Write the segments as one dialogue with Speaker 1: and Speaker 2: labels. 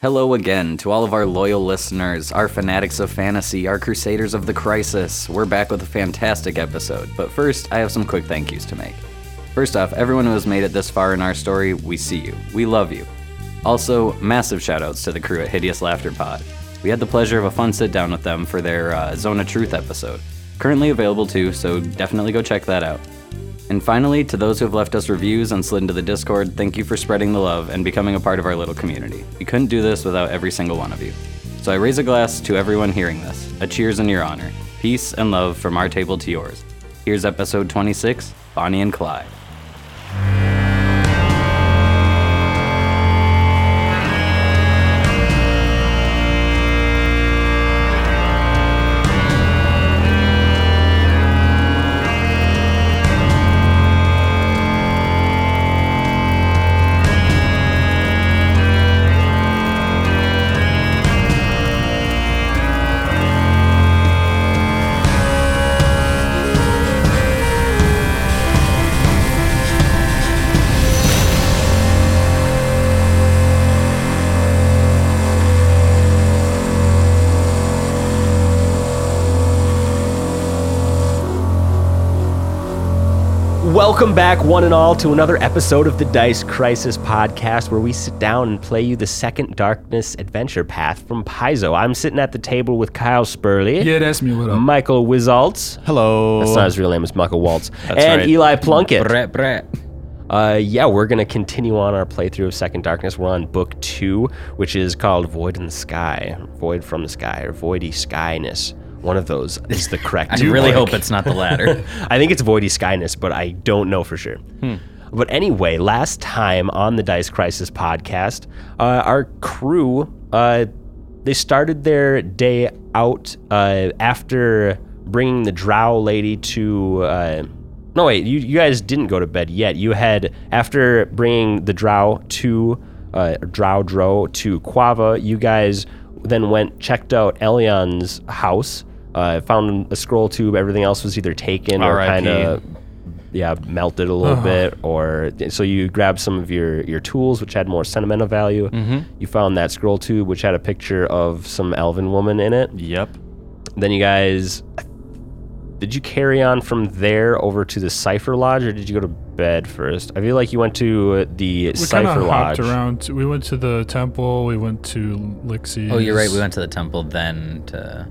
Speaker 1: Hello again to all of our loyal listeners, our fanatics of fantasy, our crusaders of the crisis. We're back with a fantastic episode, but first, I have some quick thank yous to make. First off, everyone who has made it this far in our story, we see you. We love you. Also, massive shoutouts to the crew at Hideous Laughter Pod. We had the pleasure of a fun sit down with them for their uh, Zone of Truth episode. Currently available too, so definitely go check that out. And finally, to those who have left us reviews and slid into the Discord, thank you for spreading the love and becoming a part of our little community. We couldn't do this without every single one of you. So I raise a glass to everyone hearing this. A cheers in your honor. Peace and love from our table to yours. Here's episode 26 Bonnie and Clyde.
Speaker 2: Welcome back, one and all, to another episode of the Dice Crisis podcast, where we sit down and play you the second Darkness adventure path from Paizo. I'm sitting at the table with Kyle Spurley,
Speaker 3: Yeah, that's me. What up?
Speaker 2: Michael Wizaltz.
Speaker 4: Hello.
Speaker 2: That's not his real name; it's Michael Waltz,
Speaker 1: That's
Speaker 2: and
Speaker 1: right.
Speaker 2: Eli Plunkett.
Speaker 1: Brat, brat.
Speaker 2: Uh, yeah, we're gonna continue on our playthrough of Second Darkness. We're on book two, which is called Void in the Sky, Void from the Sky, or Voidy Skyness. One of those is the correct.
Speaker 1: I really
Speaker 2: book.
Speaker 1: hope it's not the latter.
Speaker 2: I think it's Voidy Skyness, but I don't know for sure. But anyway, last time on the Dice Crisis podcast, uh, our crew uh, they started their day out uh, after bringing the Drow lady to. Uh, no wait, you, you guys didn't go to bed yet. You had after bringing the Drow to uh, Drow Dro to Quava. You guys then went checked out Elion's house. Uh, found a scroll tube. Everything else was either taken or
Speaker 4: R.I.P..
Speaker 2: kind of yeah melted a little bit or so you grabbed some of your your tools which had more sentimental value you found that scroll tube which had a picture of some elven woman in it
Speaker 4: Yep.
Speaker 2: then you guys did you carry on from there over to the cipher lodge or did you go to bed first i feel like you went to the
Speaker 3: We kind
Speaker 2: cipher
Speaker 3: of hopped
Speaker 2: lodge
Speaker 3: around. We went to the temple. We went to Lixie's.
Speaker 5: Oh, you're right. We went to the temple then to.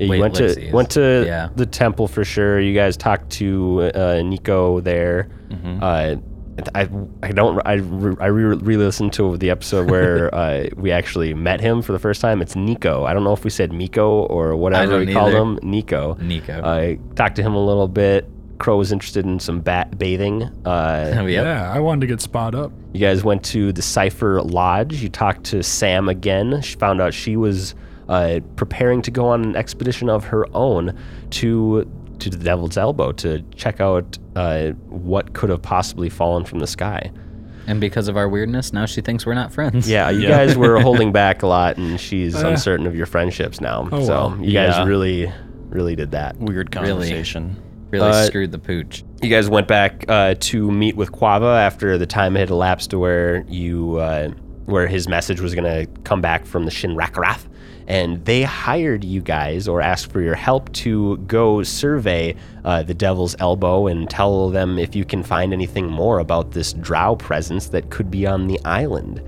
Speaker 2: Yeah, you
Speaker 5: wait,
Speaker 2: went to
Speaker 5: Lixie's.
Speaker 2: went to
Speaker 5: Yeah.
Speaker 2: the temple for sure. You guys talked to uh, Nico there.
Speaker 5: Mm-hmm.
Speaker 2: Uh, I I don't I re, I re, re-listened to the episode where uh, we actually met him for the first time. It's Nico. I don't know if we said Miko or whatever
Speaker 5: don't
Speaker 2: we called
Speaker 5: either.
Speaker 2: him. Nico.
Speaker 5: Nico.
Speaker 2: I talked to him a little bit. Crow was interested in some bat bathing. Uh,
Speaker 5: Yep.
Speaker 3: Yeah, I wanted to get spot up.
Speaker 2: you guys went to the Cypher Lodge. You talked to Sam again. She found out she was uh, preparing to go on an expedition of her own to to the Devil's Elbow to check out uh, what could have possibly fallen from the sky.
Speaker 5: And because of our weirdness, now she thinks we're not friends.
Speaker 2: Yeah, you guys were holding back a lot, and she's uncertain of your friendships now.
Speaker 3: Oh,
Speaker 2: so
Speaker 3: well.
Speaker 2: you guys
Speaker 4: Yeah.
Speaker 2: really, really did that.
Speaker 4: Weird conversation.
Speaker 5: Really
Speaker 2: Uh,
Speaker 5: screwed the pooch.
Speaker 2: you guys went back uh, to meet with Quava after the time had elapsed to where you uh, where his message was going to come back from the Shin Rakarath, and they hired you guys or asked for your help to go survey uh, the Devil's Elbow and tell them if you can find anything more about this Drow presence that could be on the island.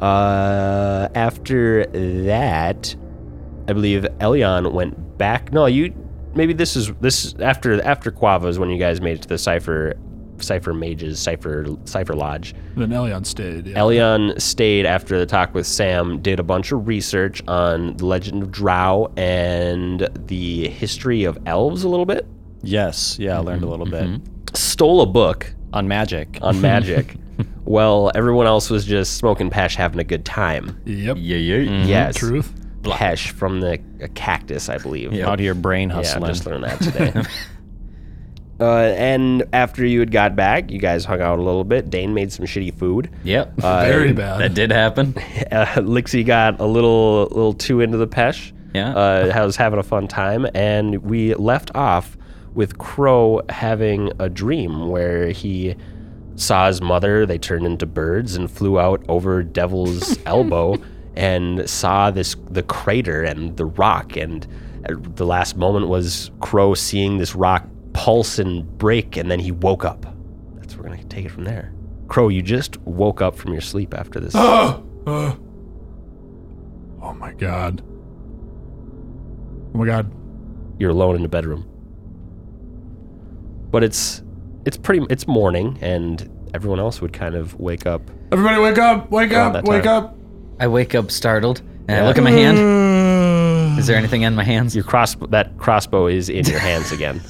Speaker 2: Uh, after that, I believe Elyon went back. No, you maybe this is this is after after Quava is when you guys made it to the Cipher Cipher Mages Cipher Cipher Lodge.
Speaker 3: Then Elion stayed. Yeah.
Speaker 2: Elyon stayed after the talk with Sam, did a bunch of research on the legend of Drow and the history of elves a little bit.
Speaker 4: Yes. Yeah, I learned
Speaker 5: Mm-hmm,
Speaker 4: a little bit
Speaker 2: Stole a book
Speaker 4: on magic.
Speaker 2: on magic. Well, everyone else was just smoking pesh, having a good time.
Speaker 3: yep.
Speaker 5: Yeah, yeah.
Speaker 4: Mm-hmm.
Speaker 2: yes,
Speaker 3: Truth.
Speaker 2: pesh from the a cactus, I believe.
Speaker 4: Out of your brain
Speaker 2: Yeah, I
Speaker 4: hustling.
Speaker 2: just learned that today. uh, and after you had got back, you guys hung out a little bit. Dane made some shitty food.
Speaker 5: Yep.
Speaker 3: Very
Speaker 5: that
Speaker 3: bad.
Speaker 5: did happen.
Speaker 2: Uh, Lixie got a little little too into the pesh.
Speaker 5: Yeah.
Speaker 2: Uh, was having a fun time, and we left off with Crow having a dream where he saw his mother. They turned into birds and flew out over Devil's Elbow. and saw this the crater and the rock and uh, the last moment was Crow seeing this rock pulse and break and then he woke up. That's we're gonna take it from there. Crow, you just woke up from your sleep after this.
Speaker 3: Oh, uh. oh my god. Oh my god.
Speaker 2: you're alone in the bedroom. But it's it's pretty it's morning and everyone else would kind of wake up.
Speaker 3: Everybody wake up! Wake
Speaker 2: Around
Speaker 3: up!
Speaker 2: that
Speaker 3: Wake
Speaker 2: time.
Speaker 3: up!
Speaker 5: I wake up startled and I look at my hand. Is there anything on my hands?
Speaker 2: Your cross that crossbow is in your hands again.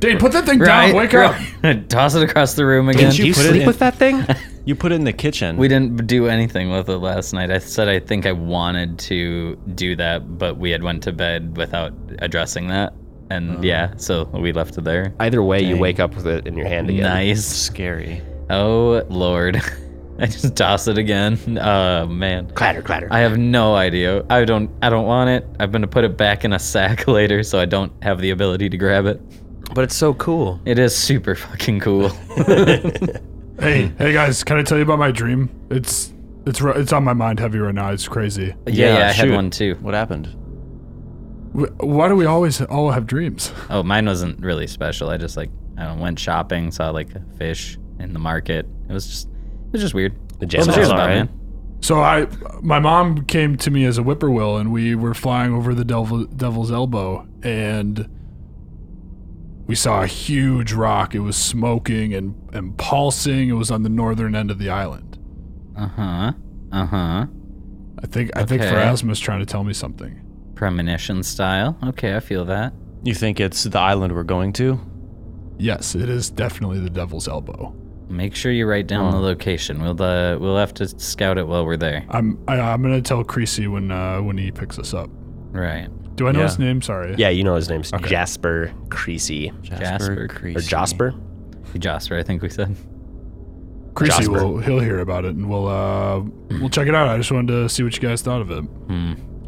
Speaker 3: Dane, put that thing down! Wake up!
Speaker 5: up. Toss it across the room again.
Speaker 4: you put it in-
Speaker 2: that thing?
Speaker 4: You put it in the kitchen.
Speaker 5: We didn't do anything with it last night. I said I think I wanted to do that, but we had went to bed without addressing that.
Speaker 3: Oh.
Speaker 5: And yeah, so we left it there.
Speaker 2: Either way, you wake up with it in your hand again.
Speaker 5: Nice.
Speaker 4: Scary.
Speaker 5: Oh lord. I just toss it again. Oh man.
Speaker 2: Clatter, clatter.
Speaker 5: I have no idea. I don't I don't want it. I'm gonna put it back in a sack later so I don't have the ability to grab it.
Speaker 2: but it's
Speaker 4: Oh,
Speaker 2: so cool.
Speaker 5: It is super fucking cool.
Speaker 3: Hey, hey guys, can I tell you about my dream? It's it's ru- it's on my mind heavy right now. It's crazy.
Speaker 5: yeah, yeah, I had
Speaker 4: shoot.
Speaker 5: one too.
Speaker 4: What happened?
Speaker 3: W- Why do we always all have dreams?
Speaker 5: Oh, mine wasn't really special. I just like I don't know, went shopping, saw like a fish in the market. It was just it was just weird.
Speaker 2: The jam
Speaker 5: That's
Speaker 2: was
Speaker 5: what it was about,
Speaker 2: alright.
Speaker 5: man.
Speaker 3: So I, my mom came to me as a whippoorwill, and we were flying over the devil, Devil's Elbow, and we saw a huge rock. It was smoking and and pulsing. It was on the northern end of the island.
Speaker 5: Uh-huh. Uh-huh.
Speaker 3: I think I think
Speaker 5: Okay.
Speaker 3: Phrasma's trying to tell me something.
Speaker 5: Premonition style. Okay, I feel that.
Speaker 4: You think it's the island we're going to?
Speaker 3: Yes, it is definitely the Devil's Elbow.
Speaker 5: Make sure you write down the location. We'll uh, we'll have to scout it while we're there.
Speaker 3: I'm I, I'm gonna tell Creasy when uh, when he picks us up.
Speaker 5: Right.
Speaker 3: Do I know
Speaker 4: Yeah.
Speaker 3: his name? Sorry.
Speaker 2: Yeah, you know his name's Jasper Creasy.
Speaker 5: Jasper
Speaker 2: Or
Speaker 4: Creasy.
Speaker 2: Jasper?
Speaker 5: Jasper, I think we said.
Speaker 3: Creasy
Speaker 2: Jasper.
Speaker 3: will he'll hear about it and we'll uh we'll check it out. I just wanted to see what you guys thought of it.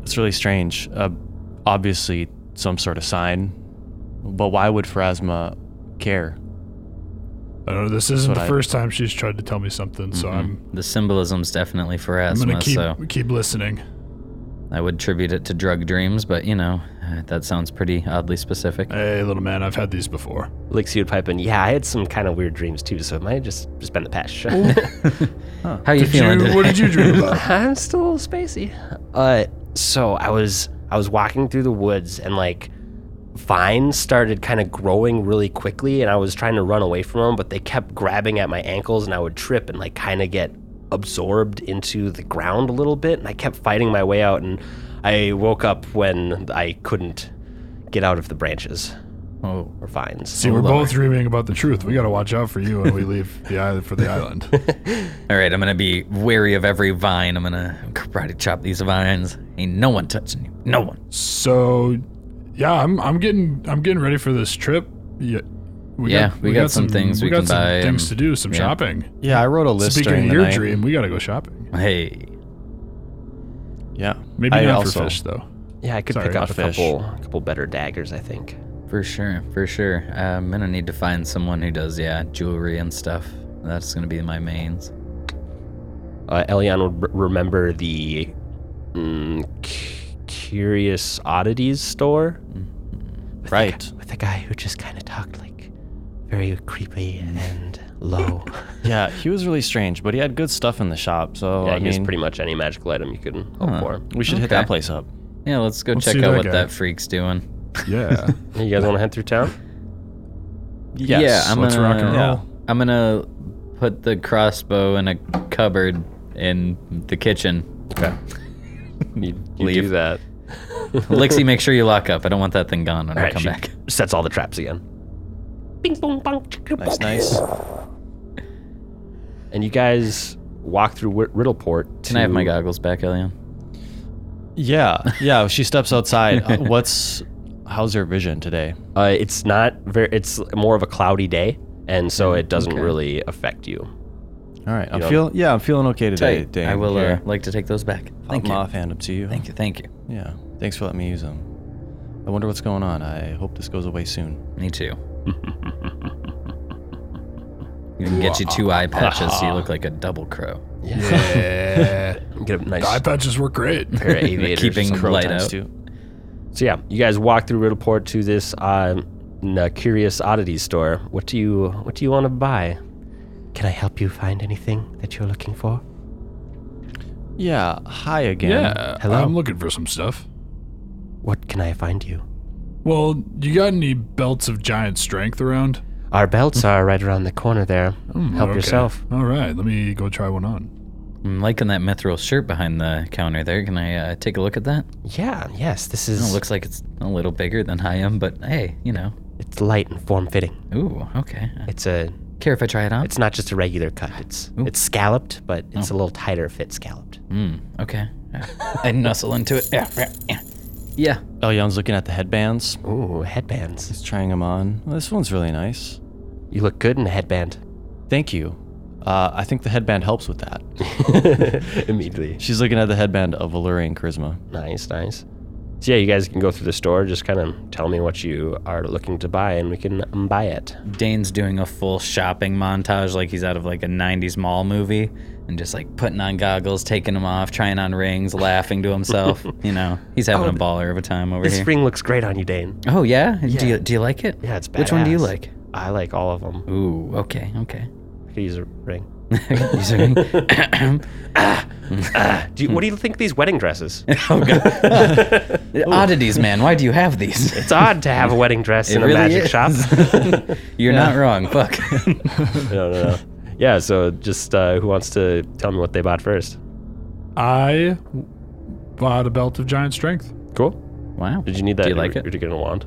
Speaker 4: It's really strange. Uh, obviously, some sort of sign. But why would Phrasma care?
Speaker 3: I don't know this isn't
Speaker 4: what
Speaker 3: the
Speaker 4: I-
Speaker 3: first time she's tried to tell me something, so
Speaker 5: Mm-hmm.
Speaker 3: I'm
Speaker 5: The symbolism's definitely for
Speaker 3: I'm gonna
Speaker 5: asthma,
Speaker 3: keep
Speaker 5: so
Speaker 3: keep listening.
Speaker 5: I would attribute it to drug dreams, but you know, uh, that sounds pretty oddly specific.
Speaker 3: Hey little man, I've had these before.
Speaker 2: Lixie would pipe in, yeah, I had some kind of weird dreams too, so it might have just, just been the past.
Speaker 5: How you
Speaker 3: Uh, Did
Speaker 5: feeling
Speaker 3: you-
Speaker 5: today?
Speaker 3: what did you dream about?
Speaker 2: I'm still a little spacey. Uh, so I was I was walking through the woods and like vines started kind of growing really quickly, and I was trying to run away from them, but they kept grabbing at my ankles, and I would trip and like kind of get absorbed into the ground a little bit, and I kept fighting my way out, and I woke up when I couldn't get out of the branches
Speaker 5: Oh,
Speaker 2: or vines.
Speaker 3: See, we're both dreaming about the truth. We gotta watch out for you when we leave the island for the island.
Speaker 5: all right, I'm gonna be wary of every vine. I'm gonna karate chop these vines. Ain't no one touching you. No one.
Speaker 3: So, yeah, I'm I'm getting I'm getting ready for this trip. Yeah, we
Speaker 5: Yeah, we got some things we
Speaker 3: got
Speaker 5: can
Speaker 3: some
Speaker 5: buy
Speaker 3: Things
Speaker 5: and-
Speaker 3: to do, some
Speaker 5: yeah.
Speaker 3: shopping.
Speaker 4: Yeah, I wrote a list
Speaker 3: Speaking
Speaker 4: during
Speaker 3: of
Speaker 4: the
Speaker 3: your
Speaker 4: night.
Speaker 3: dream, we gotta go shopping.
Speaker 5: Hey,
Speaker 4: Yeah.
Speaker 3: Maybe
Speaker 4: I
Speaker 3: not
Speaker 4: also,
Speaker 3: for fish though.
Speaker 2: Yeah, I could
Speaker 3: Sorry,
Speaker 2: pick up
Speaker 4: not
Speaker 2: a
Speaker 4: fish.
Speaker 2: couple a couple better daggers, I think.
Speaker 5: for sure, for sure. Uh, I'm gonna need to find someone who does, yeah, jewelry and stuff. That's gonna be my mains.
Speaker 2: uh, Elion would r- remember the mm, c- Curious Oddities store. With the
Speaker 4: Right.
Speaker 2: gu- with the guy who just kind of talked like very creepy and low.
Speaker 4: Yeah, he was really strange, but he had good stuff in the shop. So,
Speaker 2: yeah,
Speaker 4: I
Speaker 2: he used
Speaker 4: mean,
Speaker 2: pretty much any magical item you can hope
Speaker 5: Huh.
Speaker 2: for.
Speaker 4: we should hit
Speaker 5: Okay.
Speaker 4: that place up.
Speaker 5: Yeah, let's go
Speaker 3: Let's
Speaker 5: check
Speaker 3: see
Speaker 5: out
Speaker 3: that
Speaker 5: what
Speaker 3: guy.
Speaker 5: that freak's doing.
Speaker 3: Yeah,
Speaker 2: You guys want to head through town?
Speaker 4: Yes.
Speaker 5: yeah, I'm
Speaker 3: let's
Speaker 5: gonna,
Speaker 3: rock and
Speaker 4: roll.
Speaker 5: I'm gonna put the crossbow in a cupboard in the kitchen.
Speaker 2: Okay. you you do
Speaker 5: Leave.
Speaker 2: that.
Speaker 5: Lixie, make sure you lock up. I don't want that thing gone when I
Speaker 2: Alright,
Speaker 5: come
Speaker 2: she
Speaker 5: back.
Speaker 2: Sets all the traps again. Bing, bong, bong, chicka,
Speaker 4: Nice,
Speaker 2: bong.
Speaker 4: nice.
Speaker 2: And you guys walk through Whit- Riddleport. To
Speaker 5: Can I have my goggles back, Elian?
Speaker 4: Yeah, yeah. She steps outside. Uh, What's how's her vision today?
Speaker 2: Uh, it's not very. It's more of a cloudy day, and so it doesn't
Speaker 5: okay.
Speaker 2: really affect you.
Speaker 4: All right, I'm
Speaker 2: don't-
Speaker 4: feeling yeah, I'm feeling okay today. Dane.
Speaker 5: I will uh,
Speaker 4: Here,
Speaker 5: like to take those back.
Speaker 4: pop 'em
Speaker 5: Thank you.
Speaker 4: off, hand 'em to you.
Speaker 5: Thank you. Thank you.
Speaker 4: Yeah, thanks for letting me use them. I wonder what's going on. I hope this goes away soon.
Speaker 5: Me too. We can get you two eye patches so you look like a double crow.
Speaker 3: Yeah.
Speaker 2: Get a nice
Speaker 3: Eye patches work great.
Speaker 2: pair of aviators.
Speaker 5: Keeping
Speaker 4: Crow
Speaker 5: light
Speaker 4: times
Speaker 5: out.
Speaker 4: two.
Speaker 2: So yeah, you guys walk through Riddleport to this uh, n- curious oddities store. What do you What do you want to buy? Can I help you find anything that you're looking for?
Speaker 4: Yeah. Hi again.
Speaker 3: Yeah.
Speaker 2: Hello?
Speaker 3: I'm looking for some stuff.
Speaker 2: What can I find you?
Speaker 3: Well, you got any belts of giant strength around? Hmm,
Speaker 2: Our belts are right around the corner there.
Speaker 5: Hmm,
Speaker 2: help
Speaker 3: Okay.
Speaker 2: yourself.
Speaker 3: All right, let me go try one on.
Speaker 5: I'm liking that mithril shirt behind the counter there. Can I uh, take a look at that?
Speaker 2: Yeah. Yes. This
Speaker 5: It
Speaker 2: is.
Speaker 5: looks like it's a little bigger than I am, but hey, you know.
Speaker 2: it's light and form fitting.
Speaker 5: Ooh, okay.
Speaker 2: It's a.
Speaker 5: Care if I try it on?
Speaker 2: It's not just a regular cut. It's it's scalloped, but it's
Speaker 5: Oh.
Speaker 2: a little tighter fit scalloped.
Speaker 5: Mm, okay. I nuzzle into it. Yeah, yeah, yeah. Yeah.
Speaker 4: Elion's looking at the headbands.
Speaker 5: Hmm.
Speaker 2: Ooh, headbands.
Speaker 4: He's trying them on. Well, this one's really nice.
Speaker 2: You look good in a headband.
Speaker 4: Thank you. Uh, I think the headband helps with that.
Speaker 2: Immediately.
Speaker 4: She's looking at the headband of Allurian Charisma.
Speaker 2: Nice, nice. So yeah, you guys can go through the store. Just kind of tell me what you are looking to buy, and we can um, buy it.
Speaker 5: Dane's doing a full shopping montage like he's out of like a 90s mall movie and just like putting on goggles, taking them off, trying on rings, laughing to himself. you know, he's
Speaker 2: Oh,
Speaker 5: having a baller of a time over
Speaker 2: This
Speaker 5: here.
Speaker 2: ring looks great on you, Dane.
Speaker 5: oh, yeah? Do, you, do you like it?
Speaker 2: Yeah, it's badass.
Speaker 5: Which one do you like?
Speaker 2: I like all of them.
Speaker 5: Ooh, okay, okay.
Speaker 2: I could use a ring.
Speaker 5: You singing?
Speaker 2: Do
Speaker 5: Hmm.
Speaker 2: you, what do you think of these wedding dresses?
Speaker 5: Oh, Oddities, man. Why do you have these?
Speaker 2: It's odd to have a wedding dress in a
Speaker 5: really
Speaker 2: magic
Speaker 5: is.
Speaker 2: shop.
Speaker 5: You're not wrong. Fuck.
Speaker 2: no, no, no. Yeah, so just uh, who wants to tell me what they bought first?
Speaker 3: I w- bought a belt of giant strength.
Speaker 2: Cool.
Speaker 5: wow.
Speaker 2: Did you need that?
Speaker 5: Do you like
Speaker 2: were,
Speaker 5: it?
Speaker 2: Were you getting a wand?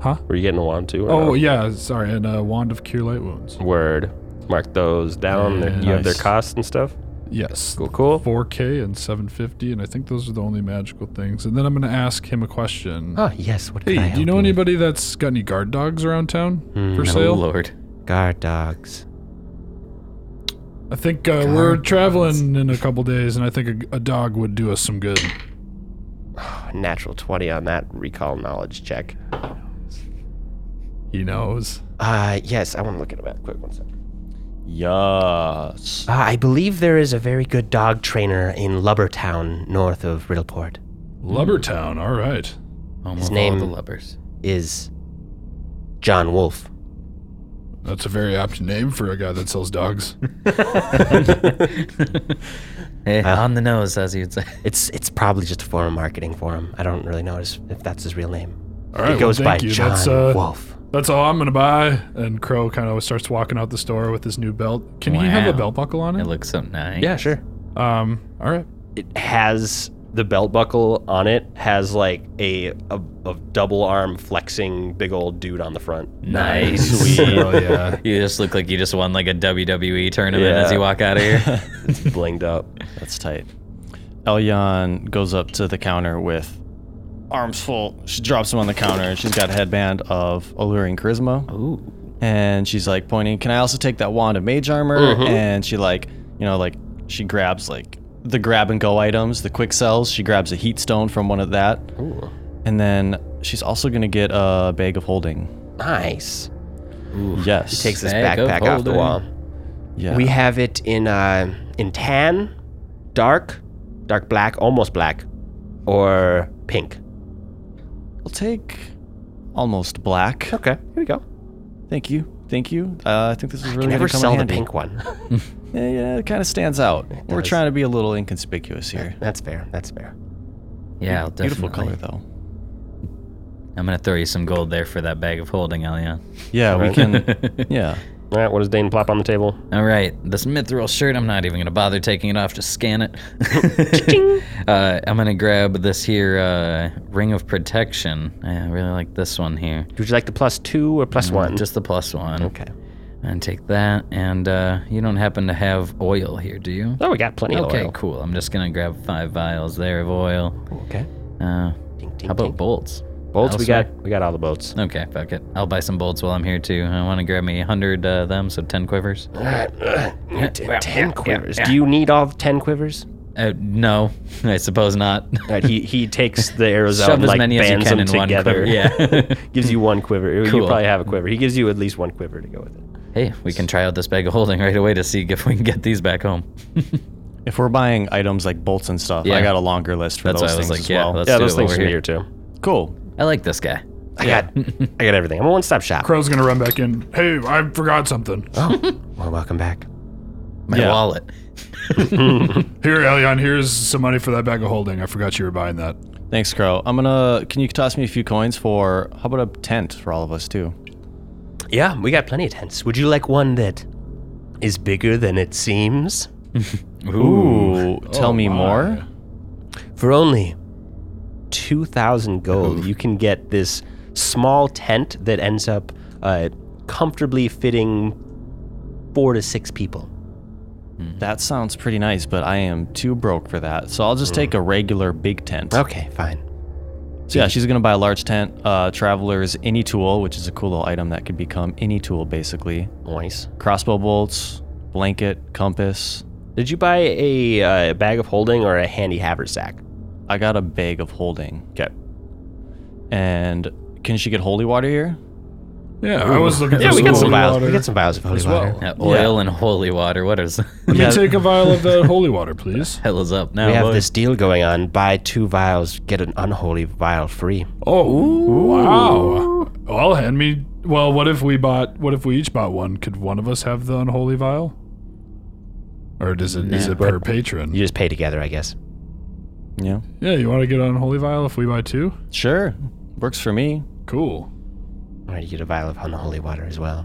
Speaker 3: Huh?
Speaker 2: Were you getting a wand too? or
Speaker 3: Oh,
Speaker 2: no?
Speaker 3: yeah, sorry, and a wand of cure light wounds.
Speaker 2: Word. Mark those down. They're- You have their
Speaker 4: Nice.
Speaker 2: costs and stuff.
Speaker 3: Yes.
Speaker 2: Cool, cool.
Speaker 3: 4K and 750, and I think those are the only magical things. And then I'm going to ask him a question.
Speaker 2: Oh yes. What can I
Speaker 3: hey, do
Speaker 2: help Hmm,
Speaker 3: you know
Speaker 2: with?
Speaker 3: anybody that's got any guard dogs around town for
Speaker 5: Oh,
Speaker 3: sale?
Speaker 5: Lord.
Speaker 2: guard dogs?
Speaker 3: I think uh, we're traveling in a couple days, and I think a, a dog would do us some good.
Speaker 2: Uh, natural 20 on that recall knowledge check.
Speaker 3: He knows.
Speaker 2: Uh, yes, I want to look at a map quick. One second.
Speaker 4: Yes.
Speaker 2: Uh, I believe there is a very good dog trainer in Lubbertown, north of Riddleport.
Speaker 3: Lubbertown, all right.
Speaker 5: Home
Speaker 2: His
Speaker 5: of all
Speaker 2: name-
Speaker 5: the lubbers.
Speaker 2: Is John Wolfe.
Speaker 3: That's a very apt name for a guy that sells dogs.
Speaker 5: Eh, on the nose, as you'd say.
Speaker 2: It's it's probably just a form of marketing for him. I don't really know his- if that's his real name.
Speaker 3: All right,
Speaker 2: it goes
Speaker 3: well,
Speaker 2: by
Speaker 3: thank you.
Speaker 2: John
Speaker 3: that's, uh,
Speaker 2: Wolfe.
Speaker 3: That's all I'm gonna buy. And Crow kind of starts walking out the store with his new belt. Can he have a
Speaker 5: Wow.
Speaker 3: belt buckle on
Speaker 5: It
Speaker 3: it?
Speaker 5: looks so nice.
Speaker 2: Yeah, sure.
Speaker 3: Um, all right.
Speaker 2: it has the belt buckle on it has like a a, a double arm flexing big old dude on the front.
Speaker 5: Nice.
Speaker 3: Hell yeah.
Speaker 5: You just look like you just won like a WWE tournament
Speaker 2: Yeah.
Speaker 5: as you walk out of here.
Speaker 2: It's blinged up.
Speaker 4: That's tight. Elyon goes up to the counter with arms full. She drops them on the counter. and She's got a headband of alluring charisma.
Speaker 5: Ooh.
Speaker 4: And she's like pointing, Can I also take that wand of mage armor?
Speaker 2: Mm-hmm.
Speaker 4: And she like, you know, like she grabs like the grab and go items, the quick sells. She grabs a heat stone from one of that.
Speaker 2: Ooh,
Speaker 4: And then she's also gonna get a bag of holding.
Speaker 2: nice.
Speaker 4: Yes. She
Speaker 2: Takes his
Speaker 5: Bag of
Speaker 2: backpack off the
Speaker 5: holding.
Speaker 2: wall.
Speaker 4: Yeah.
Speaker 2: We have it in uh in tan, dark, dark black, almost black, or pink.
Speaker 4: I'll take almost black.
Speaker 2: Okay, here we go.
Speaker 4: Thank you. Thank you. Uh, I think this is really
Speaker 2: Can never
Speaker 4: gonna come in
Speaker 2: sell the
Speaker 4: handy.
Speaker 2: pink one.
Speaker 4: Yeah, yeah, it kind of stands out. We're
Speaker 2: does.
Speaker 4: trying to be a little inconspicuous here.
Speaker 2: That's fair. That's fair.
Speaker 5: Yeah, I'll
Speaker 4: Beautiful color
Speaker 5: definitely-
Speaker 4: though.
Speaker 5: I'm gonna throw you some gold there for that bag of holding, Elian.
Speaker 4: Yeah, we can. Yeah,
Speaker 2: All right, what does Dane plop on the table?
Speaker 5: All right, this mithril shirt, I'm not even gonna bother taking it off. Just scan it. uh, I'm gonna grab this here uh, ring of protection. I really like this one here.
Speaker 2: Would you like the plus two or plus one?
Speaker 5: Mm, Just the plus one.
Speaker 2: okay.
Speaker 5: And take that. And uh, you don't happen to have oil here, do you?
Speaker 2: Oh, we got plenty
Speaker 5: okay,
Speaker 2: of oil.
Speaker 5: cool. I'm just gonna grab five vials there of oil.
Speaker 2: Okay.
Speaker 5: Uh,
Speaker 2: Ding, ding,
Speaker 5: how
Speaker 2: ding.
Speaker 5: about bolts?
Speaker 2: Bolts, we
Speaker 5: Elsewhere?
Speaker 2: got we got all the bolts.
Speaker 5: Okay, fuck it. I'll buy some bolts while I'm here too. I want to grab me a hundred uh, of them, so ten quivers.
Speaker 2: ten quivers. Do you need all ten quivers?
Speaker 5: Uh, no, I suppose not.
Speaker 2: Right, he he takes the arrows out
Speaker 5: Shove
Speaker 2: and
Speaker 5: as
Speaker 2: like
Speaker 5: many as you
Speaker 2: bands
Speaker 5: can
Speaker 2: them
Speaker 5: in one
Speaker 2: together.
Speaker 5: quiver. Yeah.
Speaker 2: gives you one quiver. You
Speaker 5: Cool.
Speaker 2: probably have a quiver. He gives you at least one quiver to go with it.
Speaker 5: hey, we can try out this bag of holding right away to see if we can get these back home.
Speaker 4: If we're buying items like bolts and stuff,
Speaker 5: Yeah.
Speaker 4: I got a longer list for
Speaker 5: That's
Speaker 4: those
Speaker 5: what I was
Speaker 4: things
Speaker 5: like,
Speaker 4: as
Speaker 5: yeah,
Speaker 4: well.
Speaker 5: let's
Speaker 2: yeah,
Speaker 5: do
Speaker 2: those
Speaker 5: it
Speaker 2: things
Speaker 5: while
Speaker 2: should be
Speaker 5: we're
Speaker 2: here
Speaker 5: here.
Speaker 2: too.
Speaker 4: cool.
Speaker 5: I like this guy.
Speaker 2: I got, I got everything. I'm a one-stop shop. Oh.
Speaker 3: Crow's gonna run back in. Hey, I forgot something.
Speaker 2: well, welcome back.
Speaker 5: My
Speaker 4: Yeah.
Speaker 5: wallet.
Speaker 3: Here, Elion, here's some money for that bag of holding. I forgot you were buying that.
Speaker 4: Thanks, Crow. I'm gonna. Can you toss me a few coins for? How about a tent for all of us too?
Speaker 2: Yeah, we got plenty of tents. Would you like one that is bigger than it seems?
Speaker 4: Ooh. Tell me more.
Speaker 2: For only 2,000 gold, you can get this small tent that ends up uh, comfortably fitting four to six people.
Speaker 4: That sounds pretty nice, but I am too broke for that. So I'll just take a regular big tent.
Speaker 2: Okay, fine.
Speaker 4: So yeah, she's gonna buy a large tent. Uh, Traveler's any tool, which is a cool little item that could become any tool basically.
Speaker 2: Nice.
Speaker 4: Crossbow bolts, blanket, compass.
Speaker 2: Did you buy a uh, bag of holding or a handy haversack?
Speaker 4: I got a bag of holding.
Speaker 2: Okay.
Speaker 4: And can she get holy water here?
Speaker 3: Yeah, I was looking
Speaker 2: Yeah,
Speaker 3: for
Speaker 2: we
Speaker 3: some
Speaker 2: got some
Speaker 3: holy
Speaker 2: vials.
Speaker 3: water
Speaker 2: We got some vials of holy
Speaker 3: as
Speaker 2: water.
Speaker 3: well.
Speaker 5: Yeah, oil and holy water. What is
Speaker 3: Let
Speaker 4: Yeah.
Speaker 3: me take a vial of that holy water, please.
Speaker 5: hell is up now?
Speaker 2: We have
Speaker 5: boy?
Speaker 2: this deal going on: buy two vials, get an unholy vial free.
Speaker 3: Oh, wow. Well, hand me. Well, what if we bought? What if we each bought one? Could one of us have the unholy vial? Or does it? Is it per patron?
Speaker 2: You just pay together, I guess.
Speaker 4: Yeah.
Speaker 3: Yeah, you want to get on Holy Vial if we buy two?
Speaker 4: Sure. Works for me.
Speaker 3: Cool.
Speaker 2: All right, you get a vial of unholy water as well.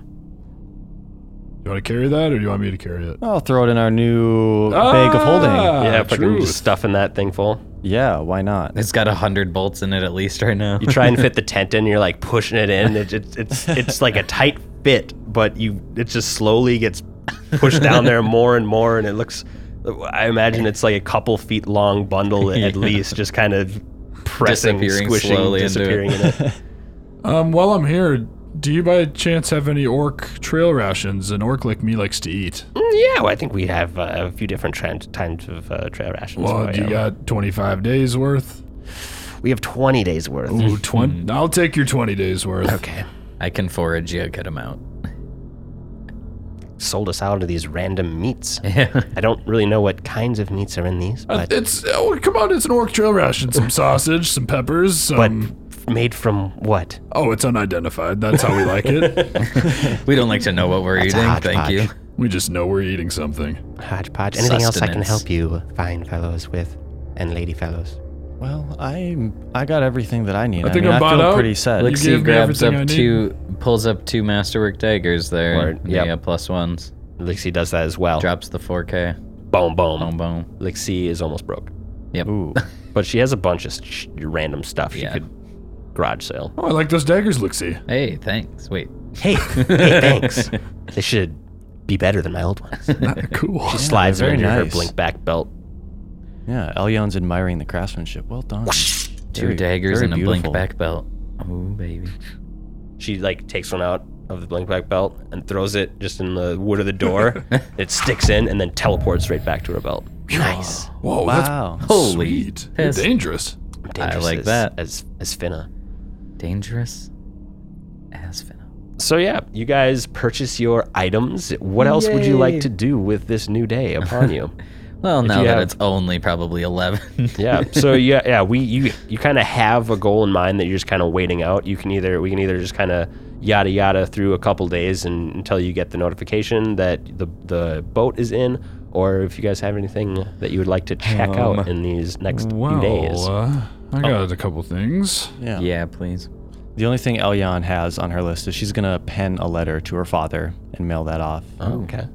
Speaker 3: You want to carry that, or do you want me to carry it?
Speaker 4: I'll throw it in our new bag of holding.
Speaker 3: Ah,
Speaker 2: yeah, fucking
Speaker 3: truth.
Speaker 2: just stuffing that thing full.
Speaker 4: Yeah, why not?
Speaker 5: It's got a hundred bolts in it at least right now.
Speaker 2: You try and fit the tent in, you're like pushing it in. It, it, it's it's like a tight fit, but you it just slowly gets pushed down there more and more, and it looks. I imagine it's like a couple feet long bundle at least, just kind of pressing,
Speaker 5: Disappearing
Speaker 2: squishing,
Speaker 5: slowly into it.
Speaker 2: disappearing in it.
Speaker 3: Um, while I'm here, do you by chance have any orc trail rations? An orc like me likes to eat.
Speaker 2: Mm, Yeah, well, I think we have uh, a few different tran- times of uh, trail rations.
Speaker 3: Well,
Speaker 2: for
Speaker 3: do you
Speaker 2: you.
Speaker 3: got 25 days worth?
Speaker 2: we have 20 days worth.
Speaker 3: Ooh, 20. I'll take your 20 days worth.
Speaker 2: Okay.
Speaker 5: I can forage you a good amount.
Speaker 2: Sold us out of these random meats.
Speaker 5: Yeah.
Speaker 2: I don't really know what kinds of meats are in these,
Speaker 3: Uh,
Speaker 2: but,
Speaker 3: It's oh come on! It's an orc trail ration. Some sausage, some peppers.
Speaker 2: but
Speaker 3: Some,
Speaker 2: f- made from what?
Speaker 3: oh, it's unidentified. That's how we like it.
Speaker 5: We don't like to know what we're
Speaker 2: That's a
Speaker 5: eating. Thank you.
Speaker 2: hodgepodge.
Speaker 3: We just know we're eating something.
Speaker 2: Hodgepodge. Anything else I can
Speaker 5: Sustenance.
Speaker 2: help you find, fellows, with? And lady fellows.
Speaker 4: Well, I I got everything that I need. I,
Speaker 3: think
Speaker 4: mean,
Speaker 3: I'm
Speaker 4: I
Speaker 3: bought
Speaker 4: feel
Speaker 3: out.
Speaker 4: pretty set.
Speaker 3: Like-
Speaker 5: Lixie
Speaker 3: gave me
Speaker 5: grabs
Speaker 3: everything I
Speaker 5: up
Speaker 3: need.
Speaker 5: two, pulls up two masterwork daggers there.
Speaker 2: Word,
Speaker 5: and
Speaker 2: yep.
Speaker 5: Yeah, plus ones.
Speaker 2: Lixie does that as well.
Speaker 5: Drops the 4K.
Speaker 2: Boom, boom.
Speaker 5: Boom, boom.
Speaker 2: Lixie is almost broke.
Speaker 5: Yep.
Speaker 4: Ooh.
Speaker 2: But she has a bunch of sh- random stuff she
Speaker 5: Yeah.
Speaker 2: could garage sale.
Speaker 3: Oh, I like those daggers, Lixie.
Speaker 5: Hey, thanks. Wait.
Speaker 2: Hey, hey, thanks. They should be better than my old ones.
Speaker 3: cool.
Speaker 2: She slides
Speaker 4: they're
Speaker 2: them into
Speaker 4: very
Speaker 2: her
Speaker 4: nice.
Speaker 2: blink back belt.
Speaker 4: Yeah, Elyon's admiring the craftsmanship. Well done.
Speaker 5: Two
Speaker 4: Very-
Speaker 5: daggers
Speaker 4: very
Speaker 5: and a
Speaker 4: beautiful.
Speaker 5: blink back belt. Oh, baby.
Speaker 2: She like takes one out of the blink back belt and throws it just in the wood of the door. it sticks in and then teleports right back to her belt. Nice.
Speaker 3: Whoa,
Speaker 4: Wow.
Speaker 3: that's
Speaker 5: Holy
Speaker 3: sweet.
Speaker 5: piss.
Speaker 3: Dangerous.
Speaker 2: Dangerous
Speaker 5: like
Speaker 2: as-
Speaker 5: that.
Speaker 2: As as Finna.
Speaker 5: Dangerous as finna.
Speaker 2: So yeah, you guys purchase your items. What else would you like to do with this new day upon you?
Speaker 5: Well, now
Speaker 2: you
Speaker 5: that
Speaker 2: have-
Speaker 5: it's only probably 11.
Speaker 2: yeah. So yeah, yeah, we you you kind of have a goal in mind that you're just kind of waiting out. You can either we can either just kind of yada yada through a couple days and until you get the notification that the the boat is in, or if you guys have anything that you would like to check out in these next few days.
Speaker 3: uh, I got a couple things.
Speaker 4: Yeah.
Speaker 5: yeah, please.
Speaker 4: The only thing Elyon has on her list is she's gonna pen a letter to her father and mail that off.
Speaker 2: Oh, okay.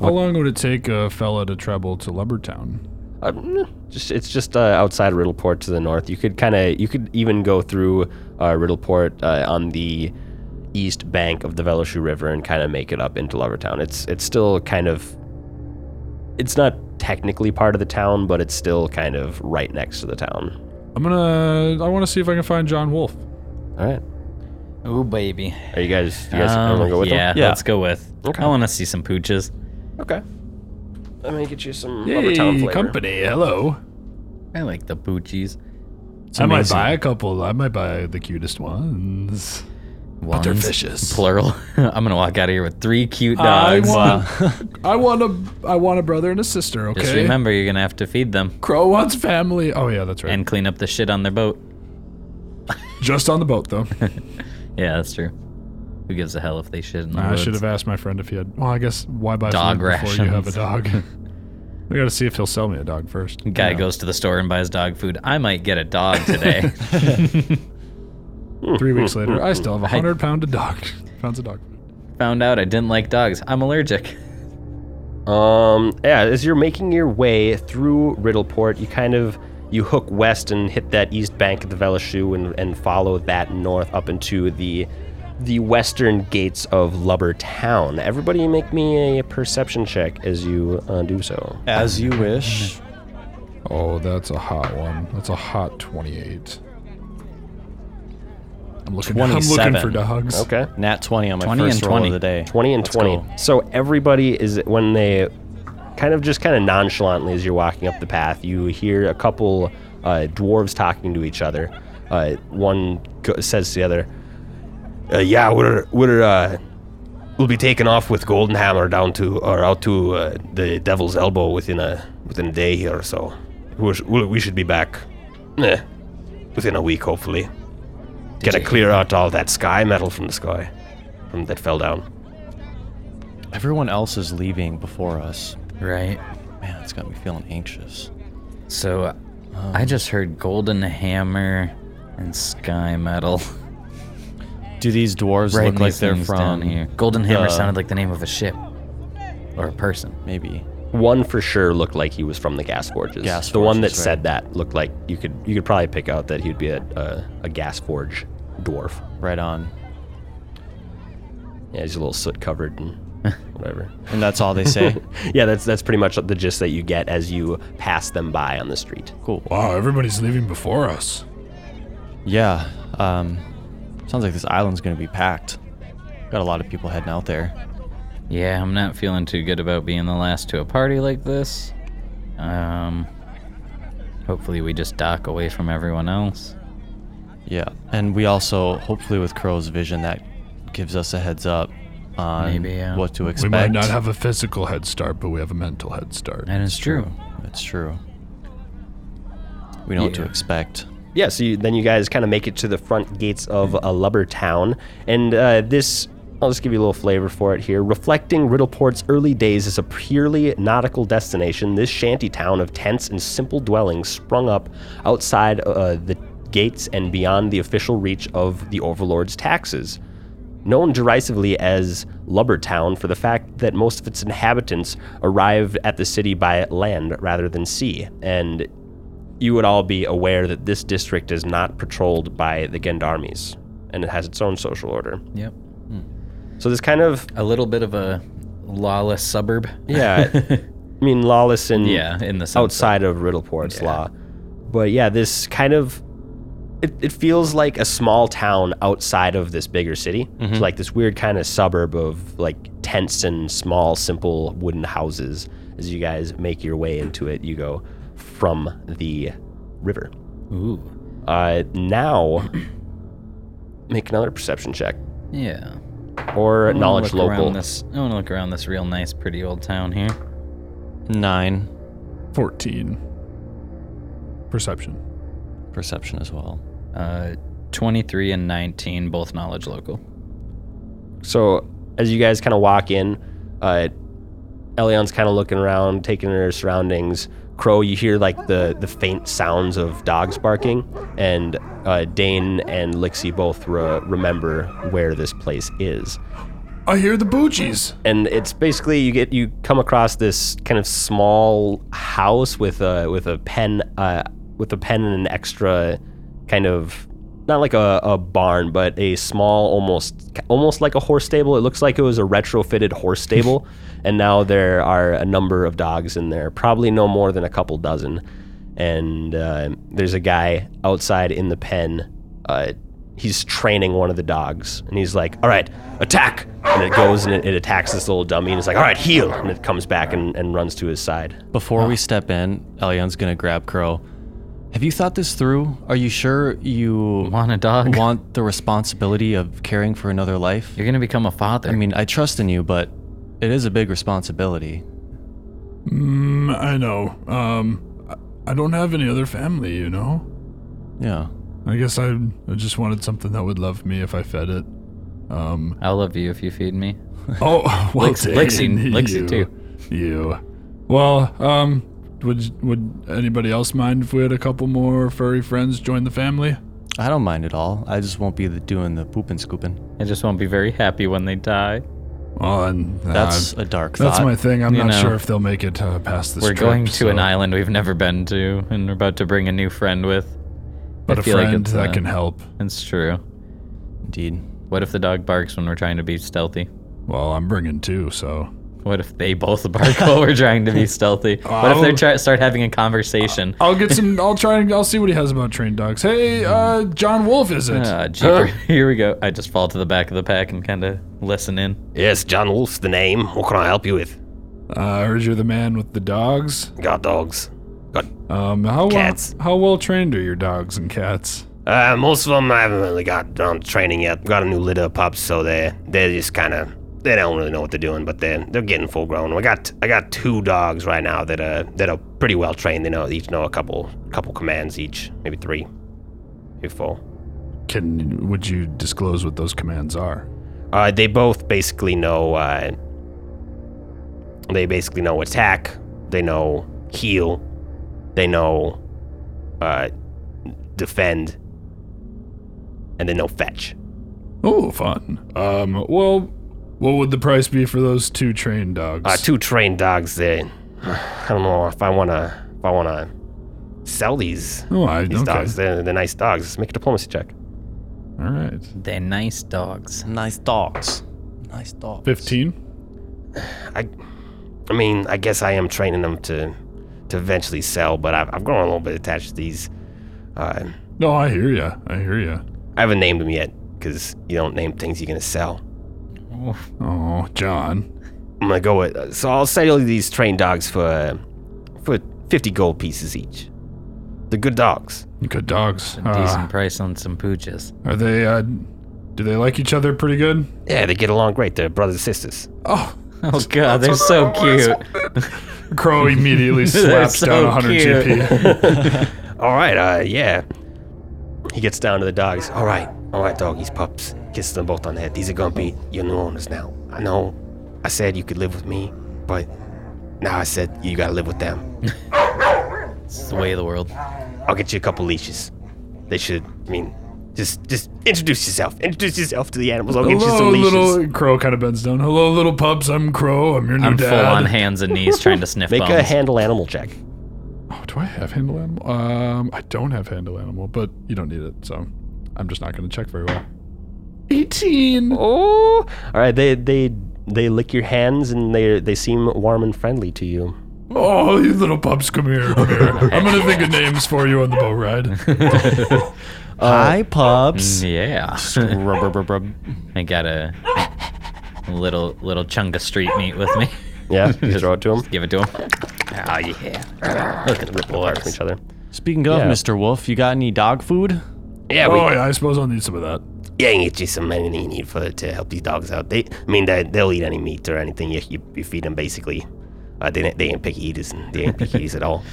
Speaker 3: How long would it take a fella to travel to Lubbertown?
Speaker 2: Uh, mm, just it's just uh, outside Riddleport to the north. You could kind of you could even go through uh, Riddleport uh, on the east bank of the Veloshu River and kind of make it up into Lovertown. It's it's still kind of it's not technically part of the town, but it's still kind of right next to the town.
Speaker 3: I'm gonna. I want to see if I can find John Wolf.
Speaker 2: All right,
Speaker 5: Oh, baby.
Speaker 2: are you guys you guys
Speaker 5: Um,
Speaker 2: everyone go with them?
Speaker 5: yeah,
Speaker 4: Yeah.
Speaker 5: let's go with.
Speaker 2: Okay.
Speaker 5: I want to see some pooches.
Speaker 2: Okay. Let me get you some Lovertown flavor.
Speaker 3: company. Hello.
Speaker 5: I like the poochies.
Speaker 3: I might
Speaker 4: amazing.
Speaker 3: buy a couple. I might buy the cutest ones.
Speaker 5: But
Speaker 3: they're vicious.
Speaker 5: Plural. I'm gonna walk out of here with three cute
Speaker 3: I
Speaker 5: dogs.
Speaker 3: want, I want a, I want a brother and a sister. Okay.
Speaker 5: Just remember, you're gonna have to feed them
Speaker 3: Crow wants family. Oh yeah, that's right.
Speaker 5: and clean up the shit on their boat.
Speaker 3: Just on the boat though.
Speaker 5: Yeah, that's true. Who gives a hell if they shit in the
Speaker 3: I
Speaker 5: woods?
Speaker 3: should have asked my friend if he had. Well, I guess why buy
Speaker 5: Dog
Speaker 3: food before you have a
Speaker 5: rations.
Speaker 3: dog? I gotta see if he'll sell me a dog first.
Speaker 5: Guy
Speaker 3: Yeah.
Speaker 5: goes to the store and buys dog food. I might get a dog today.
Speaker 3: Three weeks later, I still have a hundred pound of dog. Pounds of dog.
Speaker 5: Found out I didn't like dogs. I'm allergic.
Speaker 2: Um, yeah, as you're making your way through Riddleport, you kind of you hook west and hit that east bank of the Velashu and, and follow that north up into the the western gates of Lubber Town. Everybody, make me a perception check as you uh, do so.
Speaker 4: As you wish.
Speaker 3: Oh, that's a hot one. That's a hot twenty-eight. I'm looking. I'm looking
Speaker 4: 27.
Speaker 3: for dogs.
Speaker 2: Okay.
Speaker 4: Nat 20 on my
Speaker 5: 20
Speaker 4: first
Speaker 5: and
Speaker 4: roll
Speaker 5: 20.
Speaker 4: of the day.
Speaker 2: 20 and
Speaker 4: Let's
Speaker 2: 20.
Speaker 4: go.
Speaker 2: So everybody is when they kind of just kind of nonchalantly as you're walking up the path, you hear a couple uh, dwarves talking to each other. Uh, one go- says to the other, uh, "Yeah, we're we're uh, we'll be taking off with Golden Hammer down to or out to uh, the Devil's Elbow within a within a day here or so. We're, we'll- we should be back eh, within a week, hopefully. Gotta clear out all that sky metal from the sky, from that fell down."
Speaker 4: Everyone else is leaving before us.
Speaker 5: Right.
Speaker 4: Man, it's got me feeling anxious.
Speaker 5: So
Speaker 3: Oh.
Speaker 5: I just heard Golden Hammer and Sky Metal.
Speaker 4: Do these dwarves
Speaker 5: Writing
Speaker 4: look like
Speaker 5: these
Speaker 4: they're
Speaker 5: things
Speaker 4: from
Speaker 5: down here. Golden Hammer
Speaker 4: the-
Speaker 5: sounded like the name of a ship or a person.
Speaker 4: Maybe.
Speaker 2: One for sure looked like he was from the gas forges.
Speaker 4: Gas
Speaker 2: the one that
Speaker 4: forges, right.
Speaker 2: said that looked like you could you could probably pick out that he'd be a, a, a gas forge dwarf.
Speaker 4: Right on.
Speaker 2: Yeah, he's a little soot covered and whatever.
Speaker 4: And that's all they say.
Speaker 2: Yeah, that's that's pretty much the gist that you get as you pass them by on the street.
Speaker 4: cool.
Speaker 3: Wow, everybody's leaving before us.
Speaker 4: Yeah. Um, sounds like this island's gonna be packed. Got a lot of people heading out there.
Speaker 5: Yeah, I'm not feeling too good about being the last to a party like this. Um, hopefully we just dock away from everyone else.
Speaker 4: Yeah. And we also, hopefully, with Crow's vision, that gives us a heads up on
Speaker 5: Maybe, yeah.
Speaker 4: what to
Speaker 3: We
Speaker 4: expect.
Speaker 3: might not have a physical head start, but we have a mental head start.
Speaker 5: That is true.
Speaker 4: That's true. We know what to
Speaker 5: Yeah.
Speaker 4: expect.
Speaker 2: yeah, so you, then you guys kind of make it to the front gates of a lubber town. And uh, this, I'll just give you a little flavor for it here. Reflecting Riddleport's early days as a purely nautical destination, this shanty town of tents and simple dwellings sprung up outside uh, the gates and beyond the official reach of the overlord's taxes known derisively as Lubbertown for the fact that most of its inhabitants arrived at the city by land rather than sea. And you would all be aware that this district is not patrolled by the Gendarmes, and it has its own social order.
Speaker 5: Yep.
Speaker 2: So this kind of
Speaker 5: A little bit of a lawless suburb.
Speaker 2: yeah, I mean lawless and
Speaker 5: Yeah, in the sense
Speaker 2: outside of Riddleport's law. But yeah, this kind of it, it feels like a small town outside of this bigger city. It's like this weird kind of suburb of like tents and small, simple wooden houses. As you guys make your way into it, you go from the river.
Speaker 5: Ooh.
Speaker 2: Uh, now, make another perception check
Speaker 5: Yeah.
Speaker 2: or
Speaker 5: wanna
Speaker 2: knowledge
Speaker 5: look around
Speaker 2: local.
Speaker 5: This, I want to look around this real nice, pretty old town here.
Speaker 4: Nine.
Speaker 3: 14. Perception.
Speaker 4: Perception as well.
Speaker 5: Uh, 23 and 19, both knowledge local.
Speaker 2: So as you guys kind of walk in, uh, Elion's kind of looking around, taking in her surroundings. Crow, you hear like the the faint sounds of dogs barking, and uh, Dane and Lixie both re- remember where this place is.
Speaker 3: I hear the boogies.
Speaker 2: And it's basically you get you come across this kind of small house with a with a pen uh, with a pen and an extra kind of not like a, a barn but a small almost almost like a horse stable. It looks like it was a retrofitted horse stable, and now there are a number of dogs in there, probably no more than a couple dozen. And uh, there's a guy outside in the pen. Uh, he's training one of the dogs and he's like all right attack and it goes and it, it attacks this little dummy and it's like all right heal and it comes back and, and runs to his side
Speaker 3: Ah.
Speaker 4: Before we step in, Elion's gonna grab Crow. Have you thought this through? Are you sure you
Speaker 5: Want a dog?
Speaker 4: want the responsibility of caring for another life?
Speaker 5: You're gonna become a father.
Speaker 4: I mean, I trust in you, but it is a big responsibility.
Speaker 3: Mm, I know. Um, I- I don't have any other family, you know?
Speaker 4: Yeah.
Speaker 3: I guess I, I just wanted something that would love me if I fed it. Um,
Speaker 5: I'll love you if you feed me.
Speaker 3: oh, well,
Speaker 5: Lix- Lixie-
Speaker 3: dang,
Speaker 5: Lixie
Speaker 3: you,
Speaker 5: too.
Speaker 3: You. Well, um, would would anybody else mind if we had a couple more furry friends join the family?
Speaker 4: I don't mind at all. I just won't be the, doing the pooping scooping.
Speaker 5: I just won't be very happy when they die.
Speaker 3: Well, and uh,
Speaker 4: That's a dark thought.
Speaker 3: that's my thing. I'm
Speaker 5: you
Speaker 3: not
Speaker 5: know.
Speaker 3: sure if they'll make it uh, past this.
Speaker 5: We're
Speaker 3: trip,
Speaker 5: going to
Speaker 3: so-
Speaker 5: an island we've never been to, and we're about to bring a new friend with.
Speaker 3: but
Speaker 5: I
Speaker 3: a
Speaker 5: feel like
Speaker 3: friend
Speaker 5: it's,
Speaker 3: that
Speaker 5: uh,
Speaker 3: can help.
Speaker 5: It's true.
Speaker 4: Indeed.
Speaker 5: What if the dog barks when we're trying to be stealthy?
Speaker 3: Well, I'm bringing two, so
Speaker 5: What if they both bark while we're trying to be stealthy? What if they try- start having a conversation?
Speaker 3: I'll get some. I'll try and I'll see what he has about trained dogs. Hey, uh, John Wolf, is it?
Speaker 2: Uh,
Speaker 5: Ah, jeeper. Here we go. I just fall to the back of the pack and kind of listen in.
Speaker 2: Yes, John Wolf's the name. What can I help you with?
Speaker 3: Uh, I heard you're the man with the dogs.
Speaker 2: Got dogs. Got
Speaker 3: Um, how
Speaker 2: Cats.
Speaker 3: well how well trained are your dogs and cats?
Speaker 2: uh, most of them I haven't really got done training yet. Got a new litter of pups, so they they're just kind of they don't really know what they're doing, but they're they're getting full grown. I got I got two dogs right now that are that are pretty well trained. They know each know a couple couple commands each, maybe three, maybe four.
Speaker 3: Can would you disclose what those commands are?
Speaker 2: Uh, they both basically know. Uh, they basically know attack. They know heal. They know uh, defend, and they know fetch.
Speaker 3: Oh, fun. Um, well, what would the price be for those two trained dogs?
Speaker 2: Uh, two trained dogs. They. I don't know if I wanna. If I wanna sell these
Speaker 3: Oh, I,
Speaker 2: these
Speaker 3: okay.
Speaker 2: dogs. They're, they're nice dogs. Let's make a diplomacy check.
Speaker 3: All right.
Speaker 5: They're nice dogs.
Speaker 4: Nice dogs. Nice dogs.
Speaker 3: Fifteen.
Speaker 2: I. I mean, I guess I am training them to to eventually sell, but I've, I've grown a little bit attached to these. Uh,
Speaker 3: No, I hear ya. I hear ya.
Speaker 2: I haven't named them yet because you don't name things you're gonna sell.
Speaker 3: Oh, John.
Speaker 2: I'm gonna go with. So I'll sell you these trained dogs for uh, for 50 gold pieces each. They're good dogs.
Speaker 3: Good dogs.
Speaker 5: Ah.
Speaker 3: Uh,
Speaker 5: Decent price on some pooches.
Speaker 3: are they? Uh, do they like each other pretty good?
Speaker 2: Yeah, they get along great. They're brothers and sisters.
Speaker 3: Oh,
Speaker 5: Oh god, they're so cute.
Speaker 3: Crow immediately
Speaker 5: They're
Speaker 3: slaps down
Speaker 5: so
Speaker 3: 100
Speaker 5: cute.
Speaker 3: GP.
Speaker 2: All right. Uh, yeah. He gets down to the dogs. All right. All right, doggies, pups. Kisses them both on the head. These are gonna be your new owners now. I know. I said you could live with me, but now I said you gotta live with them.
Speaker 5: It's the way of the world.
Speaker 2: I'll get you a couple leashes. They should. I mean, just just introduce yourself. Introduce yourself to the animals. I'll get you
Speaker 3: Hello,
Speaker 2: some leashes.
Speaker 3: little Crow kind of bends down. Hello, little pups. I'm Crow. I'm your new
Speaker 5: I'm
Speaker 3: dad.
Speaker 5: full on hands and knees trying to sniff
Speaker 2: Make a
Speaker 5: bones.
Speaker 2: handle animal check.
Speaker 3: Oh, do I have handle animal? Um, I don't have handle animal, but you don't need it, so I'm just not going to check very well. 18.
Speaker 2: Oh, all right. They they they lick your hands and they they seem warm and friendly to you.
Speaker 3: Oh, you little pups, come here. Come here. I'm going to think of names for you on the boat ride.
Speaker 4: Hi, pups.
Speaker 5: yeah.
Speaker 4: rub, rub, rub, rub.
Speaker 5: I got a little little chunk of street meat with me.
Speaker 2: Yeah, you throw it to them.
Speaker 5: Give it to him. Oh
Speaker 2: Ah,
Speaker 5: yeah. Look at the
Speaker 2: From
Speaker 5: boys.
Speaker 2: each other.
Speaker 4: Speaking of
Speaker 2: Yeah.
Speaker 4: Mr. Wolf, you got any dog food?
Speaker 2: Yeah, we,
Speaker 3: Oh, yeah, I suppose I'll need some of that.
Speaker 2: yeah, you can get you some anything you need for to help these dogs out. They, I mean, they they'll eat any meat or anything you you, you feed them basically. Uh, they don't- they ain't picky eaters and they ain't picky eaters at all.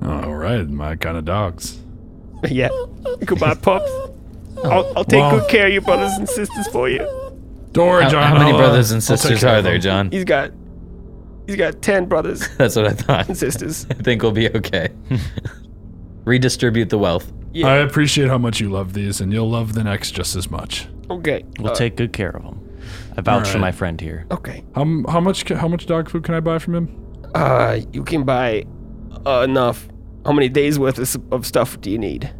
Speaker 3: All right, my kind of dogs.
Speaker 2: yeah, Oh. goodbye, pups. I'll, I'll take
Speaker 3: Wow.
Speaker 2: good care of your brothers and sisters for you.
Speaker 3: Don't worry,
Speaker 5: How,
Speaker 3: John.
Speaker 5: how many
Speaker 3: I'll, uh,
Speaker 5: brothers
Speaker 3: I'll
Speaker 5: and
Speaker 3: take
Speaker 5: sisters
Speaker 3: care
Speaker 5: are
Speaker 3: of
Speaker 5: there,
Speaker 3: them.
Speaker 5: John?
Speaker 2: He's got he's got ten brothers
Speaker 5: That's what I thought.
Speaker 2: and sisters.
Speaker 5: I think we'll be okay. Redistribute the wealth.
Speaker 3: I appreciate how much you love these, and you'll love the next just as much.
Speaker 2: Okay. uh,
Speaker 4: We'll take good care of them. I vouch
Speaker 3: Uh,
Speaker 4: for
Speaker 3: Alright.
Speaker 4: my friend here.
Speaker 2: Okay.
Speaker 3: How, m- how much ca- how much dog food can I buy from him?
Speaker 2: Uh, you can buy uh, enough. How many days worth of, s- of stuff do you need?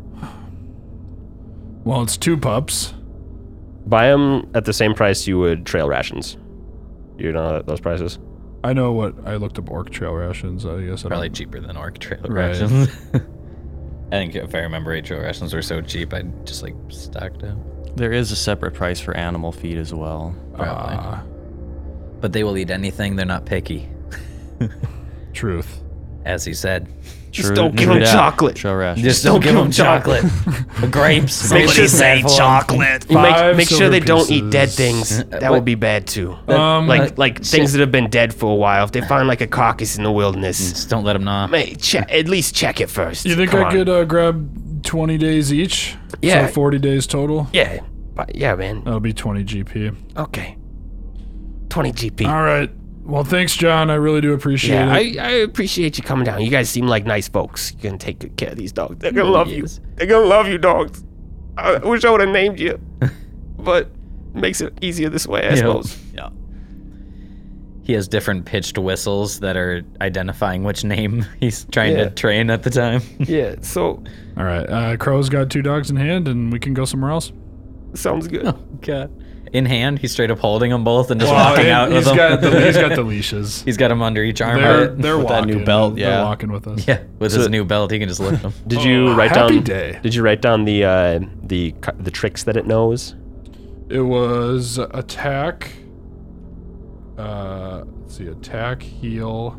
Speaker 3: Well, it's two pups.
Speaker 2: Buy them at the same price you would trail rations. You know those prices.
Speaker 3: I know what I looked up orc trail rations. I guess I
Speaker 5: Probably
Speaker 3: don't-
Speaker 5: cheaper than orc trail
Speaker 3: Right.
Speaker 5: rations. I think if I remember, eight trail rations were so cheap, I just like stocked up.
Speaker 4: There is a separate price for animal feed as well.
Speaker 5: Probably.
Speaker 3: Ah,
Speaker 5: but they will eat anything. They're not picky.
Speaker 3: truth.
Speaker 5: as he said.
Speaker 4: True-
Speaker 2: don't give
Speaker 4: true
Speaker 2: him
Speaker 4: doubt.
Speaker 2: chocolate.
Speaker 4: True rash.
Speaker 5: Just don't, give them chocolate. Grapes. Make sure say chocolate.
Speaker 2: You
Speaker 3: Five
Speaker 2: Make, make sure they
Speaker 3: silver
Speaker 2: don't eat dead
Speaker 3: pieces.
Speaker 2: things. That would be bad too.
Speaker 3: Um,
Speaker 2: like like things that have been dead for a while. If they find like a carcass in the wilderness,
Speaker 5: Just don't let them know.
Speaker 2: may che- at least check it first.
Speaker 3: You think
Speaker 2: Come
Speaker 3: I
Speaker 2: on.
Speaker 3: could uh, grab 20 days each?
Speaker 2: Yeah.
Speaker 3: So 40 days total?
Speaker 2: Yeah, But- yeah, man.
Speaker 3: That'll be 20 GP.
Speaker 2: Okay, twenty GP.
Speaker 3: All right. Well, thanks, John. I really do appreciate
Speaker 2: yeah,
Speaker 3: it.
Speaker 2: I, I appreciate you coming down. You guys seem like nice folks. You're gonna take good care of these dogs. They're gonna love
Speaker 5: Yes.
Speaker 2: you. They're gonna love you, dogs. I wish I would have named you, but makes it easier this way, I suppose.
Speaker 5: Yeah. He has different pitched whistles that are identifying which name he's trying
Speaker 2: Yeah.
Speaker 5: to train at the time.
Speaker 2: Yeah. So
Speaker 3: All right. Uh, Crow's got two dogs in hand, and we can go somewhere else.
Speaker 2: sounds good.
Speaker 5: God. In hand, he's straight up holding them both and just
Speaker 3: Well,
Speaker 5: walking
Speaker 3: and
Speaker 5: out with
Speaker 3: he's
Speaker 5: them.
Speaker 3: got the, he's got the leashes.
Speaker 5: he's got them under each arm.
Speaker 3: They're,
Speaker 5: right?
Speaker 3: they're
Speaker 4: With that
Speaker 3: walking.
Speaker 4: new belt,
Speaker 3: They're
Speaker 4: yeah.
Speaker 3: walking with us.
Speaker 5: Yeah, with his new belt, he can just lift them.
Speaker 2: Did you
Speaker 3: Oh,
Speaker 2: write
Speaker 3: happy
Speaker 2: down?
Speaker 3: day.
Speaker 2: Did you write down the uh, the cu- the tricks that it knows?
Speaker 3: It was attack. Uh, let's see, attack, heal,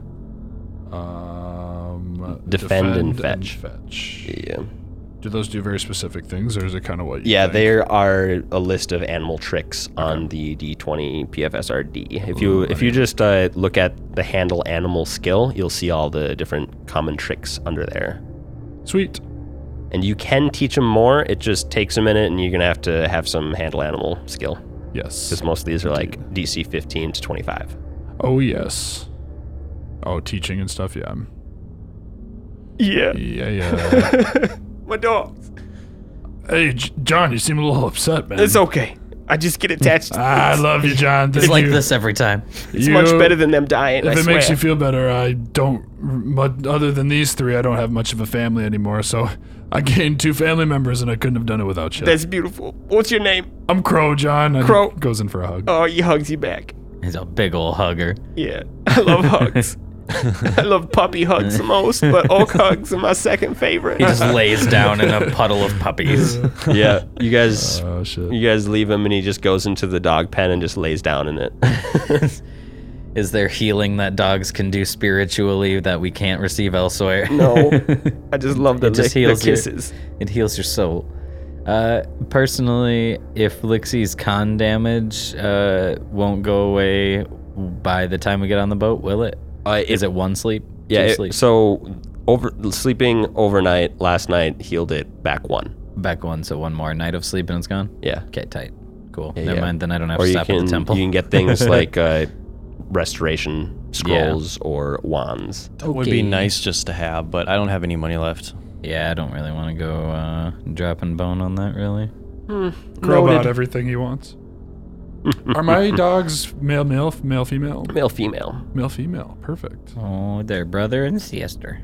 Speaker 3: um,
Speaker 2: Defend and fetch.
Speaker 3: fetch.
Speaker 2: Yeah,
Speaker 3: Do those do very specific things, or is it kind of what? You
Speaker 2: yeah.
Speaker 3: think?
Speaker 2: There are a list of animal tricks on the D20 PFSRD. If you if you just uh, look at the handle animal skill, you'll see all the different common tricks under there.
Speaker 3: Sweet.
Speaker 2: And you can teach them more. It just takes a minute, and you're gonna have to have some handle animal skill
Speaker 3: Yes.
Speaker 2: because most of these are like DC 15 to 25.
Speaker 3: Oh yes. Oh, teaching and stuff. Yeah.
Speaker 2: Yeah,
Speaker 3: Yeah, yeah.
Speaker 2: my dogs.
Speaker 3: hey, J- John, you seem a little upset, man.
Speaker 2: okay. I just get attached.
Speaker 3: I love you, John.
Speaker 5: It's
Speaker 3: Thank
Speaker 5: like
Speaker 3: you.
Speaker 5: this every time.
Speaker 2: It's
Speaker 3: You-
Speaker 2: much better than them dying.
Speaker 3: If
Speaker 2: I
Speaker 3: it
Speaker 2: swear.
Speaker 3: makes you feel better, I don't. But other than these three, I don't have much of a family anymore. So I gained two family members, and I couldn't have done it without you.
Speaker 2: That's beautiful. What's your name?
Speaker 3: I'm Crow John. And
Speaker 2: Crow.
Speaker 3: goes in for a hug.
Speaker 2: Oh, he hugs you back.
Speaker 5: He's a big old hugger.
Speaker 2: Yeah, I love hugs. I love puppy hugs the most, but oak hugs are my second favorite.
Speaker 5: He just lays down in a puddle of puppies.
Speaker 2: yeah, you guys,
Speaker 3: Oh shit.
Speaker 2: you guys leave him, and he just goes into the dog pen and just lays down in it.
Speaker 5: Is there healing that dogs can do spiritually that we can't receive elsewhere?
Speaker 2: no, I just love the,
Speaker 5: It just
Speaker 2: lick- the
Speaker 5: heals you.
Speaker 2: kisses.
Speaker 5: It heals your soul. Uh, personally, if Lixie's con damage uh, won't go away by the time we get on the boat, will it?
Speaker 2: Uh,
Speaker 5: Is it one sleep?
Speaker 2: Yeah.
Speaker 5: Two
Speaker 2: it-
Speaker 5: sleep?
Speaker 2: so over sleeping overnight last night healed it back one.
Speaker 5: Back one, so one more night of sleep and it's gone?
Speaker 2: Yeah.
Speaker 5: Okay, tight. Cool.
Speaker 2: Yeah,
Speaker 5: Never
Speaker 2: yeah.
Speaker 5: mind, then I don't have
Speaker 2: or
Speaker 5: to
Speaker 2: you
Speaker 5: stop
Speaker 2: can
Speaker 5: at the temple.
Speaker 2: you can get things like uh, restoration scrolls or wands.
Speaker 4: That would be nice just to have, but I don't have any money left.
Speaker 5: Yeah, I don't really want to go uh, dropping bone on that, really.
Speaker 3: Crow about
Speaker 2: Noted.
Speaker 3: everything he wants. Are my dogs male, male, male, female,
Speaker 2: Male, female.
Speaker 3: male, female? Perfect.
Speaker 5: Oh, they're brother and sister.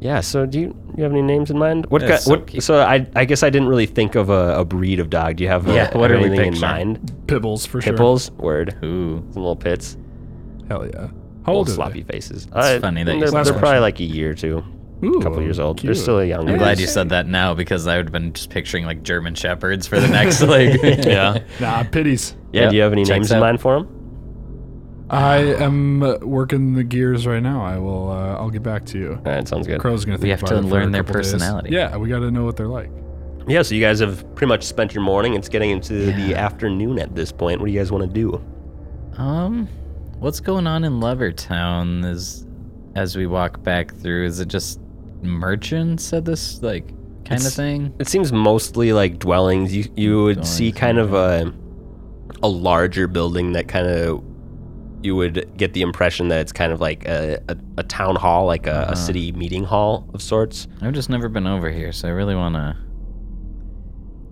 Speaker 2: Yeah. So do you you have any names in mind? What
Speaker 5: That's
Speaker 2: kind?
Speaker 5: so
Speaker 2: what?
Speaker 5: cute.
Speaker 2: So I I guess I didn't really think of a, a breed of dog. Do you have a-
Speaker 5: Yeah, what are we
Speaker 2: anything in
Speaker 5: picturing?
Speaker 2: mind?
Speaker 3: Pibbles for sure.
Speaker 2: Pipples. Word.
Speaker 5: Ooh.
Speaker 2: Some little pits.
Speaker 3: Hell yeah. How
Speaker 2: Little
Speaker 3: old are
Speaker 2: sloppy
Speaker 3: they?
Speaker 2: faces. It's
Speaker 5: funny that you
Speaker 2: they're,
Speaker 5: said
Speaker 2: they're
Speaker 5: that. Oh,
Speaker 2: probably like a year or two,
Speaker 3: Ooh,
Speaker 2: a couple years old.
Speaker 3: cute.
Speaker 2: They're still a young.
Speaker 5: I'm glad you said that now because I would have been just picturing like German shepherds for the next like. yeah.
Speaker 3: Nah, pities.
Speaker 2: Yeah. Do you have any
Speaker 5: Checks
Speaker 2: names
Speaker 5: out.
Speaker 2: in mind for them?
Speaker 3: I am uh, working the gears right now. I will. Uh, I'll get back to you.
Speaker 2: All right. Sounds good.
Speaker 3: Crow's gonna. Think
Speaker 5: We have
Speaker 3: about
Speaker 5: to
Speaker 3: it for
Speaker 5: learn
Speaker 3: a
Speaker 5: their
Speaker 3: couple days.
Speaker 5: personality.
Speaker 3: Yeah, we got to know what they're like.
Speaker 2: Yeah. So you guys have pretty much spent your morning. It's getting into the afternoon at this point. What do you guys want to do?
Speaker 5: Um, what's going on in Lovertown? Is as we walk back through, is it just merchants at this like kind of
Speaker 2: It's-
Speaker 5: thing?
Speaker 2: It seems mostly like dwellings. You you would see
Speaker 5: Dwellings,
Speaker 2: kind of a a larger building that kind of you would get the impression that it's kind of like a, a, a town hall, like a,
Speaker 5: Uh-huh.
Speaker 2: a city meeting hall of sorts.
Speaker 5: I've just never been over here, so I really wanna.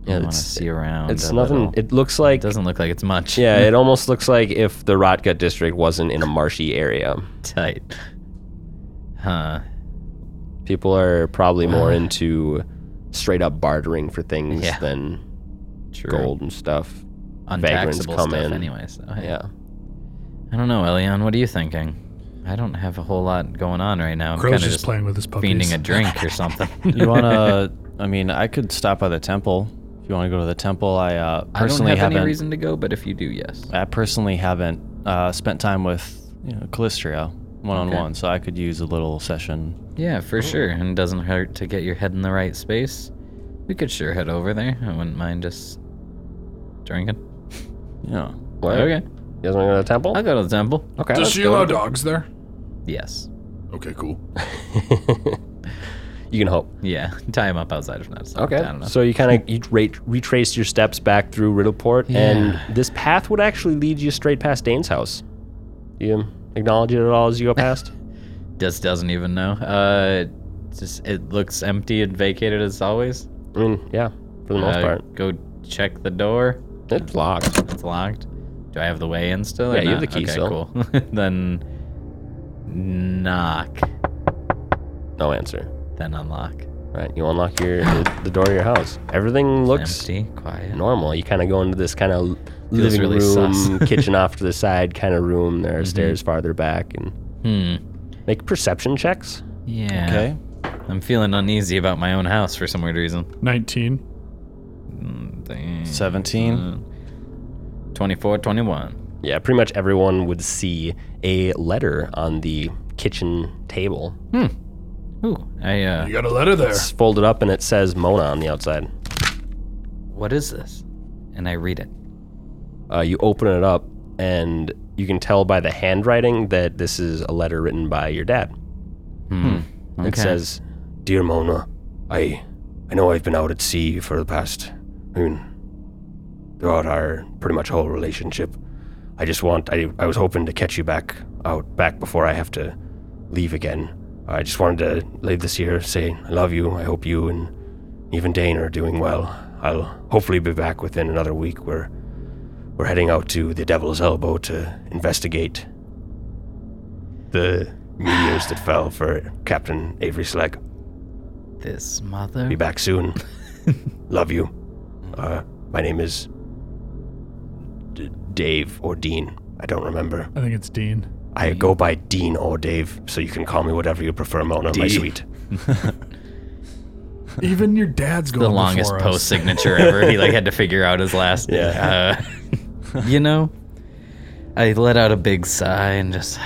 Speaker 2: Yeah,
Speaker 5: Yeah, want to
Speaker 2: it's-
Speaker 5: see around.
Speaker 2: It's
Speaker 5: a
Speaker 2: nothing.
Speaker 5: little.
Speaker 2: It looks like
Speaker 5: doesn't look like it's much.
Speaker 2: yeah. It almost looks like if the Rotka district wasn't in a marshy area.
Speaker 5: Tight. Huh.
Speaker 2: People are probably more into straight up bartering for things
Speaker 5: Yeah.
Speaker 2: than
Speaker 5: True.
Speaker 2: gold and stuff. Vagrants
Speaker 5: Untaxable
Speaker 2: come
Speaker 5: stuff,
Speaker 2: in.
Speaker 5: anyways. So, hey.
Speaker 2: Yeah.
Speaker 5: I don't know, Elion. What are you thinking? I don't have a whole lot going on right now. I'm
Speaker 3: Crow's
Speaker 5: kind of
Speaker 3: just,
Speaker 5: just
Speaker 3: playing with his puppies.
Speaker 5: fiending a drink or something.
Speaker 4: You wanna? I mean, I could stop by the temple if you want to go to the temple. I uh,
Speaker 5: I don't
Speaker 4: personally
Speaker 5: have any
Speaker 4: not
Speaker 5: reason to go, but if you do, yes.
Speaker 4: I personally haven't uh, spent time with you know Callistria. one on one, so I could use a little session.
Speaker 5: Yeah,
Speaker 2: Oh.
Speaker 5: for sure. And it doesn't hurt to get your head in the right space. We could sure head over there. I wouldn't mind just drinking.
Speaker 4: Yeah.
Speaker 2: What?
Speaker 5: Okay.
Speaker 2: You guys want to go to the temple?
Speaker 5: I'll go to the temple.
Speaker 2: Okay.
Speaker 3: Does
Speaker 2: let's
Speaker 3: she
Speaker 2: go.
Speaker 3: allow dogs there?
Speaker 5: Yes.
Speaker 3: Okay, cool.
Speaker 2: You can hope.
Speaker 5: Yeah. Tie him up outside if not. so- I don't know.
Speaker 2: So you kind of you rate, retrace your steps back through Riddleport, and this path would actually lead you straight past Dane's house. You acknowledge it at all as you go past?
Speaker 5: Just doesn't even know. Uh, just it looks empty and vacated as always.
Speaker 2: I mean, yeah, for the most
Speaker 5: Uh,
Speaker 2: part.
Speaker 5: Go check the door.
Speaker 2: It's locked.
Speaker 5: It's locked. Do I have the way in still? or
Speaker 2: Yeah, you have
Speaker 5: not?
Speaker 2: the key
Speaker 5: Okay,
Speaker 2: still.
Speaker 5: cool. then knock.
Speaker 2: No answer.
Speaker 5: Then unlock.
Speaker 2: Right. You unlock your the, the door to your house. Everything looks
Speaker 5: Empty. Quiet.
Speaker 2: normal. You kind of go into this kind of living
Speaker 5: really
Speaker 2: room,
Speaker 5: sus. Mm-hmm.
Speaker 2: kitchen off to the side kind of room. There are stairs farther back, and
Speaker 5: Hmm.
Speaker 2: make perception checks.
Speaker 5: Yeah.
Speaker 4: Okay.
Speaker 5: I'm feeling uneasy about my own house for some weird reason.
Speaker 3: 19.
Speaker 5: Mm, dang.
Speaker 4: Seventeen.
Speaker 5: Hmm. 24, 21.
Speaker 2: Yeah, pretty much everyone would see a letter on the kitchen table.
Speaker 5: Ooh. I, uh,
Speaker 3: You got a letter there.
Speaker 2: It's folded up and it says Mona on the outside.
Speaker 5: what is this? And I read it.
Speaker 2: Uh, you open it up and you can tell by the handwriting that this is a letter written by your dad. Hmm. It
Speaker 5: Okay.
Speaker 2: says, "Dear Mona, I, I know I've been out at sea for the past, I mean, throughout our pretty much whole relationship. I just want, I, I was hoping to catch you back out back before I have to leave again. I just wanted to leave this here, saying I love you. I hope you and even Dane are doing well. I'll hopefully be back within another week. We're, we're heading out to the Devil's Elbow to investigate the meteors that fell for Captain Avery Slack.
Speaker 5: This mother.
Speaker 2: Be back soon. Love you. Uh, my name is D- Dave or Dean. I don't remember.
Speaker 3: I think it's Dean.
Speaker 2: I go by Dean or Dave, so you can call me whatever you prefer, Mona, my sweet.
Speaker 3: Even your dad's going
Speaker 5: the longest
Speaker 3: before us.
Speaker 5: post signature ever. He like had to figure out his last. Yeah. Uh, you know, I let out a big sigh and just.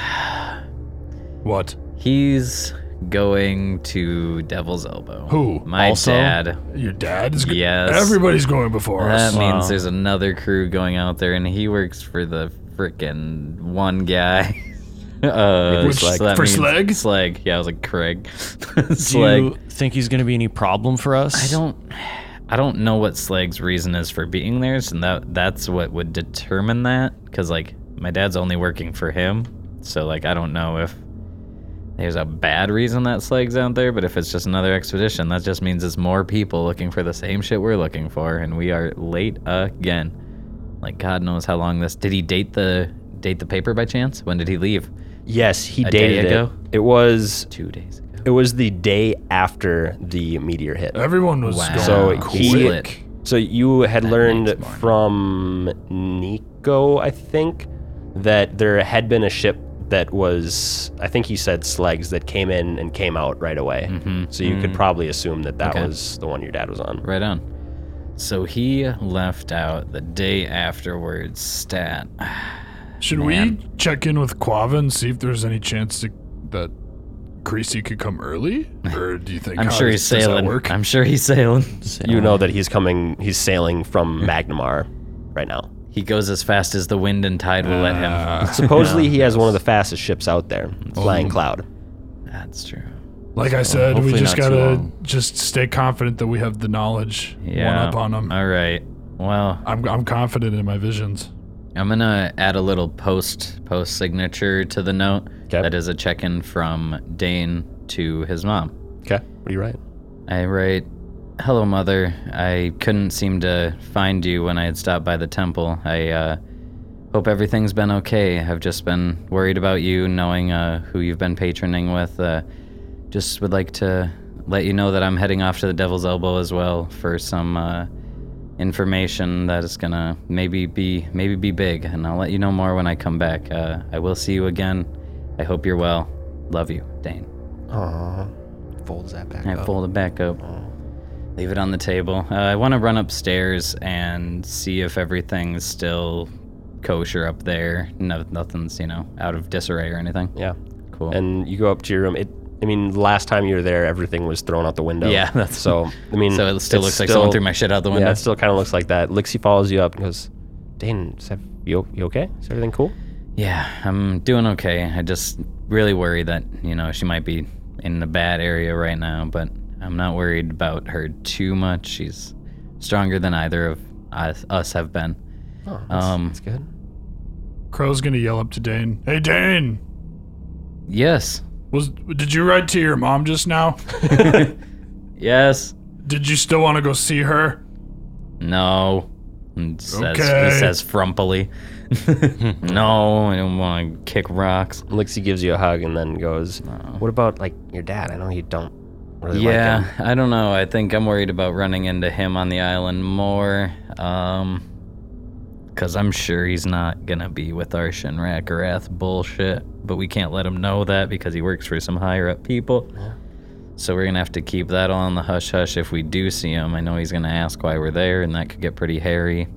Speaker 3: What?
Speaker 5: He's going to Devil's Elbow.
Speaker 3: Who?
Speaker 5: My
Speaker 4: Also?
Speaker 5: dad.
Speaker 3: Your dad is. go-
Speaker 5: Yes.
Speaker 3: Everybody's going before
Speaker 5: That
Speaker 3: us.
Speaker 5: means there's another crew going out there, and he works for the frickin' one guy. Uh,
Speaker 3: Which-
Speaker 5: so that
Speaker 3: for
Speaker 5: means-
Speaker 3: Slag?
Speaker 5: Slag. Yeah, I was like Craig.
Speaker 4: Do
Speaker 5: Slag.
Speaker 4: you think he's gonna be any problem for us?
Speaker 5: I don't I don't know what Slag's reason is for being there, so that that's what would determine that. Cause like my dad's only working for him, so like I don't know if there's a bad reason that Slag's out there, but if it's just another expedition, that just means it's more people looking for the same shit we're looking for, and we are late again. Like God knows how long this. Did he date the date the paper by chance? When did he leave?
Speaker 2: Yes, he
Speaker 5: A day
Speaker 2: dated
Speaker 5: ago?
Speaker 2: it. It was
Speaker 5: Two days ago.
Speaker 2: it was the day after the meteor hit.
Speaker 3: Everyone was
Speaker 5: Wow.
Speaker 3: going.
Speaker 5: Oh,
Speaker 2: So he,
Speaker 5: quick.
Speaker 2: so you had
Speaker 5: makes
Speaker 2: learned
Speaker 5: more.
Speaker 2: from Nico, I think, that there had been a ship that was, I think he said Slegs that came in and came out right away. So you could probably assume that that
Speaker 5: Okay.
Speaker 2: was the one your dad was on.
Speaker 5: Right on. So he left out the day afterwards stat.
Speaker 3: Should we check in with Quava and see if there's any chance to, that Creasy could come early? Or do you think
Speaker 5: I'm
Speaker 3: how
Speaker 5: sure
Speaker 3: does-
Speaker 5: he's
Speaker 3: does that
Speaker 5: sailing.
Speaker 3: work?
Speaker 5: I'm sure he's sailing.
Speaker 2: You know that he's coming, he's sailing from Magnamar right now.
Speaker 5: He goes as fast as the wind and tide will let him.
Speaker 3: Ah.
Speaker 2: Supposedly he has one of the fastest ships out there, Flying Cloud.
Speaker 5: That's true.
Speaker 3: Like I said, we
Speaker 4: hopefully
Speaker 3: just
Speaker 4: not too
Speaker 3: gotta
Speaker 4: long.
Speaker 3: just stay confident that we have the knowledge one
Speaker 5: Yeah.
Speaker 3: up on them.
Speaker 5: All right. Well,
Speaker 3: I'm, I'm confident in my visions.
Speaker 5: I'm gonna add a little post post signature to the note.
Speaker 2: Okay.
Speaker 5: That is a check-in from Dane to his mom.
Speaker 2: Okay, what do you write?
Speaker 5: I write, Hello, Mother. I couldn't seem to find you when I had stopped by the temple. I uh, hope everything's been okay. I've just been worried about you, knowing uh, who you've been patroning with. Uh, just would like to let you know that I'm heading off to the Devil's Elbow as well for some uh, information that is gonna maybe be maybe be big, and I'll let you know more when I come back. Uh, I will see you again. I hope you're well. Love you, Dane.
Speaker 2: Folds that back
Speaker 5: I fold it back up. Oh. Leave it on the table. Uh, I want to run upstairs and see if everything's still kosher up there. No, nothing's you know out of disarray or anything.
Speaker 2: Yeah.
Speaker 5: Cool.
Speaker 2: and you go up to your room. It, I mean, last time you were there, everything was thrown out the window.
Speaker 5: Yeah, that's-
Speaker 2: so. I mean,
Speaker 5: so it still
Speaker 2: it's
Speaker 5: looks like someone
Speaker 2: still-
Speaker 5: threw my shit out the window.
Speaker 2: Yeah, it still kind of looks like that. Lixie follows you up and goes, "Dane, is that, you, you okay? Is everything cool?"
Speaker 5: Yeah, I'm doing okay. I just really worry that, you know, she might be in the bad area right now, but I'm not worried about her too much. She's stronger than either of us, us have been.
Speaker 2: Oh, that's,
Speaker 5: Um,
Speaker 2: that's good.
Speaker 3: Crow's gonna yell up to Dane. Hey, Dane,
Speaker 5: Yes.
Speaker 3: was did you write to your mom just now?
Speaker 5: Yes.
Speaker 3: Did you still want to go see her?
Speaker 5: No. And Says,
Speaker 3: Okay.
Speaker 5: He says frumpily. no, I don't want to kick rocks.
Speaker 2: Lixie gives you a hug and then goes,
Speaker 5: Oh.
Speaker 2: "What about like your dad? I know you don't really like him."
Speaker 5: Yeah, I don't know. I think I'm worried about running into him on the island more. Um, because I'm sure he's not gonna be with our Shinrakarath bullshit. But we can't let him know that because he works for some higher up people. So we're gonna have to keep that all on the hush hush if we do see him. I know he's gonna ask why we're there, and that could get pretty hairy.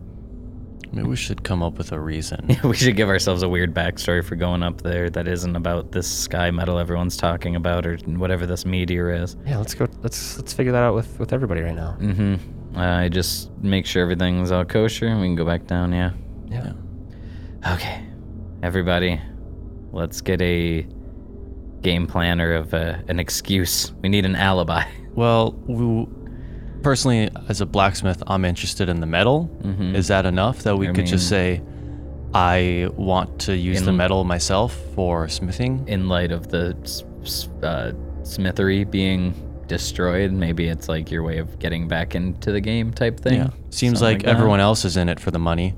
Speaker 4: Maybe we should come up with a reason.
Speaker 5: we should give ourselves a weird backstory for going up there that isn't about this sky metal everyone's talking about or whatever this meteor is.
Speaker 2: Yeah, let's go. Let's let's figure that out with with everybody right now.
Speaker 5: Mm-hmm. I just make sure everything's all kosher and we can go back down, Mm, yeah.
Speaker 2: Yeah.
Speaker 5: Okay. Everybody, let's get a game planner of uh, an excuse. We need an alibi.
Speaker 4: well, we, personally, as a blacksmith, I'm interested in the metal.
Speaker 5: Mhm.
Speaker 4: Is that enough that we
Speaker 5: I
Speaker 4: could just
Speaker 5: mean-
Speaker 4: say, I want to use the
Speaker 5: In-
Speaker 4: metal myself for smithing?
Speaker 5: In light of the s- s- uh, smithery being destroyed, maybe it's like your way of getting back into the game type thing.
Speaker 4: Yeah. Seems
Speaker 5: Something
Speaker 4: like
Speaker 5: that.
Speaker 4: everyone else is in it for the money.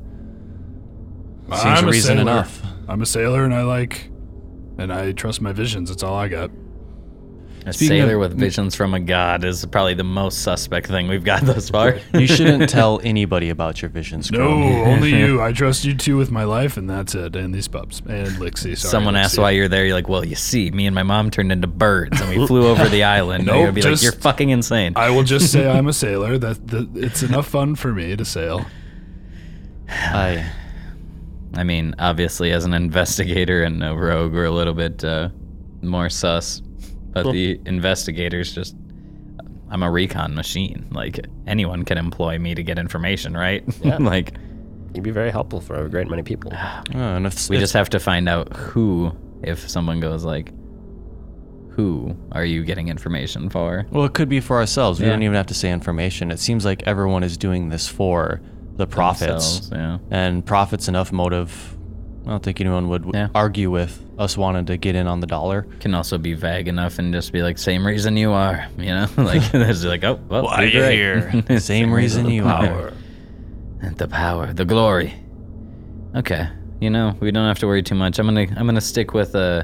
Speaker 4: Seems
Speaker 3: I'm a
Speaker 4: reason
Speaker 3: sailor.
Speaker 4: enough.
Speaker 3: I'm a sailor, and I like, and I trust my visions. That's all I got.
Speaker 5: A
Speaker 4: Speaking
Speaker 5: sailor
Speaker 4: of-
Speaker 5: with visions from a god is probably the most suspect thing we've got thus far.
Speaker 4: You shouldn't tell anybody about your visions,
Speaker 3: No,
Speaker 4: Crone.
Speaker 3: only you. I trust you two with my life, and that's it. And these pups and Lixie. Sorry,
Speaker 5: Someone asks
Speaker 3: Lixie.
Speaker 5: why you're there. You're like, well, you see, me and my mom turned into birds and we flew over the island.
Speaker 3: Nope,
Speaker 5: and you'd be like,
Speaker 3: just-
Speaker 5: you're fucking insane.
Speaker 3: I will just say I'm a sailor. That, that it's enough fun for me to sail.
Speaker 4: I,
Speaker 5: I mean, obviously, as an investigator and a rogue, we're a little bit uh, more sus. But the investigators just, I'm a recon machine. Like, anyone can employ me to get information, right? like,
Speaker 2: You'd be very helpful for a great many people.
Speaker 5: Ah.
Speaker 4: oh, and if,
Speaker 5: we
Speaker 4: if-
Speaker 5: just have to find out who, if someone goes, like, who are you getting information for?
Speaker 4: Well, it could be for ourselves. We
Speaker 5: Yeah.
Speaker 4: don't even have to say information. It seems like everyone is doing this for the profits.
Speaker 5: Themselves, Yeah.
Speaker 4: And profits enough motive. I don't think anyone would w
Speaker 5: Yeah.
Speaker 4: argue with us wanting to get in on the dollar.
Speaker 5: can also be vague enough and just be like, same reason you are, you know? Like, there's like, oh, well,
Speaker 4: Why are
Speaker 5: you're
Speaker 4: you
Speaker 5: right.
Speaker 4: here? Same reason
Speaker 5: the
Speaker 4: you
Speaker 5: power.
Speaker 4: are.
Speaker 5: The power, the glory. Okay, you know, we don't have to worry too much. I'm gonna, I'm gonna stick with, uh,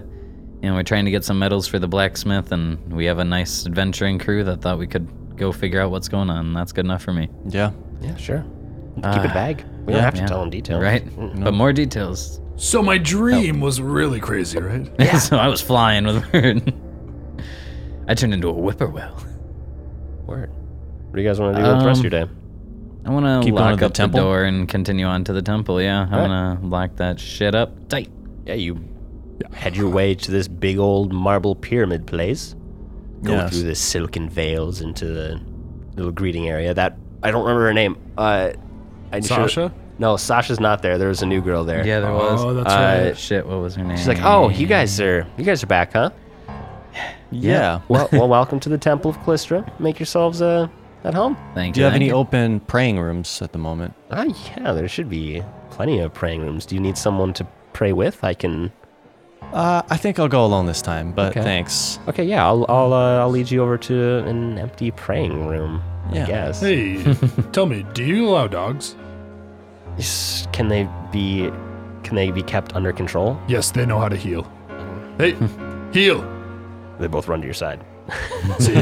Speaker 5: you know, we're trying to get some medals for the blacksmith, and we have a nice adventuring crew that thought we could go figure out what's going on. That's good enough for me.
Speaker 4: Yeah.
Speaker 2: Yeah, sure.
Speaker 5: Ah.
Speaker 2: Keep it vague. We
Speaker 4: Yeah,
Speaker 2: don't have to
Speaker 5: yeah.
Speaker 2: tell them details,
Speaker 5: Right?
Speaker 2: Mm.
Speaker 5: But more details.
Speaker 3: So my dream was really crazy, right?
Speaker 5: so I was flying with bird. I turned into a whippoorwill.
Speaker 2: Word. What do you guys want to do with the rest
Speaker 5: Um,
Speaker 2: of your day?
Speaker 5: I want to
Speaker 4: Keep going
Speaker 5: lock
Speaker 4: to
Speaker 5: up
Speaker 4: the
Speaker 5: the,
Speaker 4: temple?
Speaker 5: door and continue on to the temple. Yeah, I'm
Speaker 2: Alright.
Speaker 5: gonna lock that shit up tight.
Speaker 2: Yeah, you head your way to this big old marble pyramid place. Go
Speaker 4: Yes.
Speaker 2: through the silken veils into the little greeting area. That I don't remember her name. Uh, I
Speaker 3: Sasha?
Speaker 2: no, Sasha's not there. There was a new girl there.
Speaker 5: Yeah, there was.
Speaker 3: Oh, that's
Speaker 2: Uh,
Speaker 3: right.
Speaker 5: shit, what was her name?
Speaker 2: She's like, oh, you guys are you guys are back, huh?
Speaker 4: Yeah.
Speaker 2: Well, well, welcome to the Temple of Callistra. Make yourselves uh, at home.
Speaker 5: Thank
Speaker 4: Do you have
Speaker 5: thank
Speaker 4: any open praying rooms at the moment?
Speaker 2: Ah, yeah, there should be plenty of praying rooms. Do you need someone to pray with? I can.
Speaker 4: Uh, I think I'll go alone this time, but
Speaker 2: Okay.
Speaker 4: thanks.
Speaker 2: Okay, yeah, I'll I'll, uh, I'll lead you over to an empty praying room.
Speaker 4: Yeah.
Speaker 2: I guess.
Speaker 3: Hey, tell me, do you allow dogs?
Speaker 2: Yes, Can they be? Can they be kept under control?
Speaker 3: Yes, they know how to heal. Hey, heal.
Speaker 2: They both run to your side.
Speaker 3: See,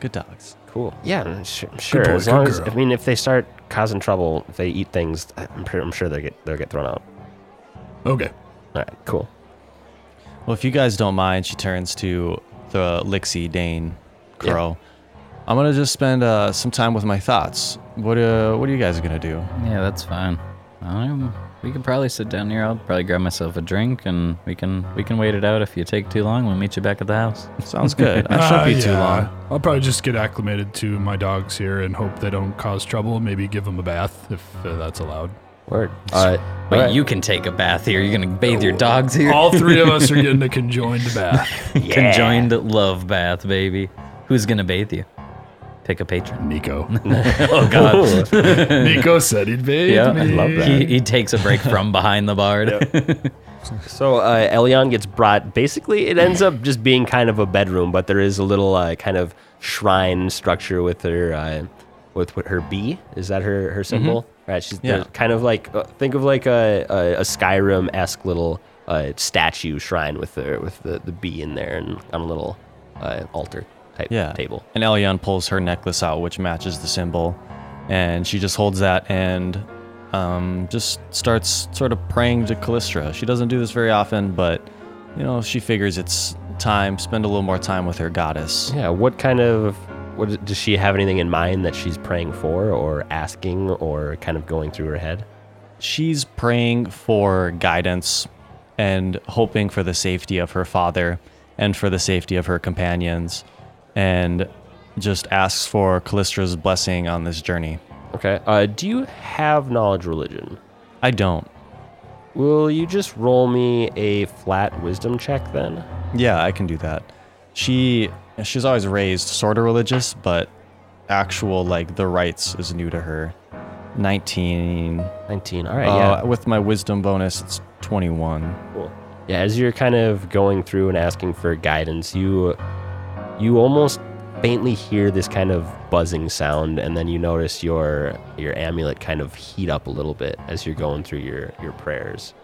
Speaker 4: Good dogs.
Speaker 2: Cool. Yeah, sure. sure.
Speaker 3: boy,
Speaker 2: as long
Speaker 3: good
Speaker 2: as
Speaker 3: girl.
Speaker 2: I mean, if they start causing trouble, if they eat things, I'm, pre- I'm sure they get they'll get thrown out.
Speaker 3: okay.
Speaker 2: All right. Cool.
Speaker 4: Well, if you guys don't mind, she turns to the Lixie Dane Crow. I'm gonna just spend uh, some time with my thoughts. What uh, what are you guys gonna do?
Speaker 5: Yeah, that's fine. I'm Um, we could probably sit down here. I'll probably grab myself a drink, and we can we can wait it out. If you take too long, we'll meet you back at the house.
Speaker 4: Sounds good. I
Speaker 3: Uh,
Speaker 4: shouldn't be too
Speaker 3: yeah.
Speaker 4: long.
Speaker 3: I'll probably just get acclimated to my dogs here and hope they don't cause trouble. Maybe give them a bath if uh, that's allowed.
Speaker 2: Word. All right.
Speaker 5: Wait, you can take a bath here. You're gonna bathe your dogs here.
Speaker 3: All three of us are getting a conjoined bath.
Speaker 5: Conjoined love bath, baby. Who's gonna bathe you? Pick a patron.
Speaker 3: Nico.
Speaker 5: Oh God.
Speaker 3: Nico said he'd bathe
Speaker 5: yeah,
Speaker 3: me.
Speaker 5: He, he takes a break from behind the bar.
Speaker 2: So uh, Elion gets brought. Basically, it ends up just being kind of a bedroom, but there is a little uh, kind of shrine structure with her, uh, with, with her bee. Is that her her symbol? Right. She's
Speaker 4: Mm-hmm. Yeah.
Speaker 2: they're kind of like uh, think of like a a, a Skyrim esque little uh, statue shrine with the with the, the bee in there and on a little uh, altar type
Speaker 4: Yeah.
Speaker 2: table.
Speaker 4: And Elion pulls her necklace out, which matches the symbol, and she just holds that and um, just starts sort of praying to Callistra. She doesn't do this very often, but you know she figures it's time. Spend a little more time with her goddess.
Speaker 2: Yeah. What kind of what is- does she have anything in mind that she's praying for or asking or kind of going through her head?
Speaker 4: She's praying for guidance and hoping for the safety of her father and for the safety of her companions, and just asks for Callistra's blessing on this journey.
Speaker 2: Okay. Uh, do you have knowledge religion?
Speaker 4: I don't.
Speaker 2: Will you just roll me a flat wisdom check then?
Speaker 4: Yeah, I can do that. She she's always raised sort of religious, but actual like the rites is new to her. 19.
Speaker 2: 19. All right.
Speaker 4: Uh,
Speaker 2: yeah.
Speaker 4: With my wisdom bonus, it's 21.
Speaker 2: Cool. Yeah. As you're kind of going through and asking for guidance, you you almost faintly hear this kind of buzzing sound, and then you notice your your amulet kind of heat up a little bit as you're going through your your prayers.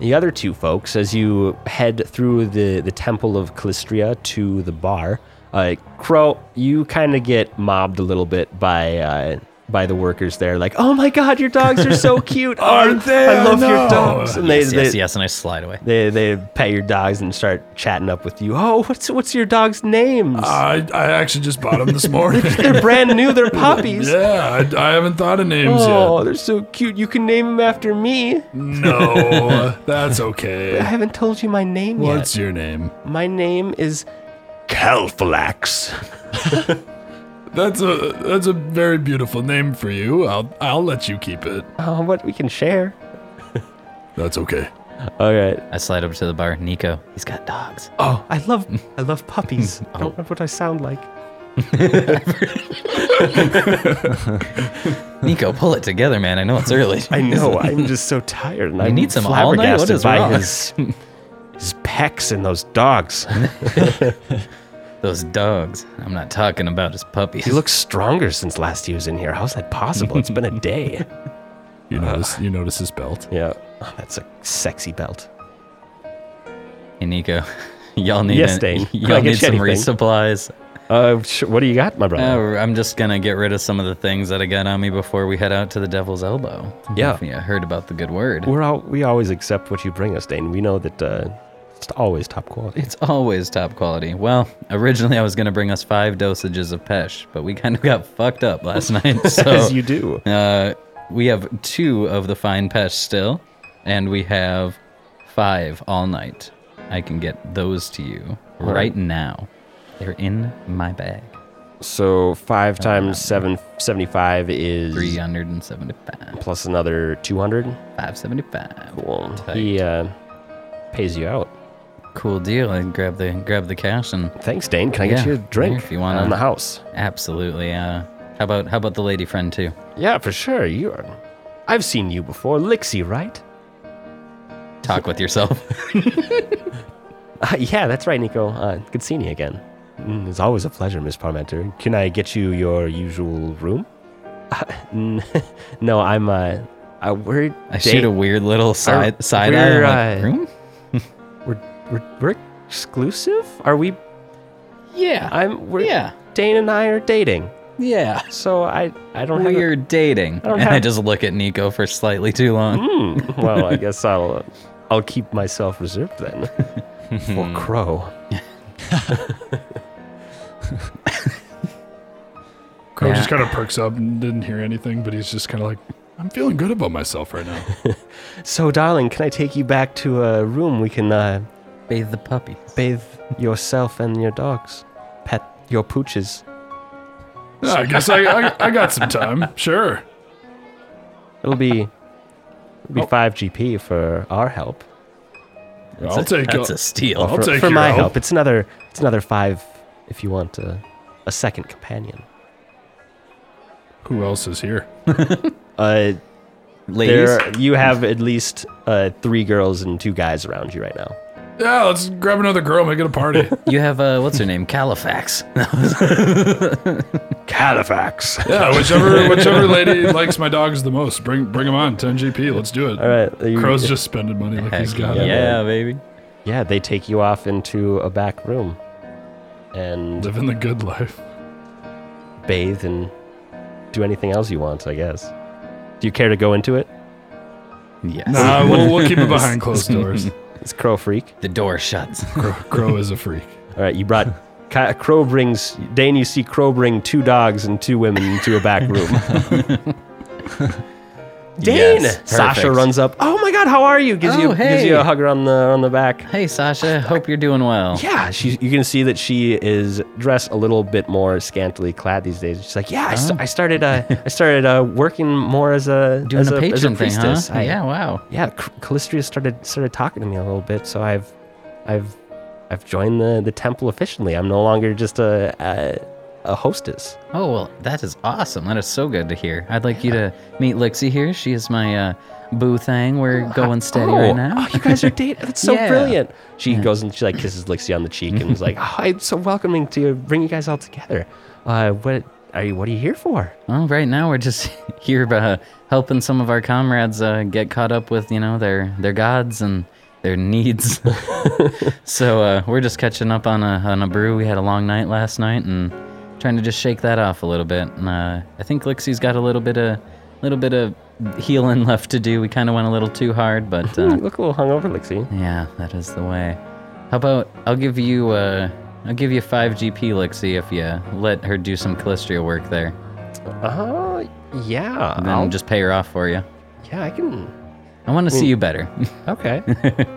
Speaker 2: The other two folks, as you head through the, the Temple of Calistria to the bar, uh, Crow, you kind of get mobbed a little bit by uh, by the workers there. Like, oh my god, your dogs are so cute. Aren't they? I love your dogs. And they,
Speaker 5: yes, yes,
Speaker 2: they-
Speaker 5: yes, and I slide away.
Speaker 2: They, they pet your dogs and start chatting up with you. Oh, what's what's your dog's names?
Speaker 5: Uh,
Speaker 3: I, I actually just bought them this morning.
Speaker 2: they're brand new. They're puppies.
Speaker 3: yeah, I, I haven't thought of names
Speaker 2: Oh, they're so cute. You can name them after me.
Speaker 3: yet. No, that's okay.
Speaker 2: I haven't told you my name
Speaker 3: What's your name?
Speaker 2: yet. My name is Calfalax.
Speaker 3: That's a that's a very beautiful name for you. I'll I'll let you keep it.
Speaker 2: Oh, what we can share.
Speaker 3: That's okay.
Speaker 2: All right.
Speaker 5: I slide up to the bar. Nico, he's got dogs.
Speaker 2: Oh, I love I love puppies.
Speaker 5: Oh.
Speaker 2: I don't know what I sound like.
Speaker 5: Nico, pull it together, man. I know it's early.
Speaker 2: I know. I'm just so tired, and I
Speaker 5: need some all night? What is wrong?
Speaker 2: his, his pecs and those dogs.
Speaker 5: Those dogs. I'm not talking about his puppies.
Speaker 2: He looks stronger since last he was in here. How's that possible? It's been a day.
Speaker 3: You notice you notice his belt.
Speaker 2: yeah, Oh, that's a sexy belt.
Speaker 5: Hey, Nico, y'all need
Speaker 2: Yes,
Speaker 5: an-
Speaker 2: Dane. Can I
Speaker 5: y'all
Speaker 2: get
Speaker 5: need some
Speaker 2: you anything?
Speaker 5: resupplies.
Speaker 2: Uh, sh- what do you got, my brother?
Speaker 5: Uh, I'm just gonna get rid of some of the things that I got on me before we head out to the Devil's Elbow.
Speaker 2: Yeah.
Speaker 5: I heard about the good word.
Speaker 2: We're all we always accept what you bring us, Dane. We know that uh, it's always top quality.
Speaker 5: It's always top quality. Well, originally I was gonna bring us five dosages of Pesh, but we kind of got fucked up last night. So
Speaker 2: As you do.
Speaker 5: uh, we have two of the fine Pesh still, and we have five all night. I can get those to you
Speaker 2: right.
Speaker 5: right now. They're in my bag.
Speaker 2: So five
Speaker 5: Uh,
Speaker 2: times seven seventy-five is
Speaker 5: 375.
Speaker 2: plus another two hundred.
Speaker 5: 575.
Speaker 2: Well,
Speaker 5: Tight.
Speaker 2: he uh, pays you out.
Speaker 5: Cool deal. I grab the grab the cash and
Speaker 2: Thanks, Dane. Can I get
Speaker 5: Yeah,
Speaker 2: you a drink
Speaker 5: yeah, if you wanna.
Speaker 2: on the house?
Speaker 5: absolutely. Uh, how about how about the lady friend too?
Speaker 2: Yeah, for sure. You are. I've seen you before, Lixie, right?
Speaker 5: Talk with yourself.
Speaker 2: Uh, yeah, that's right, Nico. Uh, good seeing you again. Mm, it's always a pleasure, Miss Parmenter. Can I get you your usual room? Uh, no, I'm. Uh, uh, we're
Speaker 5: I shoot a
Speaker 2: date-
Speaker 5: weird little side side eye.
Speaker 2: we're,
Speaker 5: I'm like,
Speaker 2: uh,
Speaker 5: room?
Speaker 2: We're, we're, we're exclusive. Are we?
Speaker 5: Yeah.
Speaker 2: I'm. We're,
Speaker 5: Yeah.
Speaker 2: Dane and I are dating,
Speaker 5: yeah.
Speaker 2: so I. I don't have. a-
Speaker 5: We're dating.
Speaker 2: don't
Speaker 5: and I
Speaker 2: have-
Speaker 5: just look at Nico for slightly too long.
Speaker 2: Hmm. Well, I guess I'll uh, I'll keep myself reserved then. For Crow.
Speaker 3: Crow
Speaker 5: Yeah.
Speaker 3: just kind of perks up and didn't hear anything, but he's just kind of like, I'm feeling good about myself right now.
Speaker 2: So, darling, can I take you back to a room we can uh,
Speaker 5: Bathe the puppy.
Speaker 2: bathe yourself and your dogs, pet your pooches?
Speaker 3: Yeah, I guess I, I I got some time. Sure.
Speaker 2: It'll be, it'll
Speaker 3: Oh.
Speaker 2: be five GP for our help.
Speaker 5: That's
Speaker 3: I'll
Speaker 5: a,
Speaker 3: take
Speaker 5: That's
Speaker 3: a-
Speaker 5: a steal.
Speaker 3: I'll
Speaker 2: for,
Speaker 3: take
Speaker 2: for
Speaker 3: your
Speaker 2: my
Speaker 3: help.
Speaker 2: help. It's another, it's another five if you want a, a second companion.
Speaker 3: Who else is here?
Speaker 2: Uh,
Speaker 5: Ladies,
Speaker 2: there, you have at least uh, three girls and two guys around you right now.
Speaker 3: Yeah, let's grab another girl, make it a party.
Speaker 5: you have uh, what's her name? Califax.
Speaker 2: Califax.
Speaker 3: Yeah, whichever whichever lady likes my dogs the most, bring bring them on. 10 GP, let's do it.
Speaker 2: All right. you-
Speaker 3: Crow's just spending money like he's
Speaker 5: Heck
Speaker 3: got
Speaker 5: yeah,
Speaker 3: it.
Speaker 5: baby.
Speaker 2: Yeah, they take you off into a back room and
Speaker 3: Living the good life.
Speaker 2: bathe and do anything else you want, I guess. Do you care to go into it?
Speaker 5: Yes.
Speaker 3: Nah, we'll, we'll keep it behind closed doors.
Speaker 2: It's Crow Freak.
Speaker 5: The door shuts.
Speaker 3: Crow, Crow is a freak.
Speaker 2: All right, you brought. Ki- Crow brings. Dane, you see Crow bring two dogs and two women into a back room. Dane!
Speaker 5: Yes,
Speaker 2: Sasha
Speaker 5: perfect.
Speaker 2: runs up. Oh my god, how are you? Gives, you,
Speaker 5: Oh,
Speaker 2: gives you
Speaker 5: hey.
Speaker 2: a hugger on the, on the back.
Speaker 5: Hey, Sasha. Hope you're doing well.
Speaker 2: Yeah, she, you can see that she is dressed a little bit more scantily clad these days. She's like, yeah, I, st- I started, uh, I started uh, working more as a
Speaker 5: Oh. Doing
Speaker 2: as
Speaker 5: a
Speaker 2: as a
Speaker 5: patron thing, huh?
Speaker 2: priestess. I-
Speaker 5: yeah. Wow.
Speaker 2: yeah, C- Callistria started started talking to me a little bit, so I've, I've, I've joined the the temple officially. I'm no longer just a a, a hostess.
Speaker 5: Oh well, that is awesome. That is so good to hear. I'd like you to meet Lixie here. She is my uh, boo thing. We're going steady
Speaker 2: oh,
Speaker 5: right now.
Speaker 2: oh, you guys are dating. That's so
Speaker 5: Yeah.
Speaker 2: brilliant. She goes and she like kisses Lixie on the cheek and is like, oh, it's so welcoming to bring you guys all together. Uh, what are you? What are you here for?
Speaker 5: Well, right now we're just here uh, helping some of our comrades uh, get caught up with you know their their gods and their needs. so uh, we're just catching up on a on a brew. We had a long night last night and trying to just shake that off a little bit. And uh, I think Lixie's got a little bit of little bit of healing left to do. We kind of went a little too hard, but
Speaker 2: You
Speaker 5: uh,
Speaker 2: look a little hungover, Lixie.
Speaker 5: yeah, that is the way. How about I'll give you uh, I'll give you five GP Lixie if you let her do some Calistria work there.
Speaker 2: Uh, yeah.
Speaker 5: And then
Speaker 2: I'll,
Speaker 5: just pay her off for you.
Speaker 2: yeah, I can.
Speaker 5: I want to see you better.
Speaker 2: Okay.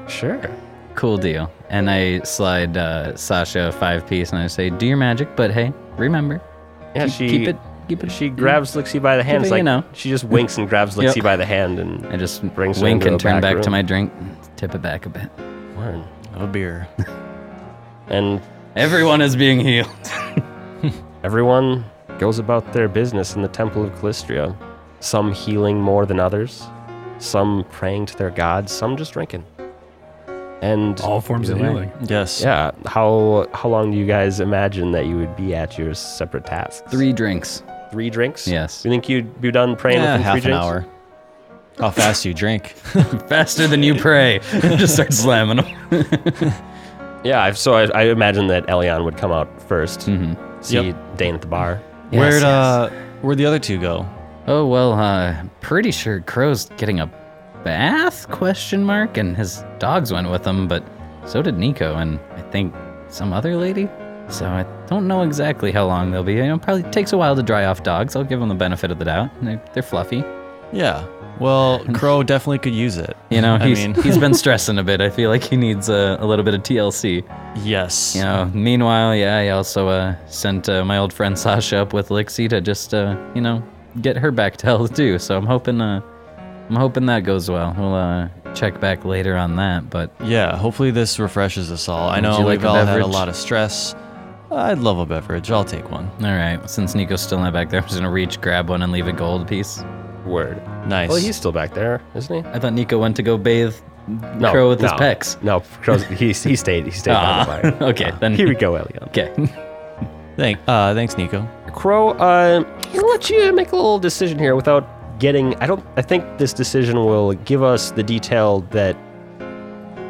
Speaker 2: sure.
Speaker 5: cool deal. And I slide uh, Sasha a five piece and I say, do your magic, but hey, remember,
Speaker 2: Yeah,
Speaker 5: keep,
Speaker 2: she
Speaker 5: keep it, keep it.
Speaker 2: She grabs Lixie by the
Speaker 5: Keep
Speaker 2: hand. It's
Speaker 5: it,
Speaker 2: like
Speaker 5: you know.
Speaker 2: she just winks and grabs
Speaker 5: Yep.
Speaker 2: Lixie by the hand and
Speaker 5: I just
Speaker 2: brings her
Speaker 5: wink
Speaker 2: into
Speaker 5: and
Speaker 2: the
Speaker 5: turn
Speaker 2: back
Speaker 5: back to
Speaker 2: room.
Speaker 5: my drink, tip it back a bit.
Speaker 2: Warren.
Speaker 4: Have a beer.
Speaker 2: And
Speaker 5: Everyone is being healed.
Speaker 2: everyone goes about their business in the Temple of Callistria. Some healing more than others, some praying to their gods, some just drinking. And
Speaker 3: All forms of
Speaker 2: Either way.
Speaker 3: healing.
Speaker 4: Yes.
Speaker 2: yeah, how how long do you guys imagine that you would be at your separate tasks?
Speaker 5: Three drinks.
Speaker 2: three drinks.
Speaker 5: Yes.
Speaker 2: You think you'd be done praying
Speaker 4: Yeah,
Speaker 2: within
Speaker 4: half
Speaker 2: three
Speaker 4: an
Speaker 2: drinks?
Speaker 4: hour. How fast do you drink?
Speaker 5: Faster than you pray. just start slamming them.
Speaker 2: Yeah, I've, so I, I imagine that Elion would come out 1st
Speaker 5: Mhm.
Speaker 2: See
Speaker 4: Yep.
Speaker 2: Dane at the bar.
Speaker 5: Yes,
Speaker 4: where'd
Speaker 5: yes.
Speaker 4: uh where'd the other two go?
Speaker 5: Oh well, uh, pretty sure Crow's getting a bath? Question mark. And his dogs went with him, but so did Nico, and I think some other lady. So I don't know exactly how long they'll be. You know, probably takes a while to dry off dogs. I'll give them the benefit of the doubt. They're, they're fluffy.
Speaker 4: Yeah. Well, Crow definitely could use it.
Speaker 5: You know,
Speaker 4: I
Speaker 5: he's,
Speaker 4: mean-
Speaker 5: he's been stressing a bit. I feel like he needs a, a little bit of TLC.
Speaker 4: Yes.
Speaker 5: You know, meanwhile, yeah, I also uh, sent uh, my old friend Sasha up with Lixie to just, uh, you know, get her back to health too. So I'm hoping, uh, I'm hoping that goes well. We'll uh, check back later on that. But
Speaker 4: Yeah, hopefully this refreshes us all. I
Speaker 5: Would
Speaker 4: know
Speaker 5: you like
Speaker 4: we've
Speaker 5: a
Speaker 4: all had a
Speaker 5: beverage?
Speaker 4: lot of stress. I'd love a beverage. I'll take one.
Speaker 5: all right, since Nico's still not back there, I'm just gonna reach, grab one, and leave a gold piece.
Speaker 2: Word.
Speaker 4: Nice.
Speaker 2: Well, he's still back there, isn't he?
Speaker 5: I thought Nico went to go bathe Crow with his
Speaker 2: no.
Speaker 5: pecs.
Speaker 2: No, Crow's, he, he stayed. He stayed
Speaker 5: Ah,
Speaker 2: by the bar.
Speaker 5: okay, then
Speaker 2: Here we go, Elion.
Speaker 5: Okay,
Speaker 4: Thank, uh, thanks, Nico.
Speaker 2: Crow, uh, he'll let you make a little decision here without getting. I don't. I think this decision will give us the detail that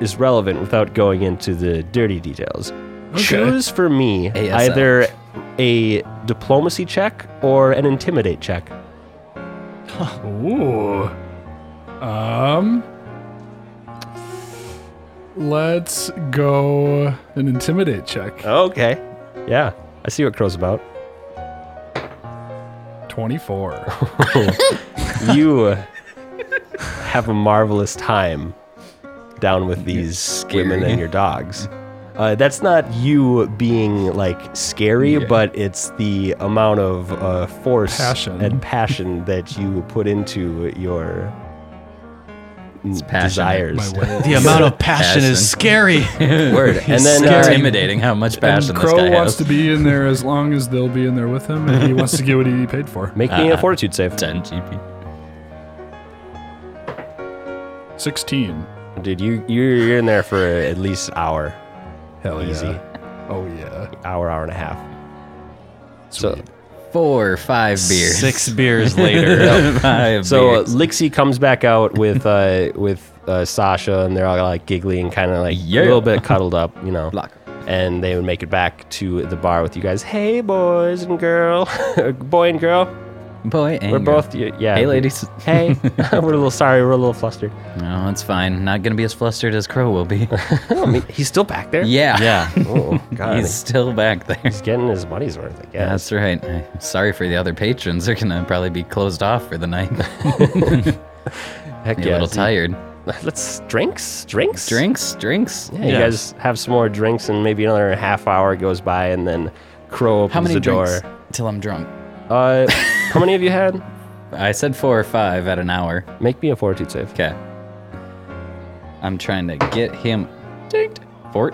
Speaker 2: is relevant without going into the dirty details. Choose for me
Speaker 5: ASL.
Speaker 2: either a diplomacy check or an intimidate check.
Speaker 3: Ooh. Um. Let's go an intimidate check.
Speaker 2: Okay. Yeah, I see what Crow's about.
Speaker 3: 24.
Speaker 2: you uh, have a marvelous time down with these women
Speaker 5: scary.
Speaker 2: and your dogs. Uh, that's not you being like scary, but it's the amount of uh, force
Speaker 3: Passion.
Speaker 2: and passion that you put into your
Speaker 5: passionate.
Speaker 2: desires.
Speaker 3: My way.
Speaker 4: The amount of
Speaker 5: Passion.
Speaker 4: passion is scary.
Speaker 5: Word. And
Speaker 2: then,
Speaker 5: then
Speaker 2: uh,
Speaker 5: it's intimidating how much passion
Speaker 3: And
Speaker 5: this
Speaker 3: Crow
Speaker 5: guy
Speaker 3: wants
Speaker 5: has.
Speaker 3: to be in there as long as they'll be in there with him, and he wants to get what he paid for.
Speaker 2: Make me a fortitude save.
Speaker 5: 10 GP.
Speaker 3: 16.
Speaker 2: Dude, you you're, you're in there for at least hour,
Speaker 3: Hell yeah.
Speaker 2: Easy.
Speaker 3: Oh, yeah.
Speaker 2: hour, hour and a half. So
Speaker 5: Four, five beers.
Speaker 4: Six beers later.
Speaker 5: five
Speaker 2: so uh,
Speaker 5: beers.
Speaker 2: Lixie comes back out with uh, with uh, Sasha, and they're all like giggly and kind of like
Speaker 5: Yeah.
Speaker 2: a little bit cuddled up, you know.
Speaker 5: Block.
Speaker 2: And they would make it back to the bar with you guys. Hey, boys and girl, boy and girl,
Speaker 5: Boy, and
Speaker 2: we're
Speaker 5: girl.
Speaker 2: both y- yeah.
Speaker 5: Hey, ladies.
Speaker 2: Hey, we're a little sorry. We're a little flustered.
Speaker 5: No, it's fine. Not gonna be as flustered as Crow will be.
Speaker 2: I mean, he's still back there.
Speaker 5: Yeah.
Speaker 4: yeah.
Speaker 2: Oh God,
Speaker 5: He's
Speaker 2: he's,
Speaker 5: still back there.
Speaker 2: getting his money's worth. I guess.
Speaker 5: That's right. I'm Sorry for the other patrons. They're gonna probably be closed off for the night.
Speaker 2: Heck
Speaker 5: Be a little
Speaker 2: yes.
Speaker 5: tired.
Speaker 2: Let's drinks, drinks,
Speaker 5: Drinks, drinks.
Speaker 2: Yeah, you guys
Speaker 4: Yes.
Speaker 2: have some more drinks, and maybe another half hour goes by, and then Crow opens
Speaker 5: How many
Speaker 2: the door.
Speaker 5: drinks till I'm drunk?
Speaker 2: Uh, how many have you had?
Speaker 5: I said four or five at an hour.
Speaker 2: Make me a fortitude save.
Speaker 5: Okay. I'm trying to get him. Dinged. Fort.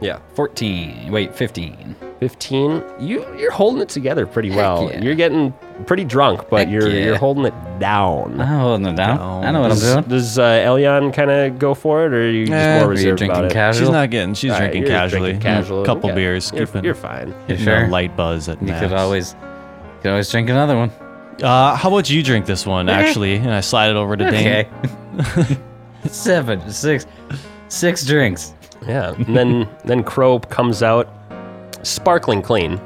Speaker 2: Yeah,
Speaker 5: 14. Wait, 15.
Speaker 2: fifteen. You you're holding it together pretty well.
Speaker 5: yeah.
Speaker 2: You're getting pretty drunk, but
Speaker 5: Heck
Speaker 2: you're
Speaker 5: yeah.
Speaker 2: you're holding it down.
Speaker 5: I'm holding it down. I know what I'm
Speaker 2: Does,
Speaker 5: doing.
Speaker 2: does uh, Elion kind of go for it, or are you just
Speaker 4: Eh,
Speaker 2: more
Speaker 4: are
Speaker 5: Are you
Speaker 2: reserved
Speaker 5: drinking
Speaker 2: about it?
Speaker 5: casual?
Speaker 4: She's not getting. She's
Speaker 2: All right,
Speaker 4: drinking
Speaker 2: you're
Speaker 4: casually.
Speaker 2: Drinking casual.
Speaker 4: A couple
Speaker 2: okay.
Speaker 4: beers.
Speaker 2: You're,
Speaker 4: keeping
Speaker 2: you're fine.
Speaker 5: You
Speaker 4: you know,
Speaker 5: sure?
Speaker 4: light buzz at
Speaker 5: you
Speaker 4: max.
Speaker 5: could always, you could always drink another one.
Speaker 4: Uh, how about you drink this one actually? And I slide it over to Dane.
Speaker 5: Okay. Seven, six, six drinks.
Speaker 2: Yeah, and then then Crow comes out, sparkling clean.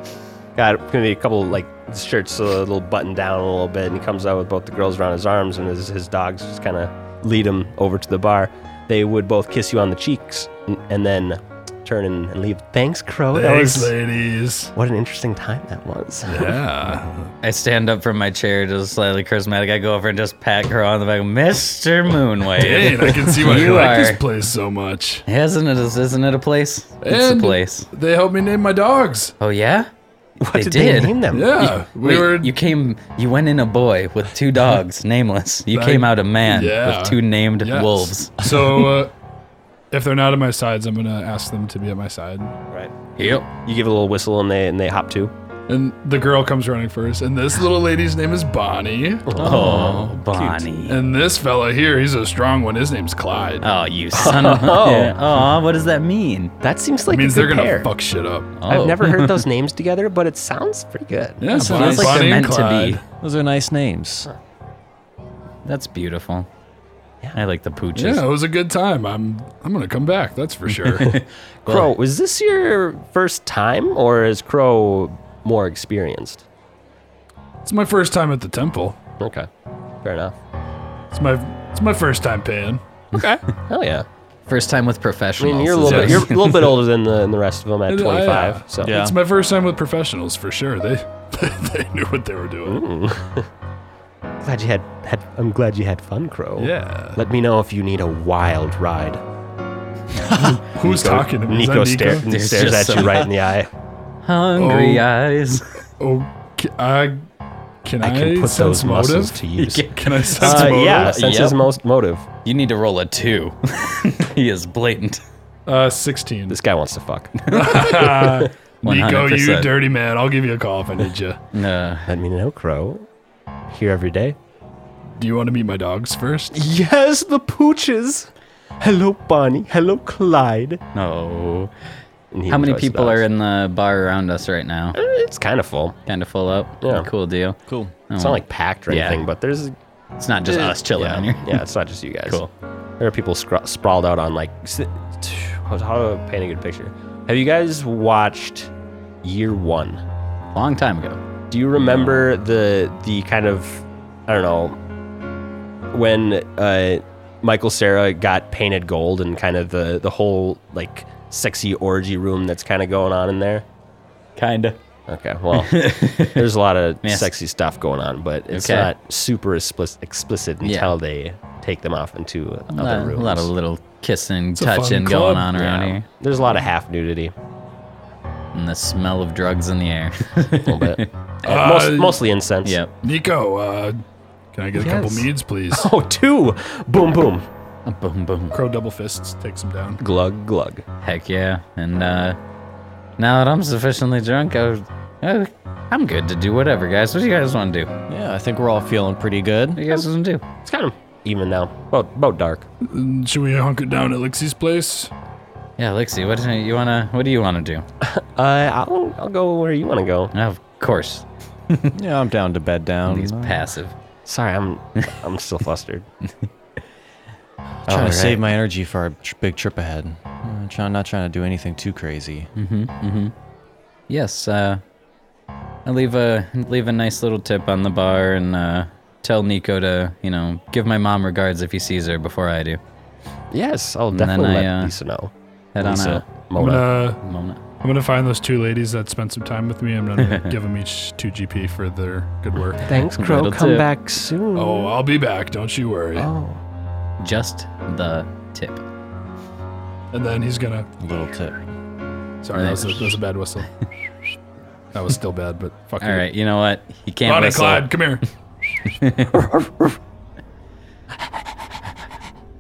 Speaker 2: Got maybe a couple like his shirt's a little button down a little bit, and he comes out with both the girls around his arms, and his his dogs just kind of lead him over to the bar. They would both kiss you on the cheeks, and, and then turn and, and leave. Thanks, Crow. That
Speaker 3: Thanks,
Speaker 2: was-
Speaker 3: ladies.
Speaker 2: what an interesting time that was.
Speaker 3: Yeah.
Speaker 5: I stand up from my chair, just slightly charismatic. I go over and just pat her on the back. Mr. Moonwave.
Speaker 3: Dang, I can see why you,
Speaker 5: You
Speaker 3: like
Speaker 5: are-
Speaker 3: this place so much.
Speaker 5: Isn't it? a- Isn't it a place? It's
Speaker 3: And
Speaker 5: a place.
Speaker 3: They helped me name my dogs.
Speaker 5: Oh yeah.
Speaker 2: What
Speaker 5: They
Speaker 2: did
Speaker 5: did.
Speaker 2: they name them?
Speaker 3: Yeah. Uh, we
Speaker 5: Wait,
Speaker 3: were.
Speaker 5: You came. You went in a boy with two dogs, nameless. You
Speaker 3: That-
Speaker 5: came out a man
Speaker 3: yeah.
Speaker 5: with two named
Speaker 3: yes.
Speaker 5: wolves.
Speaker 3: So, uh, if they're not at my sides, I'm going to ask them to be at my side.
Speaker 2: Right.
Speaker 5: Yep.
Speaker 2: You give a little whistle, and they and they hop too.
Speaker 3: And the girl comes running first. And this little lady's name is Bonnie.
Speaker 5: Oh, Bonnie.
Speaker 3: And this fella here, he's a strong one. His name's Clyde.
Speaker 5: Oh, you son of a.
Speaker 3: Oh.
Speaker 5: Yeah. Aw, what does that mean?
Speaker 2: That seems like
Speaker 3: It means
Speaker 2: a
Speaker 3: they're
Speaker 2: good
Speaker 3: going to
Speaker 2: pair.
Speaker 3: fuck shit up.
Speaker 5: Oh.
Speaker 2: I've never heard those names together, but it sounds pretty good.
Speaker 3: Yeah, so
Speaker 5: Sounds
Speaker 3: it's
Speaker 5: like they're
Speaker 3: Bonnie and
Speaker 5: meant to be.
Speaker 3: Clyde.
Speaker 4: Those are nice names.
Speaker 5: That's beautiful. I like the pooches.
Speaker 3: Yeah, it was a good time. I'm I'm gonna come back. That's for sure.
Speaker 2: Crow, was this your first time, or is Crow more experienced?
Speaker 3: it's my first time at the temple.
Speaker 2: Okay, fair enough.
Speaker 3: It's my it's my first time paying.
Speaker 2: Okay, hell Oh, yeah.
Speaker 5: First time with
Speaker 2: I
Speaker 5: professionals.
Speaker 2: mean, you're a little bit
Speaker 3: Yes.
Speaker 2: you're a little bit older than the, than the rest of them at
Speaker 3: oh, Yeah.
Speaker 2: 25. So
Speaker 4: Yeah.
Speaker 3: It's my first time with professionals for sure. They they knew what they were doing.
Speaker 2: glad you had, had I'm glad you had fun, Crow.
Speaker 3: Yeah.
Speaker 2: Let me know if you need a wild ride.
Speaker 3: Who's talking to me? Is
Speaker 2: Nico,
Speaker 3: that
Speaker 2: stare-
Speaker 3: Nico?
Speaker 5: There's
Speaker 2: stares at
Speaker 5: just
Speaker 2: you
Speaker 5: some-
Speaker 2: right in the eye.
Speaker 5: Hungry eyes.
Speaker 3: Oh, can I can I,
Speaker 2: I can put
Speaker 3: sense
Speaker 2: those muscles
Speaker 3: motive?
Speaker 2: to use.
Speaker 3: Can I sense
Speaker 2: Uh,
Speaker 3: motive?
Speaker 2: yeah, sense his
Speaker 5: Yep.
Speaker 2: most motive.
Speaker 5: You need to roll a two. he is blatant.
Speaker 3: Uh, sixteen.
Speaker 2: This guy wants to fuck.
Speaker 3: Nico, you
Speaker 5: 100%.
Speaker 3: dirty man. I'll give you a call if I need you.
Speaker 5: No.
Speaker 2: Let me know, Crow. Here every day.
Speaker 3: Do you want to meet my dogs first?
Speaker 2: Yes, the pooches. Hello, Bonnie. Hello, Clyde.
Speaker 5: No.
Speaker 2: And he
Speaker 5: How many
Speaker 2: enjoys the
Speaker 5: people
Speaker 2: dogs.
Speaker 5: are in the bar around us right now?
Speaker 2: It's kind of full.
Speaker 5: Kind of full up.
Speaker 2: Yeah.
Speaker 5: Cool deal.
Speaker 4: Cool.
Speaker 2: It's
Speaker 5: well.
Speaker 2: not like packed or
Speaker 5: Oh. Yeah.
Speaker 2: anything, but there's
Speaker 5: It's not just us chilling
Speaker 2: yeah,
Speaker 5: on here.
Speaker 2: yeah, it's not just you guys.
Speaker 5: Cool.
Speaker 2: There are people scra- sprawled out on like. s- How how to paint a good picture? Have you guys watched Year One?
Speaker 5: Long time ago.
Speaker 2: Do you remember the the kind of I don't know when uh, Michael Sarah got painted gold and kind of the the whole like sexy orgy room that's kind of going on in there?
Speaker 5: Kinda.
Speaker 2: Okay, well, there's a lot of
Speaker 5: Yes.
Speaker 2: sexy stuff going on, but it's
Speaker 5: Okay.
Speaker 2: not super explicit, explicit
Speaker 5: Yeah.
Speaker 2: until they take them off into
Speaker 5: A lot,
Speaker 2: other
Speaker 5: a
Speaker 2: rooms.
Speaker 5: lot of little kissing,
Speaker 3: a fun
Speaker 5: touching
Speaker 3: club.
Speaker 5: going on around
Speaker 2: Yeah.
Speaker 5: here,
Speaker 2: There's a lot of half nudity.
Speaker 5: and the smell of drugs in the air.
Speaker 2: A little bit. Uh,
Speaker 3: Uh,
Speaker 2: most, mostly incense.
Speaker 5: yep.
Speaker 3: Nico, uh, can I get a couple
Speaker 1: Yes.
Speaker 3: meads, please?
Speaker 2: Oh, two. Boom, boom.
Speaker 5: Boom, boom.
Speaker 3: Crow double fists takes him down.
Speaker 2: Glug, glug.
Speaker 5: Heck yeah. And uh, now that I'm sufficiently drunk, I, was- I, I'm good to do whatever, guys. What do you guys want to do? What
Speaker 4: Yeah, I think we're all feeling pretty good.
Speaker 5: do you guys want to do?
Speaker 2: It's kind of even now. About, about dark.
Speaker 3: Mm, Should we hunker down at Lixie's place?
Speaker 5: Yeah, Lixie, what do you wanna? What do you wanna do?
Speaker 2: Uh, I'll, I'll go where you want to go.
Speaker 5: Of course,
Speaker 4: Yeah, I'm down to bed down.
Speaker 5: he's passive.
Speaker 2: Sorry, I'm I'm still flustered.
Speaker 4: I'm trying
Speaker 5: Alright.
Speaker 4: to save my energy for a tr- big trip ahead. I'm trying, not trying to do anything too crazy.
Speaker 5: Yes, uh, I leave a leave a nice little tip on the bar and uh, tell Nico to you know give my mom regards if he sees her before I do.
Speaker 2: Yes, I'll
Speaker 5: then
Speaker 2: definitely
Speaker 5: I,
Speaker 2: let
Speaker 5: uh,
Speaker 2: Lisa know.
Speaker 5: Head
Speaker 2: Lisa,
Speaker 5: on
Speaker 3: I'm
Speaker 2: Mona.
Speaker 3: gonna,
Speaker 5: out. Moment.
Speaker 3: I'm gonna find those two ladies that spent some time with me. I'm gonna give them each two GP for their good work.
Speaker 2: Thanks, Crow.
Speaker 5: That'll
Speaker 2: Come
Speaker 5: do.
Speaker 2: back soon.
Speaker 3: Oh, I'll be back. Don't you worry.
Speaker 2: Oh.
Speaker 5: Just the tip.
Speaker 3: And then he's gonna.
Speaker 4: Little tip.
Speaker 3: Sorry, that was, a, that was a bad whistle. that was still bad, but fuck
Speaker 5: All
Speaker 3: it.
Speaker 5: right, you know what? He can't
Speaker 3: Bonnie
Speaker 5: whistle.
Speaker 3: Clyde, come here.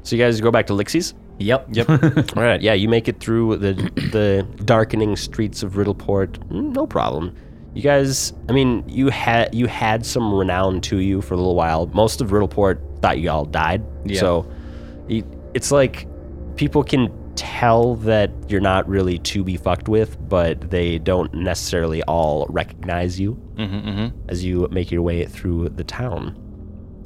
Speaker 2: So you guys go back to Lixie's?
Speaker 5: Yep.
Speaker 4: Yep.
Speaker 2: All right, yeah, you make it through the the darkening streets of Riddleport, mm, no problem. You guys, I mean, you had you had some renown to you for a little while. Most of Riddleport thought you all died,
Speaker 5: Yeah.
Speaker 2: so it, it's like people can tell that you're not really to be fucked with, but they don't necessarily all recognize you as you make your way through the town.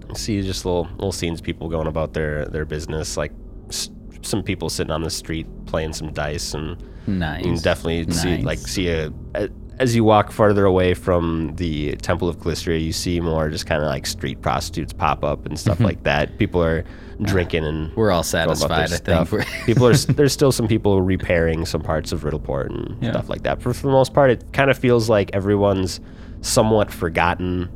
Speaker 2: You see just little little scenes, people going about their their business, like s- some people sitting on the street playing some dice, and
Speaker 5: Nice.
Speaker 2: you can definitely see
Speaker 5: Nice.
Speaker 2: like see a, a- as you walk farther away from the Temple of Calistria, you see more just kind of like street prostitutes pop up and stuff like that. People are drinking and
Speaker 5: Uh, We're all
Speaker 2: going about their
Speaker 5: satisfied. I think.
Speaker 2: stuff.
Speaker 5: We're-
Speaker 2: people are there's still some people repairing some parts of Riddleport and stuff like that. But for the most part, it kind of feels like everyone's somewhat forgotten,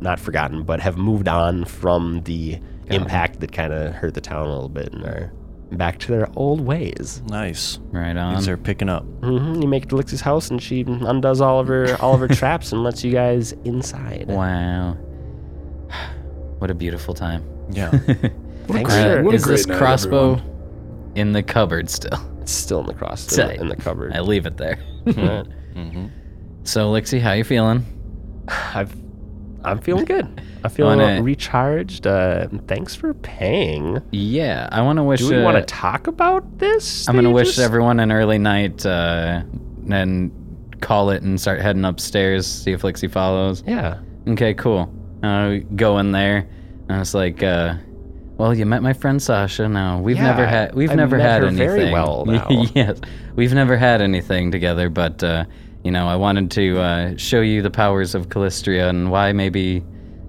Speaker 2: not forgotten, but have moved on from the impact that kind of hurt the town a little bit and are back to their old ways.
Speaker 4: Nice.
Speaker 5: right on.
Speaker 4: These are picking up.
Speaker 2: hmm You make it to Lixie's house and she undoes all of her all of her traps and lets you guys inside.
Speaker 5: Wow. What a beautiful time.
Speaker 4: Yeah.
Speaker 2: Thanks.
Speaker 3: great-
Speaker 2: for-
Speaker 3: what a
Speaker 5: is this
Speaker 3: great night,
Speaker 5: crossbow in the cupboard still?
Speaker 2: It's still in the cross in the, in the cupboard.
Speaker 5: I leave it there.
Speaker 2: Mm-hmm.
Speaker 5: So, Lixie, how you feeling?
Speaker 2: I've, I'm feeling good. I feel
Speaker 5: Wanna-
Speaker 2: recharged. Uh, thanks for paying.
Speaker 5: Yeah, I want to wish.
Speaker 2: Do we
Speaker 5: uh,
Speaker 2: want to talk about this?
Speaker 5: I'm gonna
Speaker 2: that you
Speaker 5: wish
Speaker 2: just-
Speaker 5: everyone an early night, uh, and call it and start heading upstairs. See if Lixie follows.
Speaker 2: Yeah.
Speaker 5: Okay, cool. Uh, go in there. And I was like, uh, well, you met my friend Sasha. Now we've
Speaker 2: Yeah,
Speaker 5: never had we've
Speaker 2: I
Speaker 5: never
Speaker 2: met
Speaker 5: had
Speaker 2: her
Speaker 5: anything.
Speaker 2: very well now.
Speaker 5: yes, we've never had anything together. But uh, you know, I wanted to uh, show you the powers of Callistria and why maybe.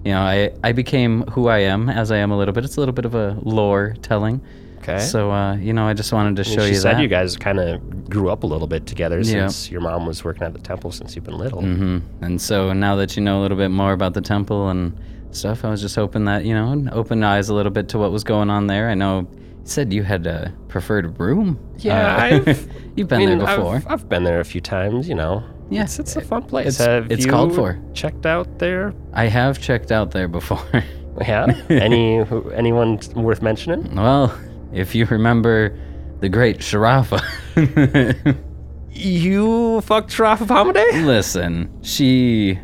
Speaker 5: You know, I, I became who I am as I am a little bit. It's a little bit of a lore telling.
Speaker 2: Okay.
Speaker 5: So, uh, you know, I just wanted to
Speaker 2: And
Speaker 5: show
Speaker 2: she
Speaker 5: you
Speaker 2: said
Speaker 5: that.
Speaker 2: you guys kind of grew up a little bit together
Speaker 5: Yeah.
Speaker 2: since your mom was working at the temple since you've been little.
Speaker 5: hmm And so now that you know a little bit more about the temple and stuff, I was just hoping that, you know, open eyes a little bit to what was going on there. I know you said you had a preferred room.
Speaker 2: Yeah,
Speaker 5: Uh,
Speaker 2: I've
Speaker 5: you've been
Speaker 2: I mean,
Speaker 5: there
Speaker 2: I've-
Speaker 5: before.
Speaker 2: I've, been there a few times. You know.
Speaker 5: Yeah.
Speaker 2: It's, it's a fun place.
Speaker 5: It's-
Speaker 2: Have
Speaker 5: it's
Speaker 2: you
Speaker 5: called for.
Speaker 2: Checked out there.
Speaker 5: I have checked out there before.
Speaker 2: Yeah. Any who- anyone worth mentioning?
Speaker 5: well, if you remember the great Sharafa.
Speaker 2: You fucked Sharaf Hamade?
Speaker 5: Listen, she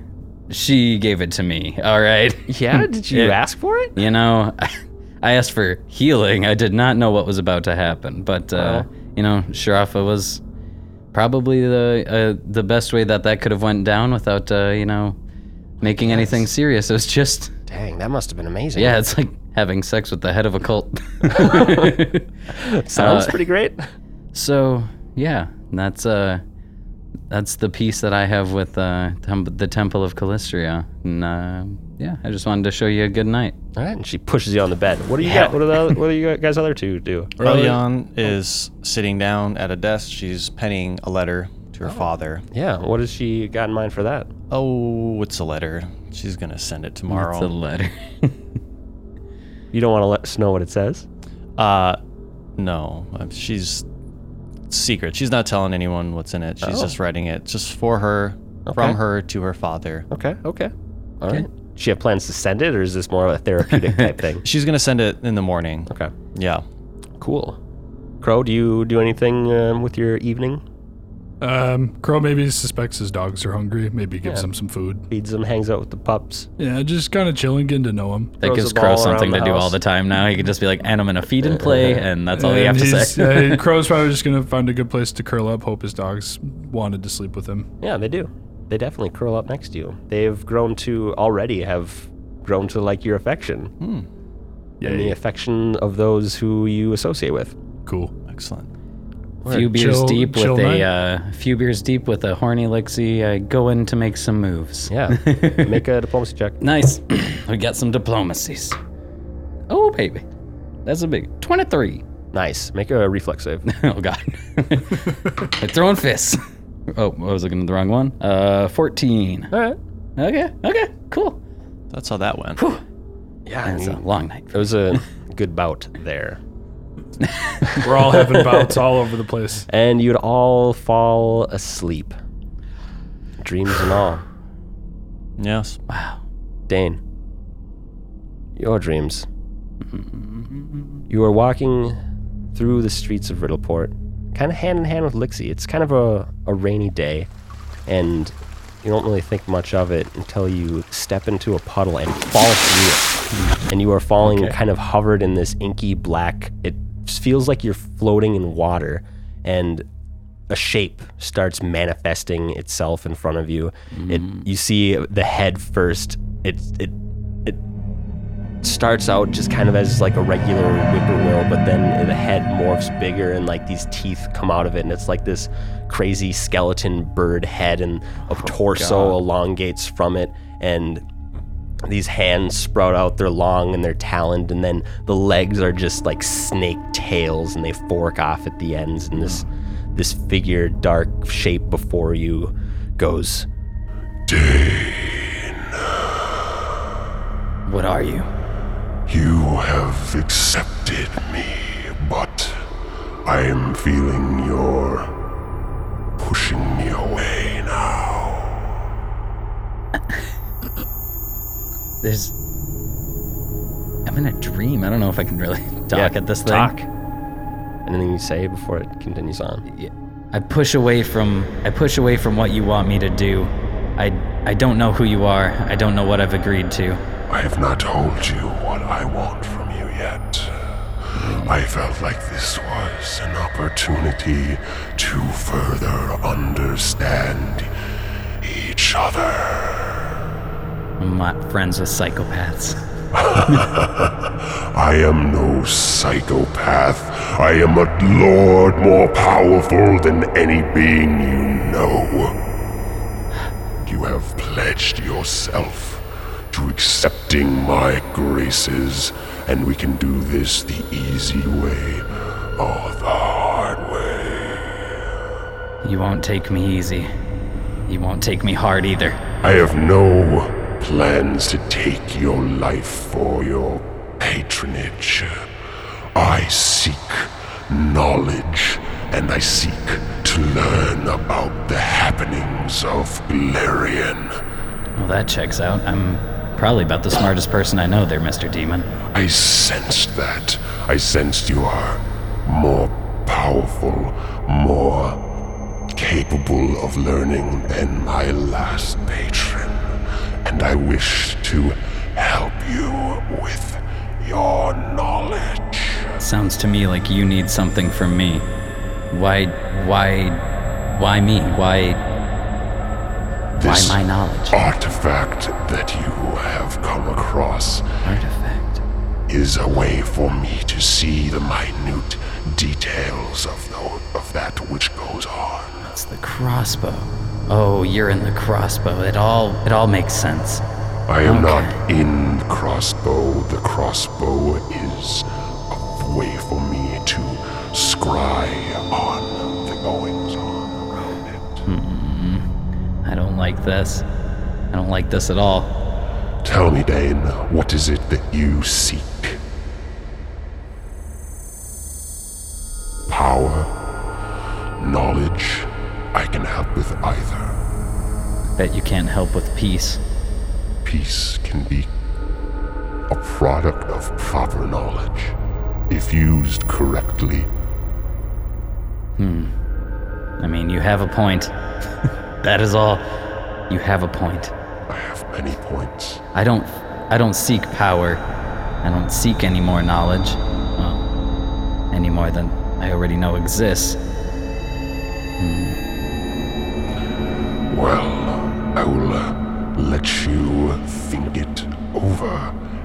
Speaker 5: she gave it to me. All right.
Speaker 2: Yeah. Did you
Speaker 5: Yeah.
Speaker 2: ask for it?
Speaker 5: You know, I asked for healing. I did not know what was about to happen, but uh,
Speaker 2: Wow.
Speaker 5: you know, Sharafa was probably the uh, the best way that that could have went down without uh, you know making anything serious. It was just
Speaker 2: Dang, that must have been amazing.
Speaker 5: yeah, it's like having sex with the head of a cult.
Speaker 2: Sounds
Speaker 5: Uh,
Speaker 2: pretty great.
Speaker 5: so yeah, that's uh that's the piece that I have with uh, tem- the Temple of Callistria, and uh, yeah, I just wanted to show you a good night.
Speaker 2: All right, and she pushes you on the bed. What do you
Speaker 5: Yeah.
Speaker 2: got? What do the what do you guys other two do?
Speaker 4: Elion is sitting down at a desk. She's penning a letter to
Speaker 2: Oh.
Speaker 4: her father.
Speaker 2: Yeah. What has she got in mind for that?
Speaker 4: Oh, it's a letter. She's going to send it tomorrow.
Speaker 5: It's a letter.
Speaker 2: You don't want to let us know what it says?
Speaker 4: Uh, no, um, she's it's secret. She's not telling anyone what's in it. She's
Speaker 2: Oh.
Speaker 4: just writing it just for her,
Speaker 2: Okay.
Speaker 4: from her to her father.
Speaker 2: Okay. Okay. All right. She have plans to send it, or is this more of a therapeutic type thing?
Speaker 4: She's gonna send it in the morning.
Speaker 2: Okay.
Speaker 4: Yeah.
Speaker 2: Cool. Crow, do you do anything um, with your evening?
Speaker 3: Um, Crow maybe suspects his dogs are hungry. Maybe gives them some food.
Speaker 2: Feeds them, hangs out with the pups.
Speaker 3: Yeah, just kind of chilling, getting to know him.
Speaker 2: Throws
Speaker 5: That gives
Speaker 2: the ball
Speaker 5: Crow
Speaker 2: around
Speaker 5: something
Speaker 2: the
Speaker 5: to do all
Speaker 2: house.
Speaker 5: the time now. He could just be like, and I'm going to feed and play, and that's all you have
Speaker 3: And
Speaker 5: to
Speaker 3: he's-
Speaker 5: say.
Speaker 3: uh, Crow's probably just gonna find a good place to curl up. Hope his dogs wanted to sleep with him.
Speaker 2: Yeah, they do. They definitely curl up next to you. They've grown to already have grown to like your affection and the
Speaker 3: Yeah,
Speaker 2: affection of those who you associate with.
Speaker 3: cool.
Speaker 4: Excellent.
Speaker 5: few beers
Speaker 3: Chill-
Speaker 5: deep
Speaker 3: chill
Speaker 5: with
Speaker 3: night.
Speaker 5: a uh, few beers deep with a horny Lixie. I go in to make some moves.
Speaker 2: Yeah. Make a diplomacy check.
Speaker 5: Nice. we got some diplomacies. Oh baby, that's a big twenty-three.
Speaker 2: Nice. Make a reflex save.
Speaker 5: oh god, They're throwing fists. Oh, I was looking at the wrong one. Uh, fourteen.
Speaker 2: All right.
Speaker 5: Okay, okay, cool.
Speaker 4: That's how that went.
Speaker 2: Yeah.
Speaker 5: That's a
Speaker 2: It
Speaker 5: long night.
Speaker 2: was a good bout there.
Speaker 3: We're all having bouts all over the place.
Speaker 2: And you'd all fall asleep. Dreams and all.
Speaker 4: Yes.
Speaker 2: Dane, your dreams. You are walking through the streets of Riddleport, kind of hand in hand with Lixie. It's kind of a, a rainy day, and you don't really think much of it until you step into a puddle and fall through it. And you are falling kind of hovered in this inky black. It feels like you're floating in water, and a shape starts manifesting itself in front of you. It you see the head first. It it it starts out just kind of as like a regular whippoorwill, but then the head morphs bigger and like these teeth come out of it, and it's like this crazy skeleton bird head, and a torso elongates from it, and these hands sprout out they're long and they're taloned and then the legs are just like snake tails and they fork off at the ends and this this figure dark shape before you goes
Speaker 5: What are you?
Speaker 6: You have accepted me, but I am feeling you're pushing me away now.
Speaker 5: There's. I'm in a dream. I don't know if I can really talk
Speaker 2: Yeah,
Speaker 5: at this thing.
Speaker 2: talk anything you say before it continues on
Speaker 5: I push away from I push away from what you want me to do. I I don't know who you are. I don't know what I've agreed to.
Speaker 6: I have not told you what I want from you yet. I felt like this was an opportunity to further understand each other.
Speaker 5: I'm not friends with psychopaths.
Speaker 6: I am no psychopath. I am a lord more powerful than any being you know. You have pledged yourself to accepting my graces, and we can do this the easy way or the hard way.
Speaker 5: You won't take me easy. You won't take me hard either.
Speaker 6: I have no plans to take your life for your patronage. I seek knowledge, and I seek to learn about the happenings of Galarian.
Speaker 5: Well, that checks out. I'm probably about the smartest person I know there, Mr. Demon.
Speaker 6: I sensed that. I sensed you are more powerful, more capable of learning than my last patron. And I wish to help you with your knowledge.
Speaker 5: Sounds to me like you need something from me. Why why why me? Why why
Speaker 6: This
Speaker 5: my knowledge?
Speaker 6: artifact that you have come across
Speaker 5: Artifact.
Speaker 6: is a way for me to see the minute details of, the, of that which goes on.
Speaker 5: It's the crossbow. Oh, you're in the crossbow. It all it all makes sense.
Speaker 6: I am not in the crossbow. The crossbow is a way for me to scry on the goings on around it.
Speaker 5: like this. I don't like this at all.
Speaker 6: Tell me, Dane, what is it that you seek? Power? Knowledge? I can help with either.
Speaker 5: Bet you can't help with peace.
Speaker 6: Peace can be a product of proper knowledge, if used correctly.
Speaker 5: I mean, you have a point. that is all. You have a point.
Speaker 6: I have many points.
Speaker 5: I don't I don't seek power. I don't seek any more knowledge. Well, any more than I already know exists.
Speaker 6: Well, I will uh, let you think it over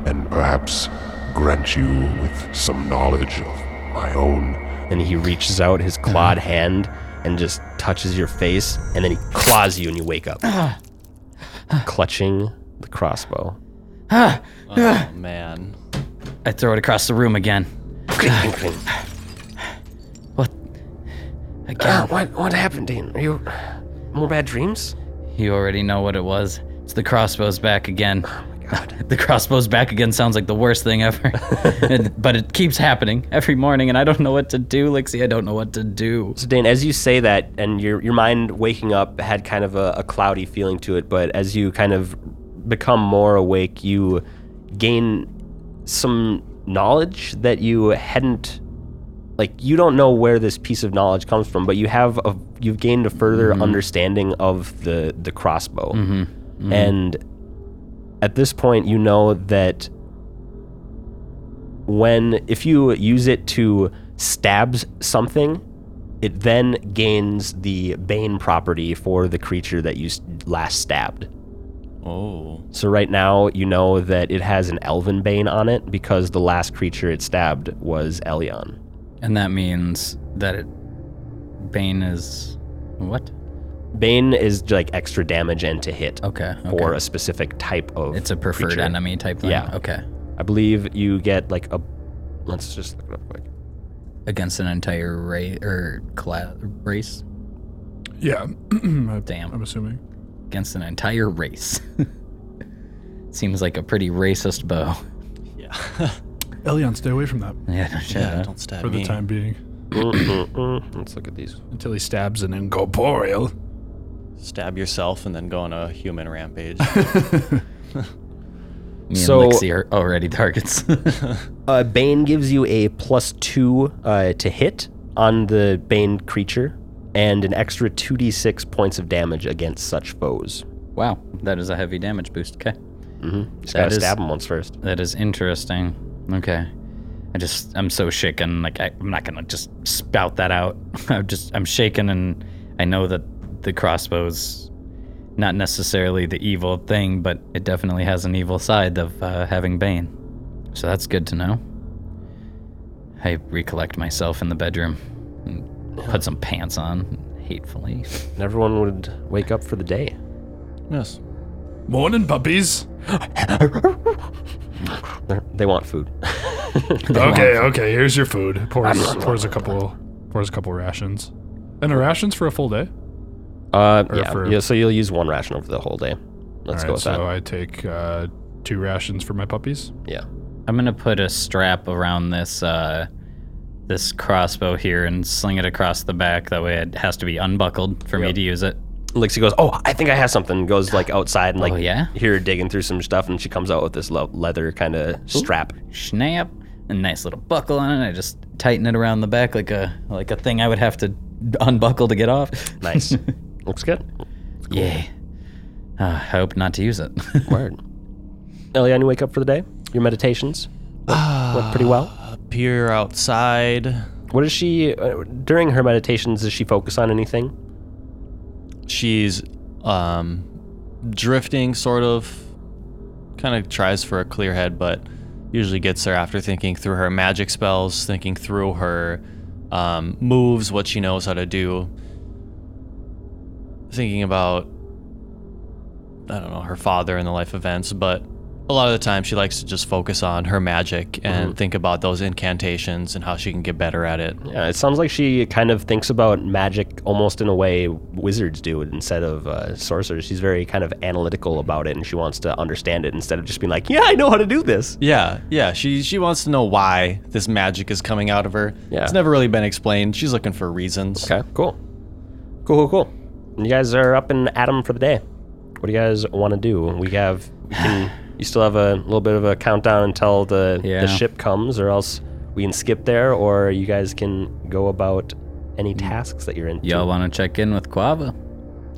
Speaker 6: and perhaps grant you with some knowledge of my own.
Speaker 2: And he reaches out his clawed hand and just touches your face, and then he claws you and you wake up. Uh-huh. clutching the crossbow.
Speaker 4: Oh, man.
Speaker 5: I throw it across the room again. what? I can't.
Speaker 2: Uh, what what happened, Dean? Are you more bad dreams?
Speaker 5: You already know what it was. It's the crossbow's back again.
Speaker 2: Oh
Speaker 5: The crossbow's back again sounds like the worst thing ever. And- but it keeps happening every morning, and I don't know what to do, Lixie. I don't know what to do.
Speaker 2: So, Dane, as you say that, and your your mind waking up had kind of a, a cloudy feeling to it, but as you kind of become more awake, you gain some knowledge that you hadn't like you don't know where this piece of knowledge comes from, but you have a you've gained a further understanding of the the crossbow,
Speaker 5: Mm-hmm.
Speaker 2: and at this point, you know that when if you use it to stab s- something, it then gains the bane property for the creature that you s- last stabbed.
Speaker 4: Oh.
Speaker 2: So right now, you know that it has an elven bane on it because the last creature it stabbed was Elion.
Speaker 5: And that means that it. Bane is. What?
Speaker 2: Bane is like extra damage and to hit
Speaker 5: Okay. Oh, okay.
Speaker 2: for a specific type of.
Speaker 5: It's a preferred
Speaker 2: creature.
Speaker 5: enemy type thing.
Speaker 2: Yeah.
Speaker 5: Okay.
Speaker 2: I believe you get like a. Let's just look it up quick.
Speaker 5: Against an entire race or cla- race.
Speaker 3: Yeah. I-
Speaker 5: Damn.
Speaker 3: I'm assuming.
Speaker 5: Against an entire race. Seems like a pretty racist bow.
Speaker 4: Yeah.
Speaker 3: Elion, stay away from that
Speaker 5: Yeah. No shit.
Speaker 4: yeah. Don't stab
Speaker 3: for the
Speaker 4: me.
Speaker 3: time being.
Speaker 2: Let's look at these.
Speaker 3: Until he stabs an incorporeal.
Speaker 4: Stab yourself and then go on a human rampage.
Speaker 5: Me
Speaker 2: So-
Speaker 5: and Lixie are already targets.
Speaker 2: Uh, Bane gives you a plus two uh, to hit on the Bane creature and an extra 2d6 points of damage against such foes.
Speaker 5: wow. That is a heavy damage boost. Okay.
Speaker 2: Just
Speaker 5: That is-
Speaker 2: gotta stab him once first.
Speaker 5: That is interesting. Okay. I just I'm so shaken. Like I, I'm not gonna just spout that out. I'm just I'm shaken, and I know that the crossbow's not necessarily the evil thing, but it definitely has an evil side of uh, having Bane. So that's good to know. I recollect myself in the bedroom and put some pants on hatefully.
Speaker 2: And everyone would wake up for the day.
Speaker 4: yes.
Speaker 3: Morning, puppies.
Speaker 2: They're, they want food.
Speaker 3: okay, okay. Here's your food. Pours, pours a couple. Pours a couple rations. And the rations for a full day.
Speaker 2: Uh,
Speaker 3: Or
Speaker 2: yeah,
Speaker 3: for-
Speaker 2: yeah, so you'll use one ration over the whole day. Let's
Speaker 3: All right,
Speaker 2: go with
Speaker 3: so
Speaker 2: that.
Speaker 3: I take uh, two rations for my puppies.
Speaker 2: Yeah.
Speaker 5: I'm gonna put a strap around this uh, this crossbow here and sling it across the back. That way, it has to be unbuckled for me to use it.
Speaker 2: Lixie goes, Oh, I think I have something. Goes like outside and like,
Speaker 5: Oh, yeah?
Speaker 2: here digging through some stuff. And she comes out with this lo- leather kind of strap.
Speaker 5: Snap! A nice little buckle on it. I just tighten it around the back like a like a thing I would have to unbuckle to get off.
Speaker 2: Nice. Looks good.
Speaker 5: Yeah. Uh, I hope not to use it.
Speaker 2: Word. Elian, you wake up for the day? Your meditations went, went pretty well.
Speaker 4: Appear outside.
Speaker 2: What is she, uh, during her meditations, does she focus on anything?
Speaker 4: She's um drifting sort of kind of tries for a clear head but usually gets there after thinking through her magic spells, thinking through her um, moves, what she knows how to do. Thinking about I don't know her father and the life events, but a lot of the time she likes to just focus on her magic and think about those incantations and how she can get better at it.
Speaker 2: Yeah, Uh, it sounds like she kind of thinks about magic almost in a way wizards do instead of uh, sorcerers. She's very kind of analytical about it, and she wants to understand it instead of just being like, "Yeah, I know how to do this."
Speaker 4: Yeah, yeah. She she wants to know why this magic is coming out of her.
Speaker 2: Yeah.
Speaker 4: It's never really been explained. She's looking for reasons.
Speaker 2: Okay, cool, cool, cool, cool. And you guys are up in Adam for the day. What do you guys want to do? We have, we can, you still have a little bit of a countdown until the
Speaker 5: Yeah.
Speaker 2: the ship comes, or else we can skip there, or you guys can go about
Speaker 5: Mm.
Speaker 2: any tasks that you're into.
Speaker 5: Y'all want to check in with Quava?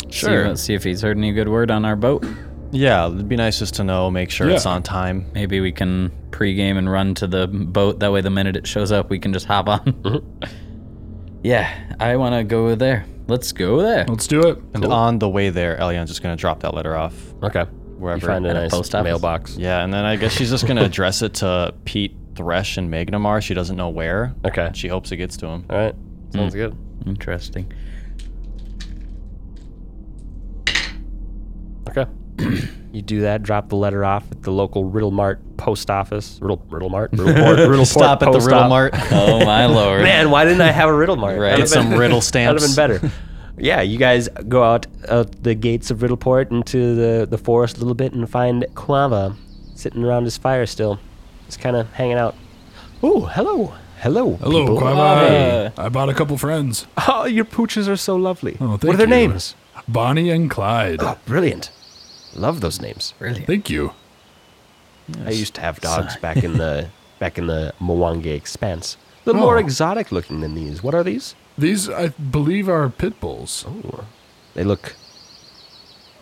Speaker 5: See,
Speaker 4: Sure.
Speaker 5: what- see if he's heard any good word on our boat.
Speaker 4: Yeah, it'd be nice just to know, make sure it's
Speaker 3: Yeah.
Speaker 4: on time.
Speaker 5: Maybe we can pregame and run to the boat. That way, the minute it shows up, we can just hop on.
Speaker 2: Mm-hmm.
Speaker 5: yeah, I want to go there. Let's go there.
Speaker 3: Let's do it.
Speaker 4: And on the way there, Elian's just gonna drop that letter off
Speaker 2: Okay. You
Speaker 4: wherever.
Speaker 2: find a
Speaker 5: At a
Speaker 2: nice
Speaker 5: post office?
Speaker 2: mailbox.
Speaker 4: yeah, and then I guess she's just gonna address it to Pete Thresh and Magnamar. She doesn't know where.
Speaker 2: Okay.
Speaker 4: She hopes it gets to him.
Speaker 2: All right. Sounds good.
Speaker 5: Interesting.
Speaker 2: Okay. you do that. Drop the letter off at the local Riddle Mart post office. Riddle Riddle Mart. Riddle Port. Riddle
Speaker 4: Stop at the Riddle Mart.
Speaker 5: Oh my lord!
Speaker 2: Man, why didn't I have a Riddle Mart?
Speaker 5: Right.
Speaker 2: That'd have
Speaker 5: Get
Speaker 4: some riddle
Speaker 2: That'd have
Speaker 4: stamps.
Speaker 2: been better. Yeah, you guys go out out the gates of Riddleport into the, the forest a little bit and find Quava sitting around his fire still, just kind of hanging out. Ooh, hello, hello,
Speaker 3: Hello,
Speaker 2: people.
Speaker 3: Quava. I bought a couple friends.
Speaker 2: Oh, your pooches are so lovely.
Speaker 3: Oh,
Speaker 2: what
Speaker 3: thank
Speaker 2: are their
Speaker 3: you.
Speaker 2: names?
Speaker 3: Bonnie and Clyde.
Speaker 2: Oh, brilliant. Love those names.
Speaker 3: Thank you.
Speaker 2: I used to have dogs back in the back in the Mwangi expanse. A little more
Speaker 3: Oh.
Speaker 2: exotic looking than these. What are these?
Speaker 3: These, I believe, are pit bulls.
Speaker 2: They look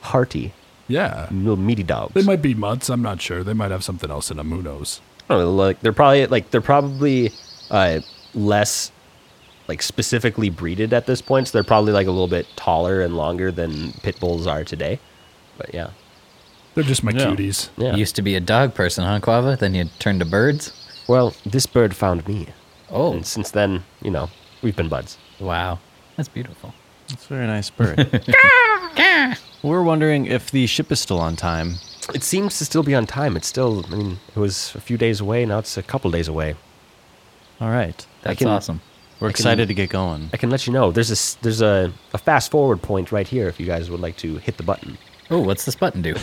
Speaker 2: hearty,
Speaker 3: Yeah.
Speaker 2: little meaty dogs.
Speaker 3: They might be mutts. I'm not sure. They might have something else in them. Who knows?
Speaker 2: I don't know, like they're probably like they're probably uh, less like specifically breeded at this point, so they're probably like a little bit taller and longer than pit bulls are today. But yeah,
Speaker 3: They're just my
Speaker 4: Yeah.
Speaker 3: cuties.
Speaker 2: yeah.
Speaker 5: You used to be a dog person, huh, Quava? Then you turned to birds.
Speaker 2: well, this bird found me,
Speaker 5: Oh,
Speaker 2: and since then, you know, we've been buds.
Speaker 5: wow, that's beautiful.
Speaker 4: It's a very nice bird. We're wondering if the ship is still on time.
Speaker 2: It seems to still be on time. It's still, I mean, it was a few days away. Now it's a couple days away.
Speaker 4: All right.
Speaker 5: That's
Speaker 2: can-
Speaker 5: awesome.
Speaker 4: We're excited to get going.
Speaker 2: I can let you know. There's a s- there's a, a fast forward point right here if you guys would like to hit the button.
Speaker 5: Oh, what's this button do?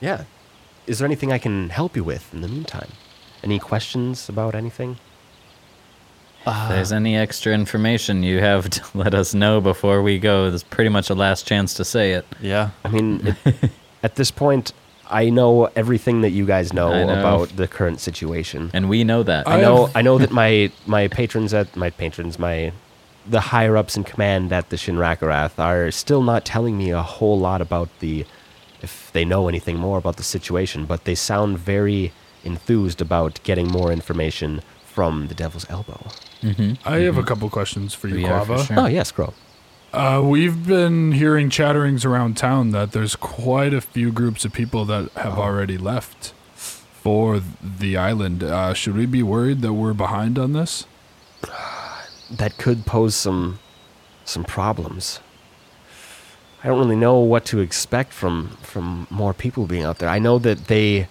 Speaker 2: Yeah. Is there anything I can help you with in the meantime? Any questions about anything?
Speaker 5: if there's any extra information you have to let us know before we go, there's pretty much a last chance to say it.
Speaker 4: Yeah.
Speaker 2: I mean, it, at this point, I know everything that you guys know,
Speaker 5: I know.
Speaker 2: about the current situation.
Speaker 5: And we know that.
Speaker 3: I
Speaker 2: I know
Speaker 3: have-
Speaker 2: I know that my my patrons at my patrons my the higher ups in command at the Shinrakarath are still not telling me a whole lot about the if they know anything more about the situation, but they sound very enthused about getting more information from the Devil's Elbow.
Speaker 3: I have a couple questions for you,
Speaker 5: We are for
Speaker 3: Quava.
Speaker 5: sure.
Speaker 2: Oh yes, Crow.
Speaker 3: Uh, we've been hearing chatterings around town that there's quite a few groups of people that have already left for the island. Uh, should we be worried that we're behind on this?
Speaker 2: that could pose some some problems. I don't really know what to expect from from more people being out there. I know that they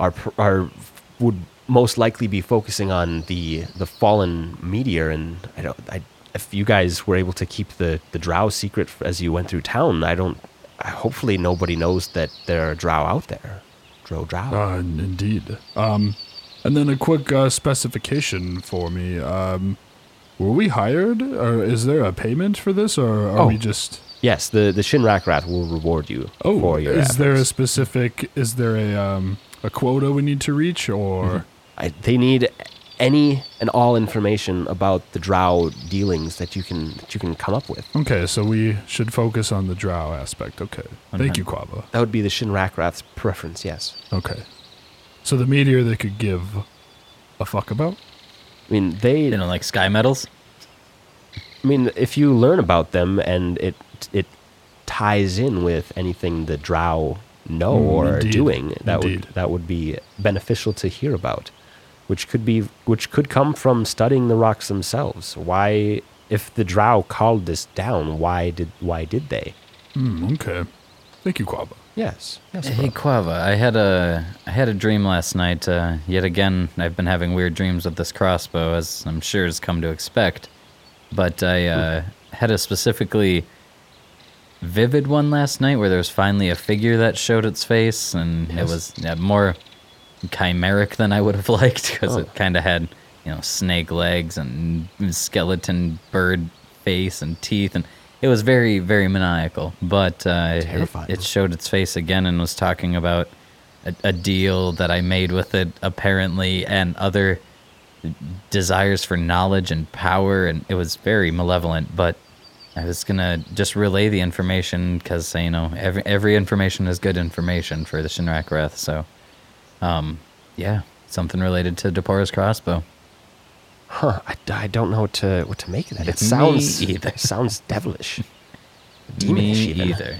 Speaker 2: are pr- are would most likely be focusing on the the fallen meteor, and I don't. I, if you guys were able to keep the the drow secret f- as you went through town, I don't. I, hopefully, nobody knows that there are drow out there. Drow drow.
Speaker 3: Uh, n- indeed. Um, and then a quick uh, specification for me. Um, were we hired, or is there a payment for this, or are we
Speaker 2: Oh.
Speaker 3: just?
Speaker 2: yes, the the Shinrak Rat will reward you
Speaker 3: Oh,
Speaker 2: for your
Speaker 3: is there a
Speaker 2: efforts.
Speaker 3: specific? Is there a um, a quota we need to reach,
Speaker 2: Mm-hmm.
Speaker 3: or
Speaker 2: I, they need any and all information about the drow dealings that you can that you can come up with.
Speaker 3: okay? So we should focus on the drow aspect. Okay, thank you, Quava.
Speaker 2: That would be the Shinrakrath's preference, yes.
Speaker 3: Okay, so the meteor they could give a fuck about.
Speaker 2: I mean, they.
Speaker 5: You know, like sky medals.
Speaker 2: I mean, if you learn about them and it it ties in with anything the drow know
Speaker 3: Mm,
Speaker 2: or are
Speaker 3: indeed,
Speaker 2: doing, that
Speaker 3: indeed.
Speaker 2: would that would be beneficial to hear about, which could be which could come from studying the rocks themselves. Why, if the drow called this down, why did why did they?
Speaker 3: Hmm, okay, Thank you, Quaba.
Speaker 2: Yes. Yes.
Speaker 5: Hey Quava, I had a I had a dream last night. Uh, yet again, I've been having weird dreams with this crossbow, as I'm sure is come to expect. But I uh, had a specifically vivid one last night where there was finally a figure that showed its face, and it was yeah, more chimeric than I would have liked because it kind of had you know snake legs and skeleton bird face and teeth, and it was very very maniacal. But uh, it,
Speaker 2: Terrifying.
Speaker 5: it showed its face again and was talking about a, a deal that I made with it apparently, and other desires for knowledge and power, and it was very malevolent. But I was gonna just relay the information because you know every every information is good information for the Shinrak Wrath. So, um, yeah, something related to Depora's crossbow.
Speaker 2: Huh. I, I don't know what to what to make of that. It
Speaker 5: Me
Speaker 2: sounds
Speaker 5: either.
Speaker 2: It sounds devilish.
Speaker 5: Me
Speaker 2: Demonish even.
Speaker 5: either.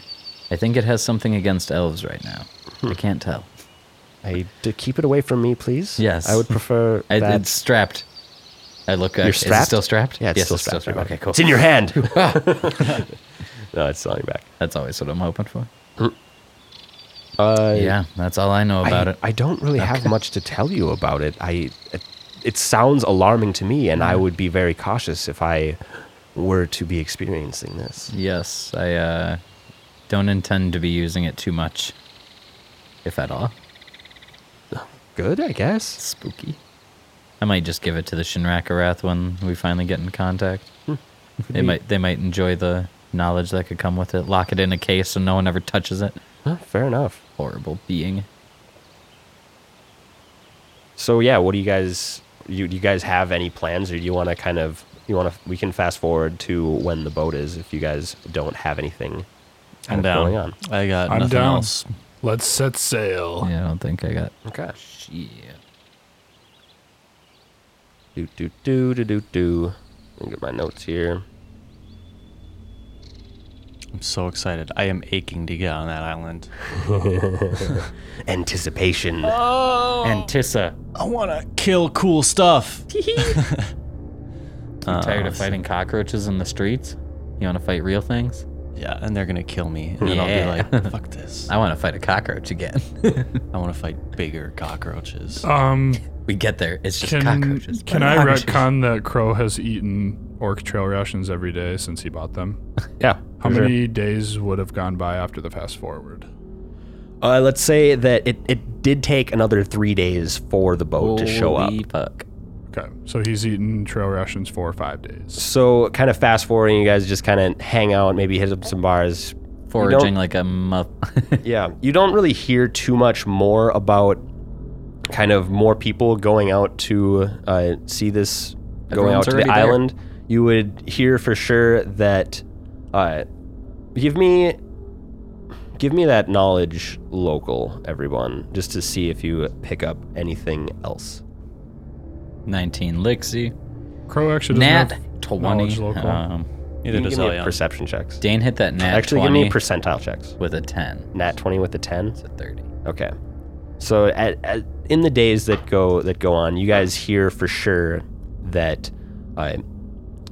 Speaker 5: I think it has something against elves right now.
Speaker 2: Hmm.
Speaker 5: I can't tell.
Speaker 2: I to keep it away from me, please.
Speaker 5: Yes.
Speaker 2: I would prefer
Speaker 5: I,
Speaker 2: that.
Speaker 5: it's strapped. I look.
Speaker 2: You're
Speaker 5: at, Is it
Speaker 2: strapped.
Speaker 5: still strapped?
Speaker 2: Yeah, it's
Speaker 5: yes,
Speaker 2: still,
Speaker 5: it's
Speaker 2: strapped.
Speaker 5: still strapped. Okay, cool.
Speaker 2: It's in your hand. no, it's falling back.
Speaker 5: That's always what I'm hoping for.
Speaker 2: Uh,
Speaker 5: yeah, that's all I know about
Speaker 2: I,
Speaker 5: it.
Speaker 2: I don't really have much to tell you about it. I, it, it sounds alarming to me, and
Speaker 5: Mm.
Speaker 2: I would be very cautious if I were to be experiencing this.
Speaker 5: Yes, I uh, don't intend to be using it too much, if at all.
Speaker 2: Good, I guess.
Speaker 5: Spooky. I might just give it to the Shinrakarath when we finally get in contact.
Speaker 2: Hmm.
Speaker 5: They might they might enjoy the knowledge that could come with it. Lock it in a case so no one ever touches it.
Speaker 2: Huh, fair enough.
Speaker 5: Horrible being.
Speaker 2: So yeah, what do you guys? You do you guys have any plans, or do you want to kind of? You want to? We can fast forward to when the boat is, if you guys don't have anything. kind
Speaker 4: I'm
Speaker 2: of
Speaker 4: down.
Speaker 2: Going on.
Speaker 4: um, I got
Speaker 3: I'm
Speaker 4: nothing
Speaker 3: down.
Speaker 4: else.
Speaker 3: Let's set sail.
Speaker 5: Yeah, I don't think I got.
Speaker 2: Okay.
Speaker 5: Yeah.
Speaker 2: Do do do do do do. Let me get my notes here.
Speaker 4: I'm so excited. I am aching to get on that island.
Speaker 5: And
Speaker 2: Anticipation.
Speaker 5: Tissa.
Speaker 4: I want to kill cool stuff.
Speaker 5: You tired of fighting cockroaches in the streets? You want to fight real things?
Speaker 4: Yeah, and they're gonna kill me, and then
Speaker 5: Yeah.
Speaker 4: I'll be like, "Fuck this!
Speaker 5: I want to fight a cockroach again.
Speaker 4: I want to fight bigger cockroaches."
Speaker 3: Um,
Speaker 5: we get there. It's just
Speaker 3: can
Speaker 5: cockroaches.
Speaker 3: can I retcon that Crow has eaten orc trail rations every day since he bought them?
Speaker 2: yeah.
Speaker 3: How
Speaker 2: for sure.
Speaker 3: many days would have gone by after the fast forward?
Speaker 2: Uh, let's say that it, it did take another three days for the boat to show up.
Speaker 5: Holy fuck.
Speaker 3: Okay, so he's eaten trail rations for five days.
Speaker 2: So, kind of fast forwarding, you guys just kind of hang out, maybe hit up some bars.
Speaker 5: foraging like a muff.
Speaker 2: Yeah. You don't really hear too much more about kind of more people going out to uh, see this, going
Speaker 5: Everyone's
Speaker 2: out to the
Speaker 5: already there.
Speaker 2: island. You would hear for sure that. Uh, give me. Give me that knowledge local, everyone, just to see if you pick up anything else.
Speaker 5: 19 Lixie.
Speaker 3: Crow actually doesn't
Speaker 5: Nat
Speaker 3: have knowledge
Speaker 5: 20.
Speaker 3: local.
Speaker 5: Um,
Speaker 4: Neither
Speaker 2: give
Speaker 4: does
Speaker 2: me
Speaker 4: Elyon.
Speaker 2: perception checks.
Speaker 5: Dane hit that Nat
Speaker 2: Actually,
Speaker 5: 20
Speaker 2: give me percentile checks.
Speaker 5: with a 10.
Speaker 2: Nat 20 with a 10.
Speaker 5: It's a 30.
Speaker 2: Okay. So at, at, in the days that go that go on, you guys hear for sure that uh,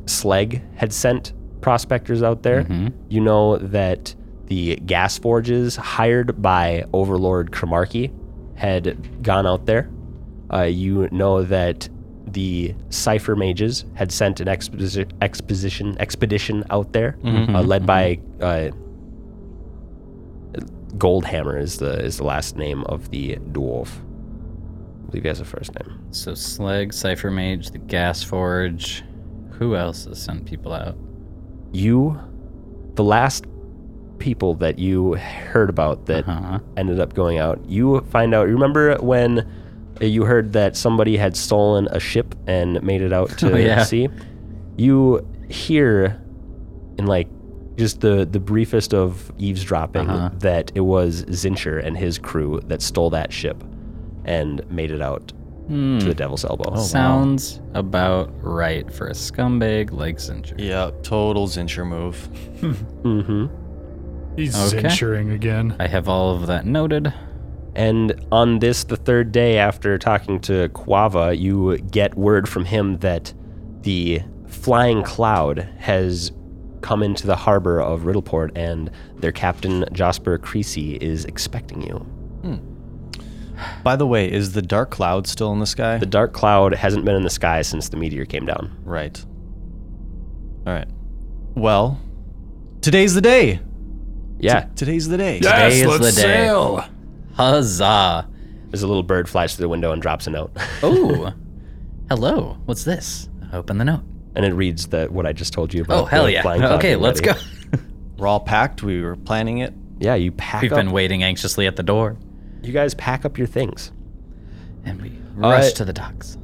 Speaker 2: Sleg had sent prospectors out there. You know that the gas forges hired by Overlord Kramarki had gone out there. Uh, you know that the Cipher Mages had sent an exposi- exposition expedition out there, uh, led by uh, Goldhammer is the is the last name of the dwarf. I believe he has a first name.
Speaker 5: So Sleg, Cypher Mage, the Gas Forge. Who else has sent people out?
Speaker 2: You, the last people that you heard about that
Speaker 5: Uh-huh.
Speaker 2: ended up going out. You find out. Remember when you heard that somebody had stolen a ship and made it out to
Speaker 5: Oh, yeah.
Speaker 2: sea? You hear in like just the the briefest of eavesdropping
Speaker 5: Uh-huh.
Speaker 2: that it was Zincher and his crew that stole that ship and made it out
Speaker 5: Hmm.
Speaker 2: to the Devil's Elbow.
Speaker 5: Sounds about right for a scumbag like Zinger.
Speaker 4: Yeah, total Zincher move.
Speaker 2: hmm
Speaker 3: He's
Speaker 5: Okay.
Speaker 3: censuring again.
Speaker 5: I have all of that noted.
Speaker 2: And on this, the third day after talking to Quava, you get word from him that the flying cloud has come into the harbor of Riddleport, and their captain, Jasper Creasy, is expecting you.
Speaker 4: By the way, is the dark cloud still in the sky?
Speaker 2: The dark cloud hasn't been in the sky since the meteor came down.
Speaker 4: right. All right. Well, today's the day.
Speaker 2: Yeah,
Speaker 4: Today's the day.
Speaker 5: Today
Speaker 3: yes,
Speaker 5: is
Speaker 3: let's
Speaker 5: the day.
Speaker 3: sail.
Speaker 5: Huzzah!
Speaker 2: there's a little bird flies through the window and drops a note,
Speaker 5: Oh, hello. What's this? Open the note.
Speaker 2: and it reads that what I just told you about.
Speaker 5: Oh, hell
Speaker 2: the
Speaker 5: yeah.
Speaker 2: flying cloud
Speaker 5: Okay,
Speaker 2: being
Speaker 5: let's go.
Speaker 2: ready.
Speaker 4: We're all packed. We were planning it.
Speaker 2: Yeah, you pack
Speaker 5: We've
Speaker 2: up.
Speaker 5: been waiting anxiously at the door,
Speaker 2: you guys pack up your things.
Speaker 5: and we
Speaker 2: All
Speaker 5: rush
Speaker 2: right.
Speaker 5: to the docks.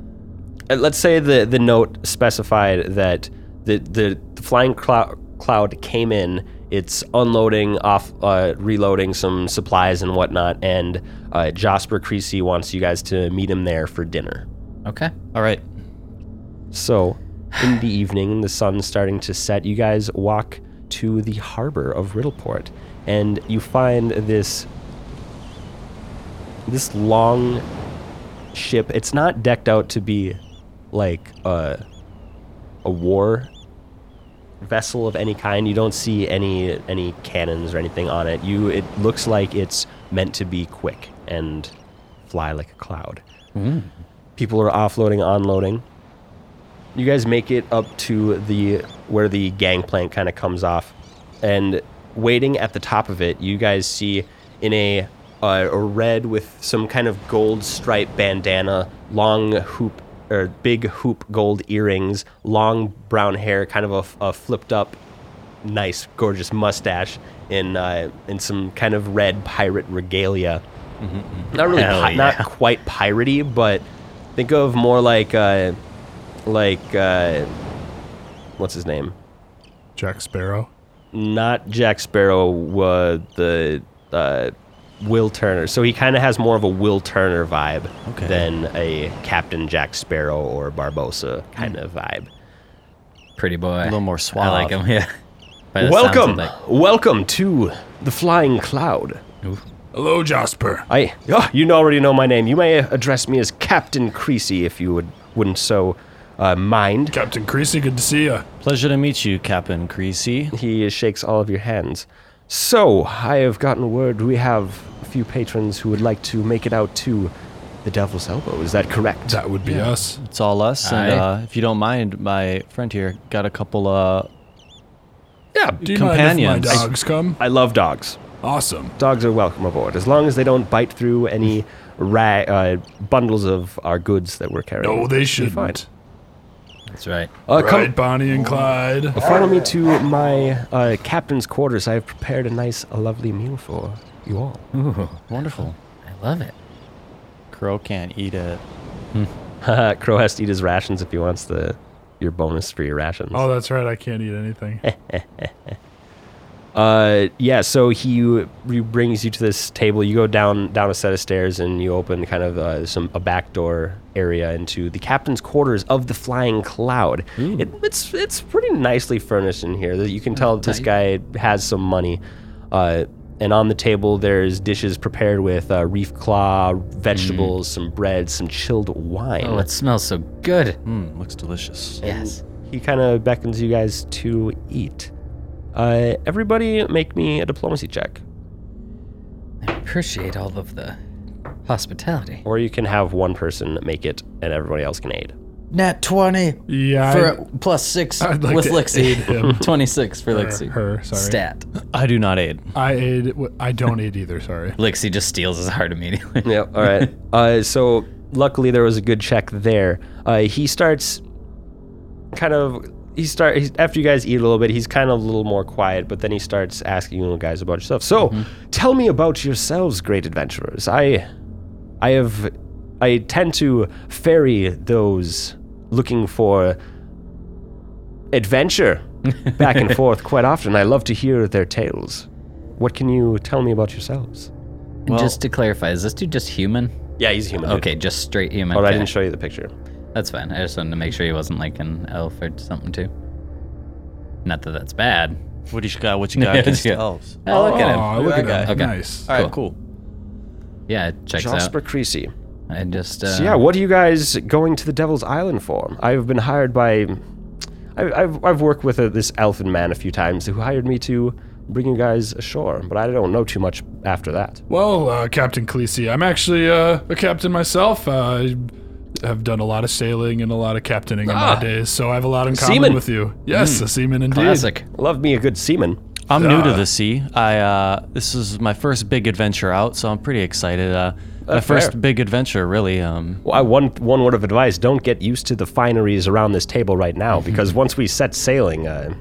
Speaker 2: Uh, let's say the, the note specified that the the, the flying clou- cloud came in. It's unloading, off, uh, reloading some supplies and whatnot, and uh, Jasper Creasy wants you guys to meet him there for dinner.
Speaker 5: Okay.
Speaker 4: All right.
Speaker 2: So, in the evening, the sun's starting to set. You guys walk to the harbor of Riddleport, and you find this this long ship. It's not decked out to be like a a war vessel of any kind. You don't see any any cannons or anything on it. You it looks like it's meant to be quick and fly like a cloud. People are offloading, onloading. You guys make it up to the where the gangplank kind of comes off, and waiting at the top of it, you guys see in a uh, a red with some kind of gold stripe bandana, long hoop or big hoop gold earrings, long brown hair, kind of a f- a, flipped up, nice, gorgeous mustache, and uh, and some kind of red pirate regalia. Not really,
Speaker 5: Mm-hmm, Hell
Speaker 2: pi-
Speaker 5: yeah.
Speaker 2: not quite piratey, but think of more like. Uh, like uh what's his name
Speaker 3: Jack Sparrow.
Speaker 2: not jack sparrow uh, the uh will turner so he kind of has more of a will turner vibe
Speaker 4: Okay.
Speaker 2: than a captain jack sparrow or barbosa kind
Speaker 5: Hmm.
Speaker 2: of vibe
Speaker 5: Pretty boy. A
Speaker 4: little more
Speaker 5: I like
Speaker 4: suave.
Speaker 5: him. Yeah. By the sounds of
Speaker 2: welcome
Speaker 5: like-
Speaker 2: welcome to the flying cloud
Speaker 3: Hello, Jasper.
Speaker 2: i oh, you already know my name you may address me as captain creasy if you would wouldn't so uh, mind
Speaker 3: Captain Creasy, good to see you.
Speaker 4: Pleasure to meet you, Captain Creasy.
Speaker 2: He shakes all of your hands. So, I have gotten word we have a few patrons who would like to make it out to the Devil's Elbow. Is that correct?
Speaker 3: That would be us.
Speaker 4: It's all us. And
Speaker 5: Aye.
Speaker 4: uh, if you don't mind, my friend here got a couple uh,
Speaker 2: yeah.
Speaker 3: Do you mind
Speaker 4: Companions.
Speaker 3: if my dogs come?
Speaker 2: I love dogs.
Speaker 3: Awesome.
Speaker 2: Dogs are welcome aboard, as long as they don't bite through any ra- uh, bundles of our goods that we're carrying.
Speaker 3: No, they
Speaker 2: Be fine.
Speaker 3: shouldn't.
Speaker 5: That's right.
Speaker 2: Uh, come-
Speaker 3: Right, Bonnie and Clyde.
Speaker 2: follow me to my uh, captain's quarters. I have prepared a nice, a lovely meal for you all.
Speaker 4: wonderful.
Speaker 5: I love it.
Speaker 4: Crow can't eat it.
Speaker 2: Crow has to eat his rations if he wants the your bonus for your rations.
Speaker 3: Oh, that's right. I can't eat anything.
Speaker 2: Uh, yeah. So he, he brings you to this table. You go down down a set of stairs, and you open kind of uh, some a back door area into the captain's quarters of the Flying Cloud. It, it's it's pretty nicely furnished in here. You can tell that this guy has some money. Uh, and on the table, there's dishes prepared with uh, reef claw, vegetables, some bread, some chilled wine.
Speaker 5: Oh, it smells so good.
Speaker 4: Mm, looks delicious.
Speaker 5: Yes.
Speaker 2: he kind of beckons you guys to eat. Uh, everybody, make me a diplomacy check.
Speaker 5: I appreciate all of the hospitality.
Speaker 2: Or you can have one person make it and everybody else can aid.
Speaker 5: Nat 20
Speaker 3: Yeah.
Speaker 5: for
Speaker 3: I-
Speaker 5: a plus 6
Speaker 3: I'd like
Speaker 5: with
Speaker 3: to
Speaker 5: Lixie.
Speaker 3: aid him.
Speaker 5: 26 for
Speaker 3: Or
Speaker 5: Lixie.
Speaker 3: her, sorry.
Speaker 5: Stat.
Speaker 4: I do not aid.
Speaker 3: I ate. I don't eat either. Sorry.
Speaker 5: Lixie just steals his heart immediately.
Speaker 2: Yep. All right. uh, so luckily there was a good check there. Uh, he starts kind of. He start he's, after you guys eat a little bit. He's kind of a little more quiet, but then he starts asking you guys about yourself. So, tell me about yourselves, great adventurers. I, I have, I tend to ferry those looking for adventure back and forth quite often. I love to hear their tales. What can you tell me about yourselves?
Speaker 5: And just to clarify, is this dude just human?
Speaker 2: Yeah, he's human.
Speaker 5: Okay, just straight human.
Speaker 2: Oh, I
Speaker 5: Okay.
Speaker 2: didn't show you the picture.
Speaker 5: That's fine. I just wanted to make sure he wasn't like an elf or something too. Not that that's bad.
Speaker 4: What you got? What you got against
Speaker 5: Yeah.
Speaker 4: the elves?
Speaker 5: Oh, look at him.
Speaker 3: Aw, look at
Speaker 4: that
Speaker 3: him.
Speaker 5: guy. Okay.
Speaker 3: Nice.
Speaker 4: All right, cool.
Speaker 5: Yeah, it checks
Speaker 2: Jasper
Speaker 5: out.
Speaker 2: Creasy.
Speaker 5: I just uh,
Speaker 2: So yeah, what are you guys going to the Devil's Island for? I've been hired by I, I've, I've worked with uh this elfin man a few times who hired me to bring you guys ashore, but I don't know too much after that.
Speaker 3: Well, uh, Captain Cleese, I'm actually uh, a captain myself. Uh, I have done a lot of sailing and a lot of captaining in my days, so I have a lot in common
Speaker 2: seaman.
Speaker 3: with you. Yes, a seaman indeed.
Speaker 5: Classic.
Speaker 2: Love me a good seaman.
Speaker 4: I'm new to the sea. I uh, this is my first big adventure out, so I'm pretty excited. Uh, my
Speaker 2: fair.
Speaker 4: first big adventure, really. Um,
Speaker 2: Well, I, one, one word of advice don't get used to the fineries around this table right now, because once we set sailing, uh,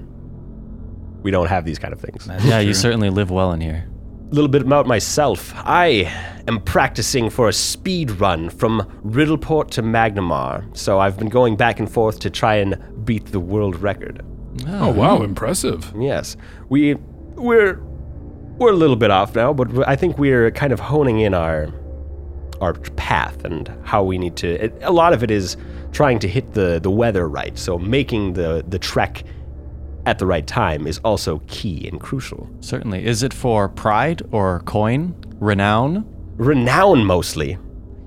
Speaker 2: we don't have these kind of things.
Speaker 4: yeah, you certainly live well in here.
Speaker 2: little bit about myself. I am practicing for a speed run from Riddleport to Magnamar, so I've been going back and forth to try and beat the world record.
Speaker 3: Oh wow, impressive.
Speaker 2: Yes, we we're we're a little bit off now, but I think we're kind of honing in our our path and how we need to. It, a lot of it is trying to hit the the weather right, so making the the trek at the right time is also key and crucial.
Speaker 4: Certainly. Is it for pride or coin,
Speaker 5: Mm-hmm.
Speaker 4: renown?
Speaker 2: renown mostly.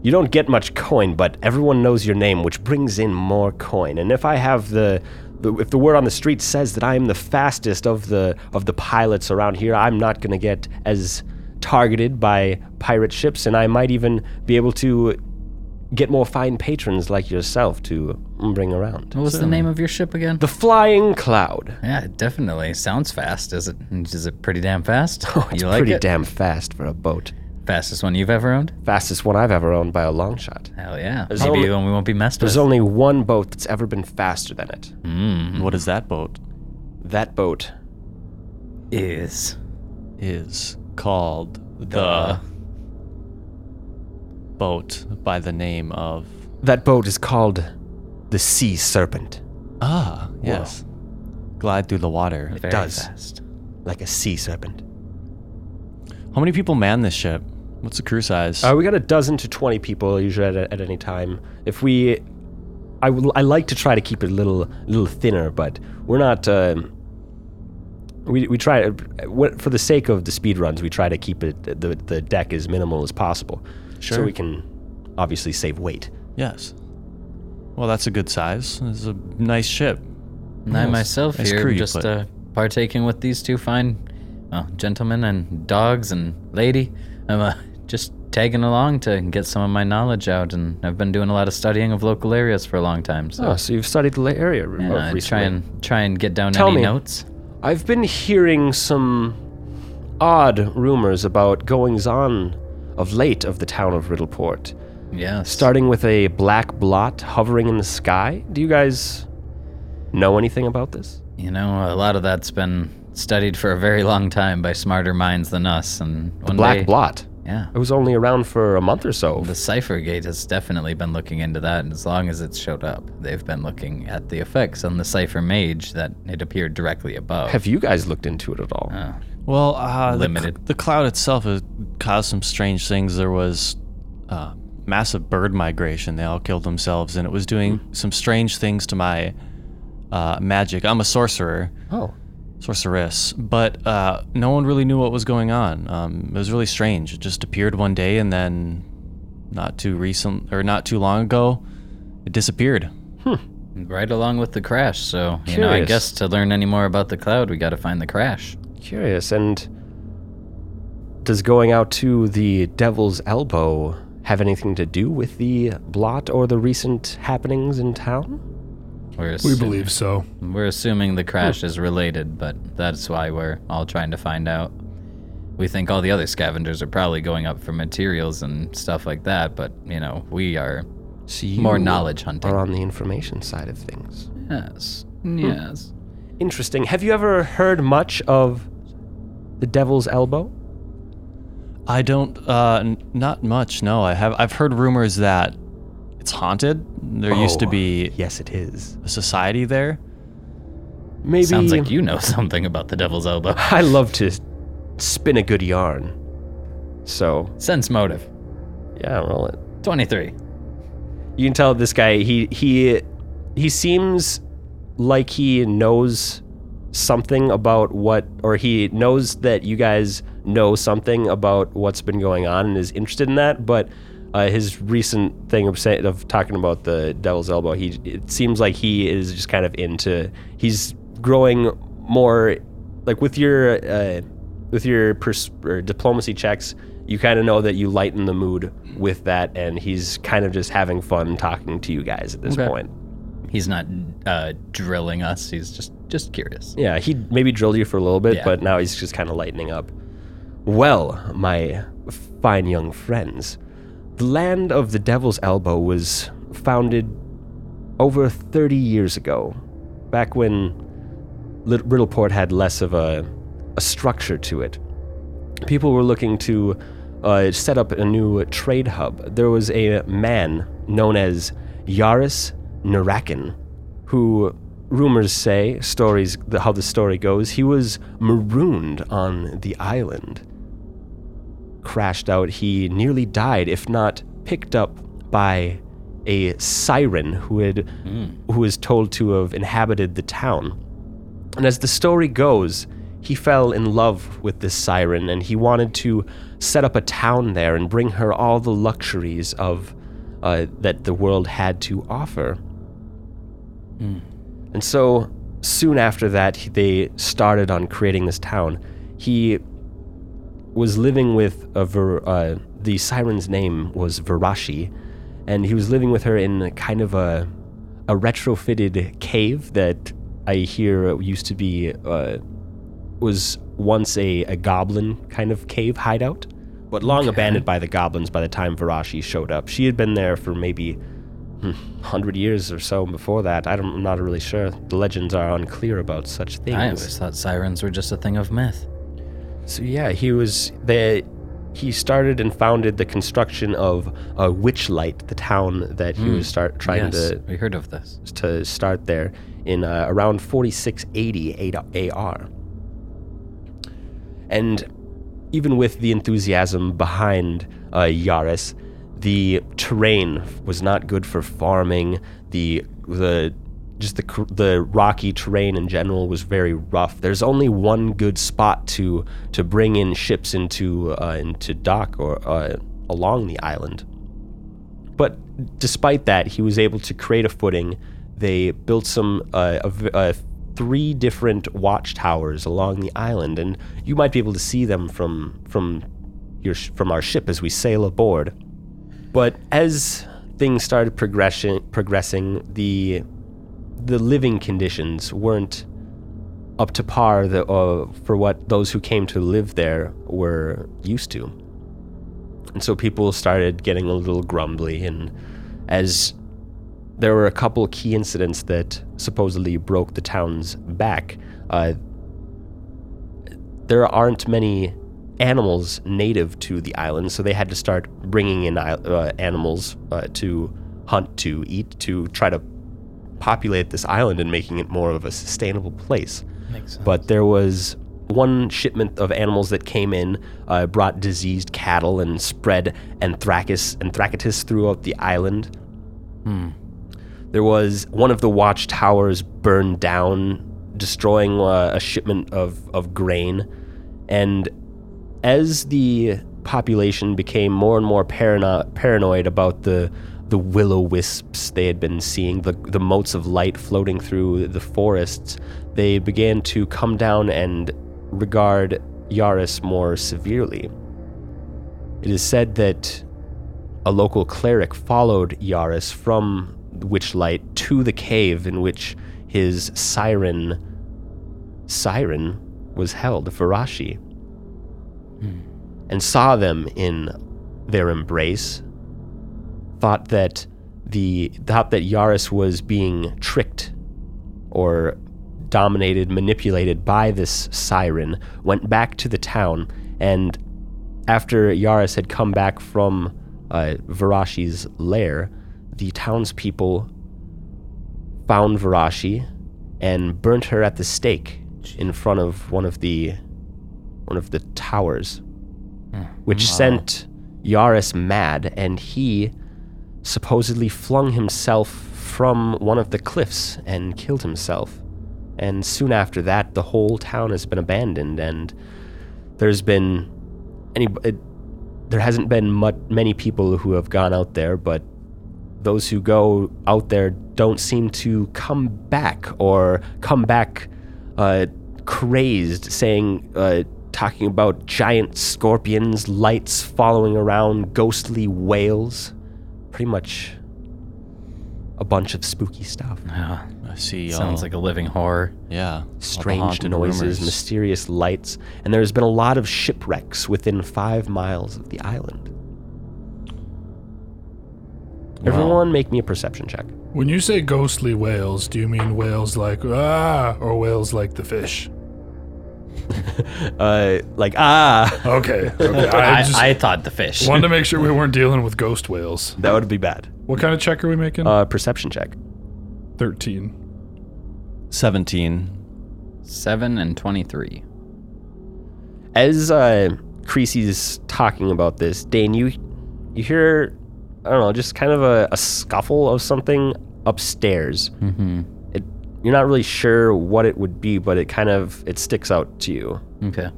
Speaker 2: You don't get much coin, but everyone knows your name, which brings in more coin. And if I have the, the if the word on the street says that I am the fastest of the of the pilots around here, I'm not going to get as targeted by pirate ships, and I might even be able to get more fine patrons like yourself to bring around.
Speaker 5: What was the name of your ship again?
Speaker 2: The Flying Cloud.
Speaker 5: yeah, it definitely sounds fast. Is it? Is it pretty damn fast? Oh,
Speaker 2: It's
Speaker 5: you like
Speaker 2: pretty
Speaker 5: it?
Speaker 2: damn fast for a boat.
Speaker 5: Fastest one you've ever owned?
Speaker 2: Fastest one I've ever owned by a long shot.
Speaker 5: Hell yeah.
Speaker 2: There's
Speaker 5: Maybe
Speaker 2: only-
Speaker 5: the one we won't be messed with. Mm.
Speaker 2: There's only one boat that's ever been faster than it.
Speaker 4: What is that boat?
Speaker 2: That boat
Speaker 5: is.
Speaker 4: Is called the boat by the name of
Speaker 2: That boat is called the Sea Serpent,
Speaker 4: Ah, yes. Glide through the water.
Speaker 5: Very
Speaker 2: does.
Speaker 5: Fast.
Speaker 2: like a sea serpent.
Speaker 4: How many people man this ship? What's the crew size?
Speaker 2: Uh, we got a dozen to 20 people usually at, at any time. If we. I, will- I like to try to keep it a little little thinner, but we're not. Um, we, we try what- for the sake of the speed runs. We try to keep it the the deck as minimal as possible, so
Speaker 4: Sure.
Speaker 2: we can obviously save weight.
Speaker 4: Yes. Well, that's a good size. It's a nice ship.
Speaker 5: And I
Speaker 4: Nice-
Speaker 5: myself
Speaker 4: nice
Speaker 5: here
Speaker 4: crew
Speaker 5: am
Speaker 4: you
Speaker 5: just
Speaker 4: put.
Speaker 5: uh, partaking with these two fine well, gentlemen and dogs and lady. I'm uh, just tagging along to get some of my knowledge out, and I've been doing a lot of studying of local areas for a long time. So
Speaker 2: Oh, so you've studied the area
Speaker 5: yeah,
Speaker 2: Oh, recently.
Speaker 5: I try and try and get down
Speaker 2: Tell
Speaker 5: any
Speaker 2: me.
Speaker 5: notes.
Speaker 2: I've been hearing some odd rumors about goings on of late of the town of Riddleport,
Speaker 5: Yeah,
Speaker 2: starting with a black blot hovering in the sky. Do you guys know anything about this?
Speaker 5: You know, a lot of that's been studied for a very long time by smarter minds than us, and one
Speaker 2: Black
Speaker 5: day,
Speaker 2: blot.
Speaker 5: Yeah,
Speaker 2: It was only around for a month or so.
Speaker 5: the Cipher Gate has definitely been looking into that, and as long as it's showed up, they've been looking at the effects on the Cipher Mage that it appeared directly above.
Speaker 2: Have you guys looked into it at all?
Speaker 4: Well, uh, the cl- The,
Speaker 5: Limited.
Speaker 4: cloud itself has caused some strange things. There was uh, massive bird migration. They all killed themselves, and it was doing some strange things to my uh, magic. I'm a sorcerer,
Speaker 2: oh.
Speaker 4: sorceress, but uh, no one really knew what was going on. Um, it was really strange. It just appeared one day, and then not too recent or not too long ago, it disappeared.
Speaker 5: Right along with the crash, so you know, I
Speaker 2: Curious.
Speaker 5: guess to learn any more about the cloud, we got to find the crash.
Speaker 2: Curious. And does going out to the Devil's Elbow have anything to do with the blot or the recent happenings in town?
Speaker 5: We're
Speaker 3: We
Speaker 5: assu-
Speaker 3: believe so.
Speaker 5: we're assuming the
Speaker 2: Hmm.
Speaker 5: crash is related, but that's why we're all trying to find out. We think all the other scavengers are probably going up for materials and stuff like that, but you know, we are
Speaker 2: So you
Speaker 5: more knowledge hunting.
Speaker 2: are on the information side of things.
Speaker 5: Yes.
Speaker 2: Hmm.
Speaker 5: Yes.
Speaker 2: Interesting. Have you ever heard much of the Devil's Elbow?
Speaker 4: I don't. Uh, n- not much. No, I have. I've heard rumors that it's haunted. There used to
Speaker 2: Oh,
Speaker 4: be
Speaker 2: Yes, it is.
Speaker 4: a society there.
Speaker 2: Maybe
Speaker 5: Sounds like you know something about the devil's elbow.
Speaker 2: I love to spin a good yarn. So
Speaker 5: Sense motive.
Speaker 2: yeah, roll it.
Speaker 5: 23.
Speaker 2: You can tell this guy he he he seems like he knows something about what or he knows that you guys know something about what's been going on and is interested in that, but uh, his recent thing of, say, of talking about the Devil's Elbow, he it seems like he is just kind of into. He's growing more, like with your uh, with your pers- or diplomacy checks. You kind of know that you lighten the mood with that, and he's kind of just having fun talking to you guys at this
Speaker 5: Okay.
Speaker 2: point.
Speaker 5: He's not uh, drilling us. He's just just curious.
Speaker 2: Yeah, he maybe drilled you for a little bit,
Speaker 5: Yeah.
Speaker 2: but now he's just kind of lightening up. Well, my fine young friends, the land of the Devil's Elbow was founded over 30 years ago, back when Lit- Riddleport had less of a, a structure to it. People were looking to uh, set up a new trade hub. There was a man known as Yaris Narakin, who rumors say, stories, the, how the story goes, he was marooned on the island. Crashed out, he nearly died, if not picked up by a siren who had who was told to have inhabited the town. And as the story goes, he fell in love with this siren and he wanted to set up a town there and bring her all the luxuries of uh, that the world had to offer. And so soon after that, he- they started on creating this town. He was living with a ver- uh, the siren's name was Verashi, and he was living with her in a kind of a a retrofitted cave that I hear used to be uh, was once a, a goblin kind of cave hideout, but long abandoned by the goblins by the time Verashi showed up. She had been there for maybe hmm, hundred years or so before that. I don't, I'm not really sure. The legends are unclear about such things.
Speaker 5: I always thought sirens were just a thing of myth.
Speaker 2: So yeah, he was the he started and founded the construction of uh, Witchlight, the town that he was start trying
Speaker 5: yes,
Speaker 2: to
Speaker 5: we heard of this.
Speaker 2: to start there in uh, around 4680 AR. And even with the enthusiasm behind uh, Yaris, the terrain was not good for farming. The the just the cr- the rocky terrain in general was very rough. There's only one good spot to to bring in ships into uh, into dock or uh, along the island. But despite that, he was able to create a footing. They built some uh, a v- uh, three different watchtowers along the island, and you might be able to see them from from your sh- from our ship as we sail aboard. But as things started progression progressing, the the living conditions weren't up to par the, uh, for what those who came to live there were used to. And so people started getting a little grumbly, and as there were a couple key incidents that supposedly broke the town's back, uh, there aren't many animals native to the island, so they had to start bringing in i- uh, animals uh, to hunt, to eat, to try to populate this island and making it more of a sustainable place.
Speaker 5: Makes sense.
Speaker 2: But there was one shipment of animals that came in, uh, brought diseased cattle and spread anthracus, anthracitis throughout the island.
Speaker 5: Hmm.
Speaker 2: There was one of the watchtowers burned down, destroying uh, a shipment of, of grain. And as the population became more and more parano- paranoid about the the willow wisps they had been seeing, the, the motes of light floating through the forests, they began to come down and regard Yaris more severely. It is said that a local cleric followed Yaris from Witchlight to the cave in which his siren siren was held, Farashi, and saw them in their embrace. Thought that the thought that Yaris was being tricked or dominated, manipulated by this siren, went back to the town and after Yaris had come back from uh, Varashi's lair, the townspeople found Varashi and burnt her at the stake in front of one of the one of the towers, which sent Yaris mad, and he supposedly flung himself from one of the cliffs and killed himself. And soon after that, the whole town has been abandoned, and there's been any it, there hasn't been much, many people who have gone out there, but those who go out there don't seem to come back or come back uh, crazed, saying, uh, talking about giant scorpions, lights following around, ghostly whales. Pretty much a bunch of spooky stuff.
Speaker 5: Ah,
Speaker 4: I see.
Speaker 5: sounds
Speaker 4: all-
Speaker 5: like a living horror.
Speaker 4: yeah, all the
Speaker 2: strange
Speaker 4: haunted
Speaker 2: noises,
Speaker 4: rumors.
Speaker 2: mysterious lights, and there has been a lot of shipwrecks within five miles of the island. Everyone, make me a perception check.
Speaker 3: When you say ghostly whales, do you mean whales like ah or whales like the fish?
Speaker 2: Uh, like ah,
Speaker 3: Okay, okay. I,
Speaker 5: I,
Speaker 3: just
Speaker 5: I thought the fish.
Speaker 3: wanted to make sure we weren't dealing with ghost whales.
Speaker 2: that would be bad.
Speaker 3: What kind of check are we making?
Speaker 2: Uh, perception check.
Speaker 3: Thirteen.
Speaker 4: Seventeen.
Speaker 5: Seven and twenty-three.
Speaker 2: As uh, Creasy's talking about this, Dane, you you hear, I don't know, just kind of a, a scuffle of something upstairs.
Speaker 5: Mm-hmm.
Speaker 2: It, you're not really sure what it would be, but it kind of it sticks out to you.
Speaker 5: Okay.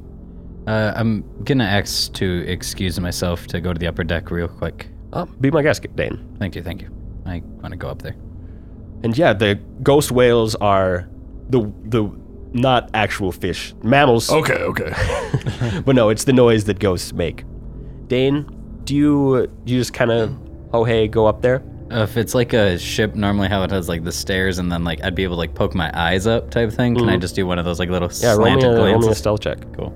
Speaker 5: Uh, I'm gonna ask to excuse myself to go to the upper deck real quick.
Speaker 2: Uh, be my guest, Dane.
Speaker 5: Thank you, thank you. I want to go up there.
Speaker 2: And yeah, the ghost whales are the the not actual fish mammals,
Speaker 3: Okay, okay.
Speaker 2: but no, it's the noise that ghosts make. Dane, do you do you just kind of oh hey go up there?
Speaker 5: Uh, if it's like a ship, normally how it has like the stairs, and then like I'd be able to like poke my eyes up type thing. Can
Speaker 3: Mm.
Speaker 5: I just do one of those like little
Speaker 2: Yeah, roll me,
Speaker 5: slanted
Speaker 2: a, roll me a
Speaker 5: glances?
Speaker 2: stealth check.
Speaker 5: Cool.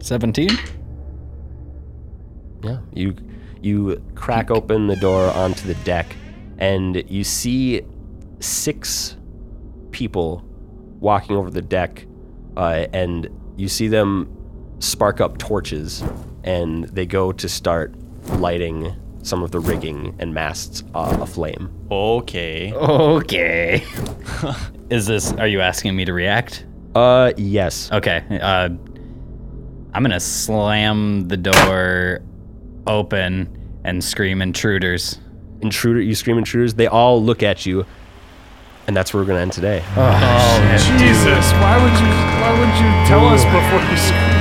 Speaker 5: Seventeen.
Speaker 2: Yeah, you you crack open the door onto the deck, and you see six people walking over the deck, uh, and you see them spark up torches, and they go to start lighting some of the rigging and masts uh, aflame.
Speaker 4: Okay.
Speaker 5: Okay. Is this? Are you asking me to react?
Speaker 2: Uh, yes.
Speaker 5: Okay. Uh, I'm gonna slam the door open and scream intruders.
Speaker 2: Intruder, you scream intruders. They all look at you, and that's where we're gonna end today.
Speaker 3: Jesus, why would you? Why would you tell us before you? Scream?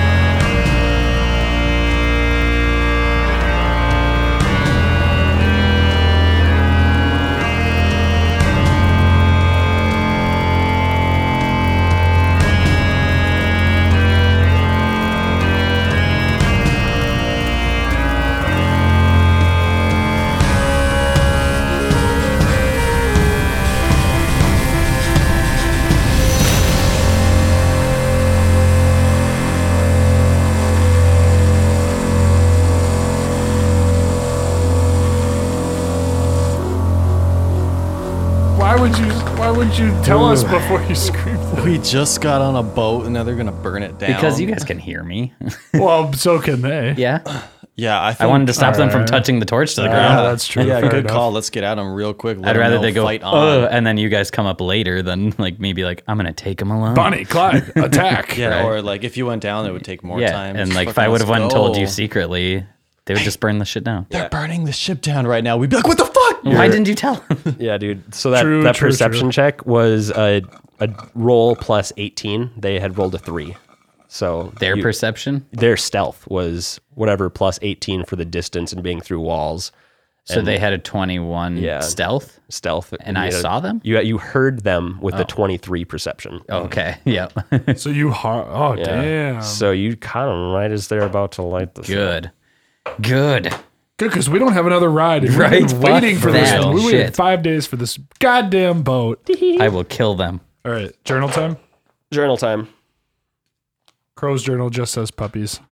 Speaker 3: Why would you? Why would you tell us before you scream?
Speaker 4: We just got on a boat and now they're gonna burn it down.
Speaker 5: Because you guys can hear me.
Speaker 3: well, so can they.
Speaker 5: yeah.
Speaker 4: Yeah, I,
Speaker 5: I
Speaker 4: think,
Speaker 5: wanted to stop them from
Speaker 3: Alright.
Speaker 5: touching the torch to oh, the ground.
Speaker 3: Yeah, that's true.
Speaker 4: Yeah,
Speaker 3: Fair
Speaker 4: good
Speaker 3: enough.
Speaker 4: call. Let's get at them real quick. Let
Speaker 5: I'd
Speaker 4: 'em
Speaker 5: rather
Speaker 4: Uh, know,
Speaker 5: they go,
Speaker 4: fight on.
Speaker 5: oh, and then you guys come up later than like me be like, I'm gonna take them alone.
Speaker 3: Bonnie, Clyde, attack.
Speaker 4: yeah, or like if you went down, it would take more
Speaker 5: yeah,
Speaker 4: time.
Speaker 5: and
Speaker 4: Just
Speaker 5: like if
Speaker 4: fucking
Speaker 5: I would have
Speaker 4: let's
Speaker 5: went and told
Speaker 4: go.
Speaker 5: you secretly, they would just burn the shit down.
Speaker 4: they're burning the ship down right now, we'd be like, what the fuck?
Speaker 5: Why didn't you tell? them?
Speaker 2: Yeah, dude. So that,
Speaker 3: True,
Speaker 2: that
Speaker 3: true,
Speaker 2: perception
Speaker 3: true.
Speaker 2: check was a, a roll plus 18. They had rolled a three. So
Speaker 5: Their
Speaker 2: you-
Speaker 5: perception.
Speaker 2: their stealth was whatever plus 18 for the distance and being through walls.
Speaker 5: So they had a 21
Speaker 2: Yeah.
Speaker 5: stealth.
Speaker 2: Stealth.
Speaker 5: And I
Speaker 2: you know,
Speaker 5: saw them? Oh.
Speaker 2: You you heard them with the 23 perception.
Speaker 5: Okay. Yeah.
Speaker 3: So you har- Oh damn.
Speaker 2: So you caught them right as they're about to light the
Speaker 5: Good. Good.
Speaker 3: Good, because we don't have another ride. We've
Speaker 5: Right,
Speaker 3: been
Speaker 5: fuck
Speaker 3: waiting for this.
Speaker 5: that
Speaker 3: one. We
Speaker 5: shit.
Speaker 3: waited five days for this goddamn boat.
Speaker 5: I will kill them.
Speaker 3: All right, journal time.
Speaker 2: journal time.
Speaker 3: Crow's journal just says puppies.